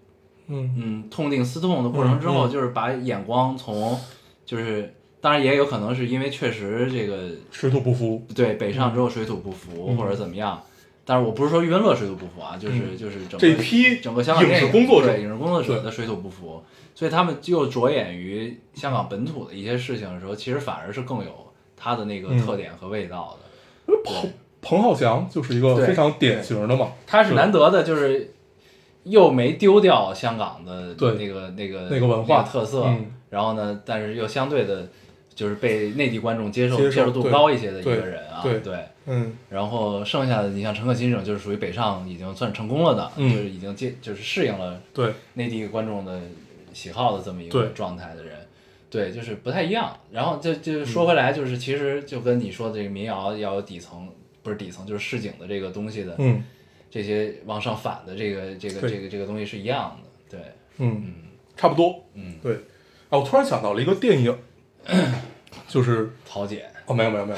Speaker 2: 嗯
Speaker 1: 嗯痛定思痛的过程之后，
Speaker 2: 嗯嗯
Speaker 1: 就是把眼光从就是当然也有可能是因为确实这个
Speaker 2: 水土不服，
Speaker 1: 对北上之后水土不服、
Speaker 2: 嗯
Speaker 1: 或者怎么样。但是我不是说余文乐水土不服啊，就是、就是整个
Speaker 2: 这批
Speaker 1: 整个香港
Speaker 2: 影
Speaker 1: 电
Speaker 2: 视
Speaker 1: 影
Speaker 2: 工作者
Speaker 1: 对影视工作者
Speaker 2: 对
Speaker 1: 的水土不服，所以他们就着眼于香港本土的一些事情的时候，其实反而是更有它的那个
Speaker 2: 嗯哦
Speaker 1: 特点和味道的。
Speaker 2: 彭彭浩翔就是一个
Speaker 1: 对
Speaker 2: 非常典型的嘛，
Speaker 1: 他是难得的，就是又没丢掉香港的
Speaker 2: 对
Speaker 1: 那个那个
Speaker 2: 那个文化
Speaker 1: 特色，
Speaker 2: 嗯
Speaker 1: 然后呢，但是又相对的，就是被内地观众接受
Speaker 2: 接受
Speaker 1: 受度
Speaker 2: 对
Speaker 1: 高一些的一个
Speaker 2: 对
Speaker 1: 人啊，
Speaker 2: 对嗯
Speaker 1: 然后剩下的，你像陈可辛这种，就是属于北上已经算成功了的，
Speaker 2: 嗯
Speaker 1: 就是已经接就是适应了
Speaker 2: 对，
Speaker 1: 内地观众的喜好的这么一个
Speaker 2: 对
Speaker 1: 状态的人，对，就是不太一样。然后就就
Speaker 2: 嗯
Speaker 1: 说回来，就是其实就跟你说的这个民谣要有底层，不是底层，就是市井的这个东西的，
Speaker 2: 嗯
Speaker 1: 这些往上反的这个这个
Speaker 2: 对
Speaker 1: 这个这个东西是一样的，对，
Speaker 2: 嗯，差不多，
Speaker 1: 嗯，
Speaker 2: 对。啊，我突然想到了一个电影， 就是
Speaker 1: 桃姐，
Speaker 2: 哦，没有没有没有，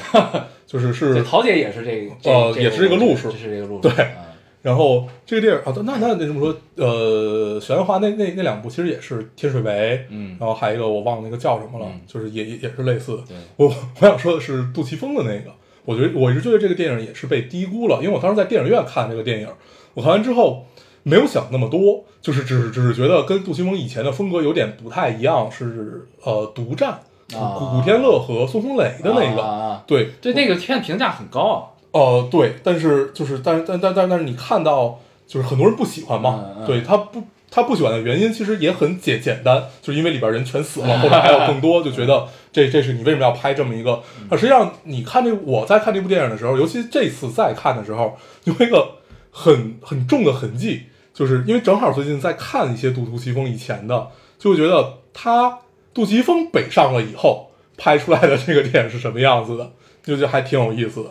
Speaker 2: 就是
Speaker 1: 对，
Speaker 2: 是，
Speaker 1: 桃姐也是这个，这
Speaker 2: 呃
Speaker 1: 这
Speaker 2: 也是这个路数
Speaker 1: 这是这个路数，
Speaker 2: 对
Speaker 1: 嗯
Speaker 2: 然后这个电影啊，那那那这么说，呃，玄幻那那那两部其实也是天水围，
Speaker 1: 嗯
Speaker 2: 然后还有一个我忘了那个叫什么了
Speaker 1: 嗯，
Speaker 2: 就是也也也是类似的。
Speaker 1: 对
Speaker 2: 我 我想说的是杜琪峰的那个，我觉得我一直觉得这个电影也是被低估了，因为我当时在电影院看这个电影，我看完之后没有想那么多，就是只是只是觉得跟杜琪峰以前的风格有点不太一样，是呃独占古
Speaker 1: 啊
Speaker 2: 古天乐和孙红雷的那个，
Speaker 1: 啊啊啊
Speaker 2: 对
Speaker 1: 对那个片评价很高啊，
Speaker 2: 呃对，但是就是但但但但但是你看到就是很多人不喜欢嘛，
Speaker 1: 嗯嗯
Speaker 2: 对他不。他不喜欢的原因其实也很简简单，就是因为里边人全死了，后来还有更多，就觉得这这是你为什么要拍这么一个？
Speaker 1: 嗯
Speaker 2: 啊，实际上你看这我在看这部电影的时候，尤其这次再看的时候，有一个很很重的痕迹，就是因为正好最近在看一些杜杜琪峰以前的，就会觉得他杜琪峰北上了以后拍出来的这个电影是什么样子的，就觉得还挺有意思的，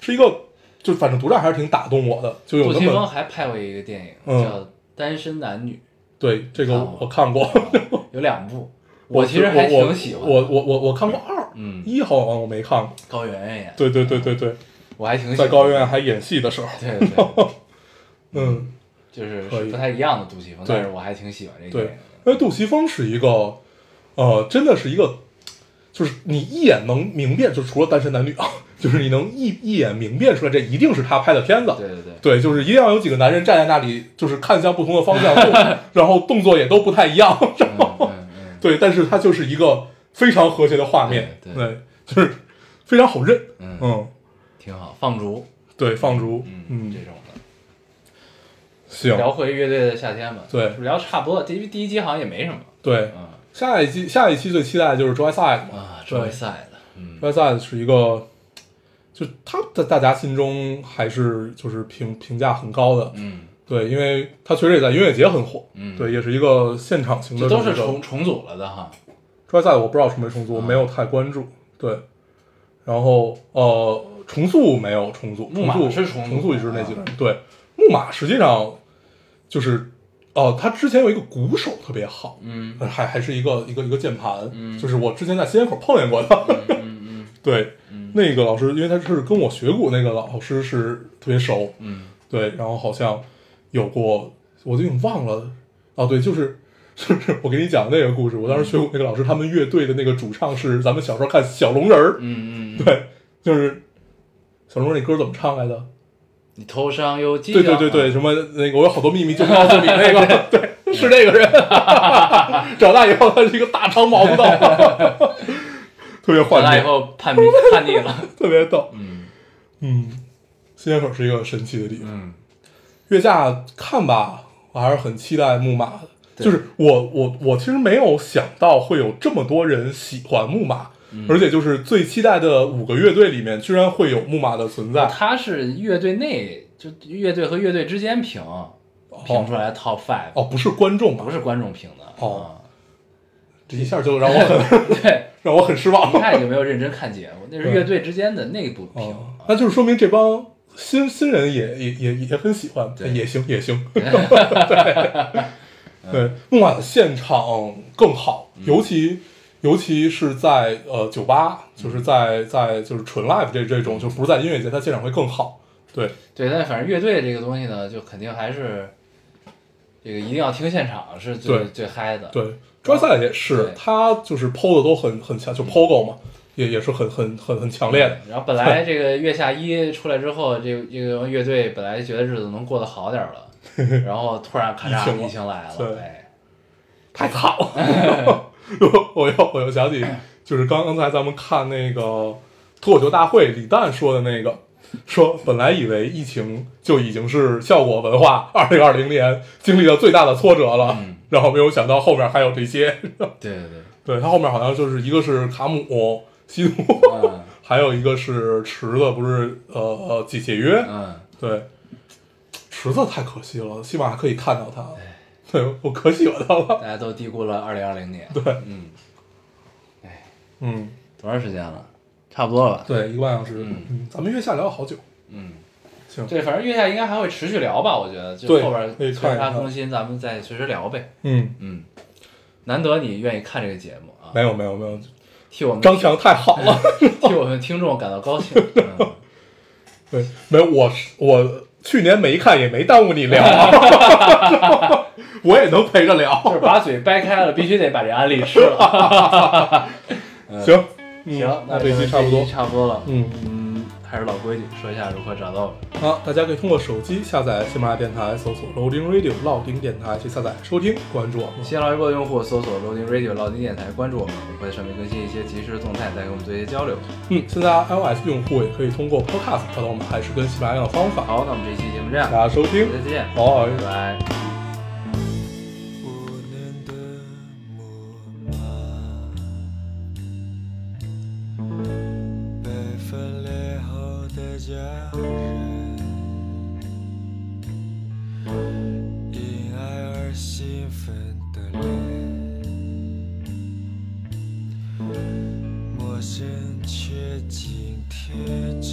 Speaker 2: 是一个就反正独占还是挺打动我的，就有
Speaker 1: 杜
Speaker 2: 那
Speaker 1: 琪峰
Speaker 2: 么
Speaker 1: 还拍过一个电影、
Speaker 2: 嗯
Speaker 1: 叫《单身男女
Speaker 2: 对这个
Speaker 1: 看过
Speaker 2: 我看过。》，
Speaker 1: 有两部，
Speaker 2: 我
Speaker 1: 啊其实还挺喜欢的。
Speaker 2: 我我我我我看过二，
Speaker 1: 嗯
Speaker 2: 一好像我没看过。
Speaker 1: 高圆圆演，
Speaker 2: 对对对对对，
Speaker 1: 我还挺喜欢
Speaker 2: 在高院还演戏的时候，
Speaker 1: 对对对，
Speaker 2: 嗯，
Speaker 1: 就是
Speaker 2: 可以
Speaker 1: 是不太一样的杜琪峰，
Speaker 2: 对
Speaker 1: 但是我还挺喜欢这个
Speaker 2: 对
Speaker 1: 电，
Speaker 2: 因为杜琪峰是一个，呃，真的是一个，就是你一眼能明辨，就除了单身男女啊，就是你能一一眼明辨出来，这一定是他拍的片子
Speaker 1: 影。对对对，
Speaker 2: 对，就是一定要有几个男人站在那里，就是看向不同的 方向，动然后动作也都不太一样。
Speaker 1: 嗯嗯嗯，
Speaker 2: 对，但是它就是一个非常和谐的画面，
Speaker 1: 对
Speaker 2: 对，就是非常好认。
Speaker 1: 嗯
Speaker 2: 嗯，
Speaker 1: 挺好。放逐，
Speaker 2: 对，放逐，嗯
Speaker 1: 这种的。
Speaker 2: 行，
Speaker 1: 聊回乐队的夏天吧，
Speaker 2: 对
Speaker 1: 聊差不多。第一第一集好像也没什么，
Speaker 2: 对，
Speaker 1: 嗯
Speaker 2: 下一期下一期最期待的就是 Joy Side 嘛
Speaker 1: 啊，周围赛的，嗯，
Speaker 2: ，Joy Side 是一个，就他在大家心中还是就是评评价很高的，
Speaker 1: 嗯，
Speaker 2: 对，因为他确实也在音乐节很火，
Speaker 1: 嗯
Speaker 2: 对，也是一个现场型的
Speaker 1: 这都是
Speaker 2: 这
Speaker 1: 重
Speaker 2: 种
Speaker 1: 重组了的哈，
Speaker 2: Joy Side 我不知道重没重
Speaker 1: 啊
Speaker 2: 组，我没有太关注，对，然后呃，重塑没有重组，
Speaker 1: 木马
Speaker 2: 重塑
Speaker 1: 是重啊
Speaker 2: 重
Speaker 1: 塑
Speaker 2: 塑一直那几个人，对，木马实际上就是。哦，他之前有一个鼓手特别好，
Speaker 1: 嗯
Speaker 2: 呃还还是一个一个一个键盘，
Speaker 1: 嗯
Speaker 2: 就是我之前在西安口碰见过的。
Speaker 1: 嗯嗯
Speaker 2: 对，
Speaker 1: 嗯
Speaker 2: 那个老师，因为他是跟我学鼓那个老师是特别熟，
Speaker 1: 嗯
Speaker 2: 对，然后好像有过，我都已经忘了。哦，对，就是 就是我给你讲那个故事，我当时学鼓那个老师，他们乐队的那个主唱是咱们小时候看小龙人儿，
Speaker 1: 嗯嗯嗯，
Speaker 2: 对，就是小龙人那歌怎么唱来的？
Speaker 1: 你头上啊有犄角。
Speaker 2: 对对对对，什么那个我有好多秘密就 告诉你那个， 对，是这个人。长大以后他是一个大长毛子， 特别
Speaker 1: 长
Speaker 2: 幻
Speaker 1: 大以
Speaker 2: 觉，
Speaker 1: 后叛逆叛逆了。
Speaker 2: 特别逗。
Speaker 1: 嗯
Speaker 2: 嗯，新街口是一个神奇的地方。
Speaker 1: 嗯，
Speaker 2: 月下看吧，我还是很期待木马的。
Speaker 1: 对
Speaker 2: 就是我我我其实没有想到会有这么多人喜欢木马，
Speaker 1: 嗯
Speaker 2: 而且就是最期待的五个乐队里面，居然会有木马的存在。
Speaker 1: 他是乐队内就乐队和乐队之间评评出来的 Top Five，、
Speaker 2: 哦哦，不是观众吧？
Speaker 1: 不是观众评的。
Speaker 2: 哦这一下就让我很
Speaker 1: 嗯，对，
Speaker 2: 让我很失望
Speaker 1: 一。看就没有认真看节目，那是
Speaker 2: 对
Speaker 1: 乐队之间的内部评。
Speaker 2: 哦，那就是说明这帮新新人也也也也很喜 欢，
Speaker 1: 对
Speaker 2: 也行也行。对， 对，木马的现场更好，
Speaker 1: 嗯
Speaker 2: 尤其尤其是在呃酒吧，就是
Speaker 1: 嗯
Speaker 2: 在在就是纯 live 这这种，就不是在音乐节，它现场会更好。对，
Speaker 1: 对，但反正乐队这个东西呢，就肯定还是这个一定要听现场是最
Speaker 2: 对
Speaker 1: 最嗨的。
Speaker 2: 对，抓赛也是
Speaker 1: 对，
Speaker 2: 他就是抛的都很很强，就 POGO 嘛，也也是很很很很强烈的。
Speaker 1: 然后本来这个月下一出来之后，这个这个乐队本来觉得日子能过得好点 儿了，然后突然咔
Speaker 2: 疫
Speaker 1: 嚓
Speaker 2: 情了
Speaker 1: 疫情来
Speaker 2: 对
Speaker 1: 了，哎，
Speaker 2: 太惨了。 我又我又想起，就是刚刚才咱们看那个脱口秀大会，李诞说的那个，说本来以为疫情就已经是效果文化二零二零年经历了最大的挫折了，
Speaker 1: 嗯
Speaker 2: 然后没有想到后面还有这些。
Speaker 1: 对对对，
Speaker 2: 对他后面好像就是一个是卡姆西努，
Speaker 1: 嗯
Speaker 2: 还有一个是池子，不是呃呃解解约，
Speaker 1: 嗯，
Speaker 2: 对，池子太可惜了，起码还可以看到他。
Speaker 1: 哎
Speaker 2: 对，我可喜欢他了。
Speaker 1: 大家都低估了二零二零年。
Speaker 2: 对，
Speaker 1: 嗯，
Speaker 2: 嗯。
Speaker 1: 多长时间了？差不多了吧？
Speaker 2: 对，一个半小时。
Speaker 1: 嗯
Speaker 2: 嗯，咱们约下聊了好久。
Speaker 1: 嗯，
Speaker 2: 行
Speaker 1: 对，反正月下应该还会持续聊吧，我觉得就
Speaker 2: 对
Speaker 1: 后边
Speaker 2: 可以
Speaker 1: 随
Speaker 2: 看一
Speaker 1: 着他
Speaker 2: 看
Speaker 1: 更新，咱们再随时聊呗。
Speaker 2: 嗯，
Speaker 1: 嗯，难得你愿意看这个节目啊
Speaker 2: 没，有没有没有，
Speaker 1: 替我们
Speaker 2: 张 强太好了。
Speaker 1: 替我们听众感到高 兴。嗯
Speaker 2: 对，没有我是我去年没看也没耽误你聊啊，我也能陪着
Speaker 1: 就
Speaker 2: 聊。
Speaker 1: 是把嘴掰开了，必须得把这安利吃了。
Speaker 2: 行，嗯
Speaker 1: 行，那
Speaker 2: 那这期差不
Speaker 1: 这
Speaker 2: 多
Speaker 1: 期。差不多了。
Speaker 2: 嗯
Speaker 1: 嗯，还是老规矩，说一下如何找到我们。
Speaker 2: 好，大家可以通过手机下载喜马拉雅电台，搜索 Loading Radio 老丁电台去下载收听，关注我们。
Speaker 1: 新浪微博的用户搜索 Loading Radio 老丁电台，关注我们，我们会在上面更新一些即时动态，再跟我们做一些交流。
Speaker 2: 嗯，现在 iOS 用户也可以通过 Podcast 找到我们，还是跟喜马拉雅一样的方法。
Speaker 1: 好，那我们这期节目这样
Speaker 2: 大，家收听，
Speaker 1: 再见，
Speaker 2: 好，
Speaker 1: 拜拜。
Speaker 3: 我念的木马，被分裂后的家人，因爱而兴奋的脸，陌生却紧贴着。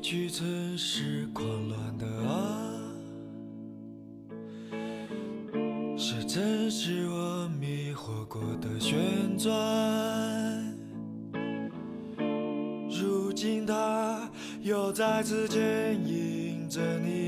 Speaker 3: 去曾是狂乱的啊，是曾是我迷惑过的旋转。如今它又再次牵引着你。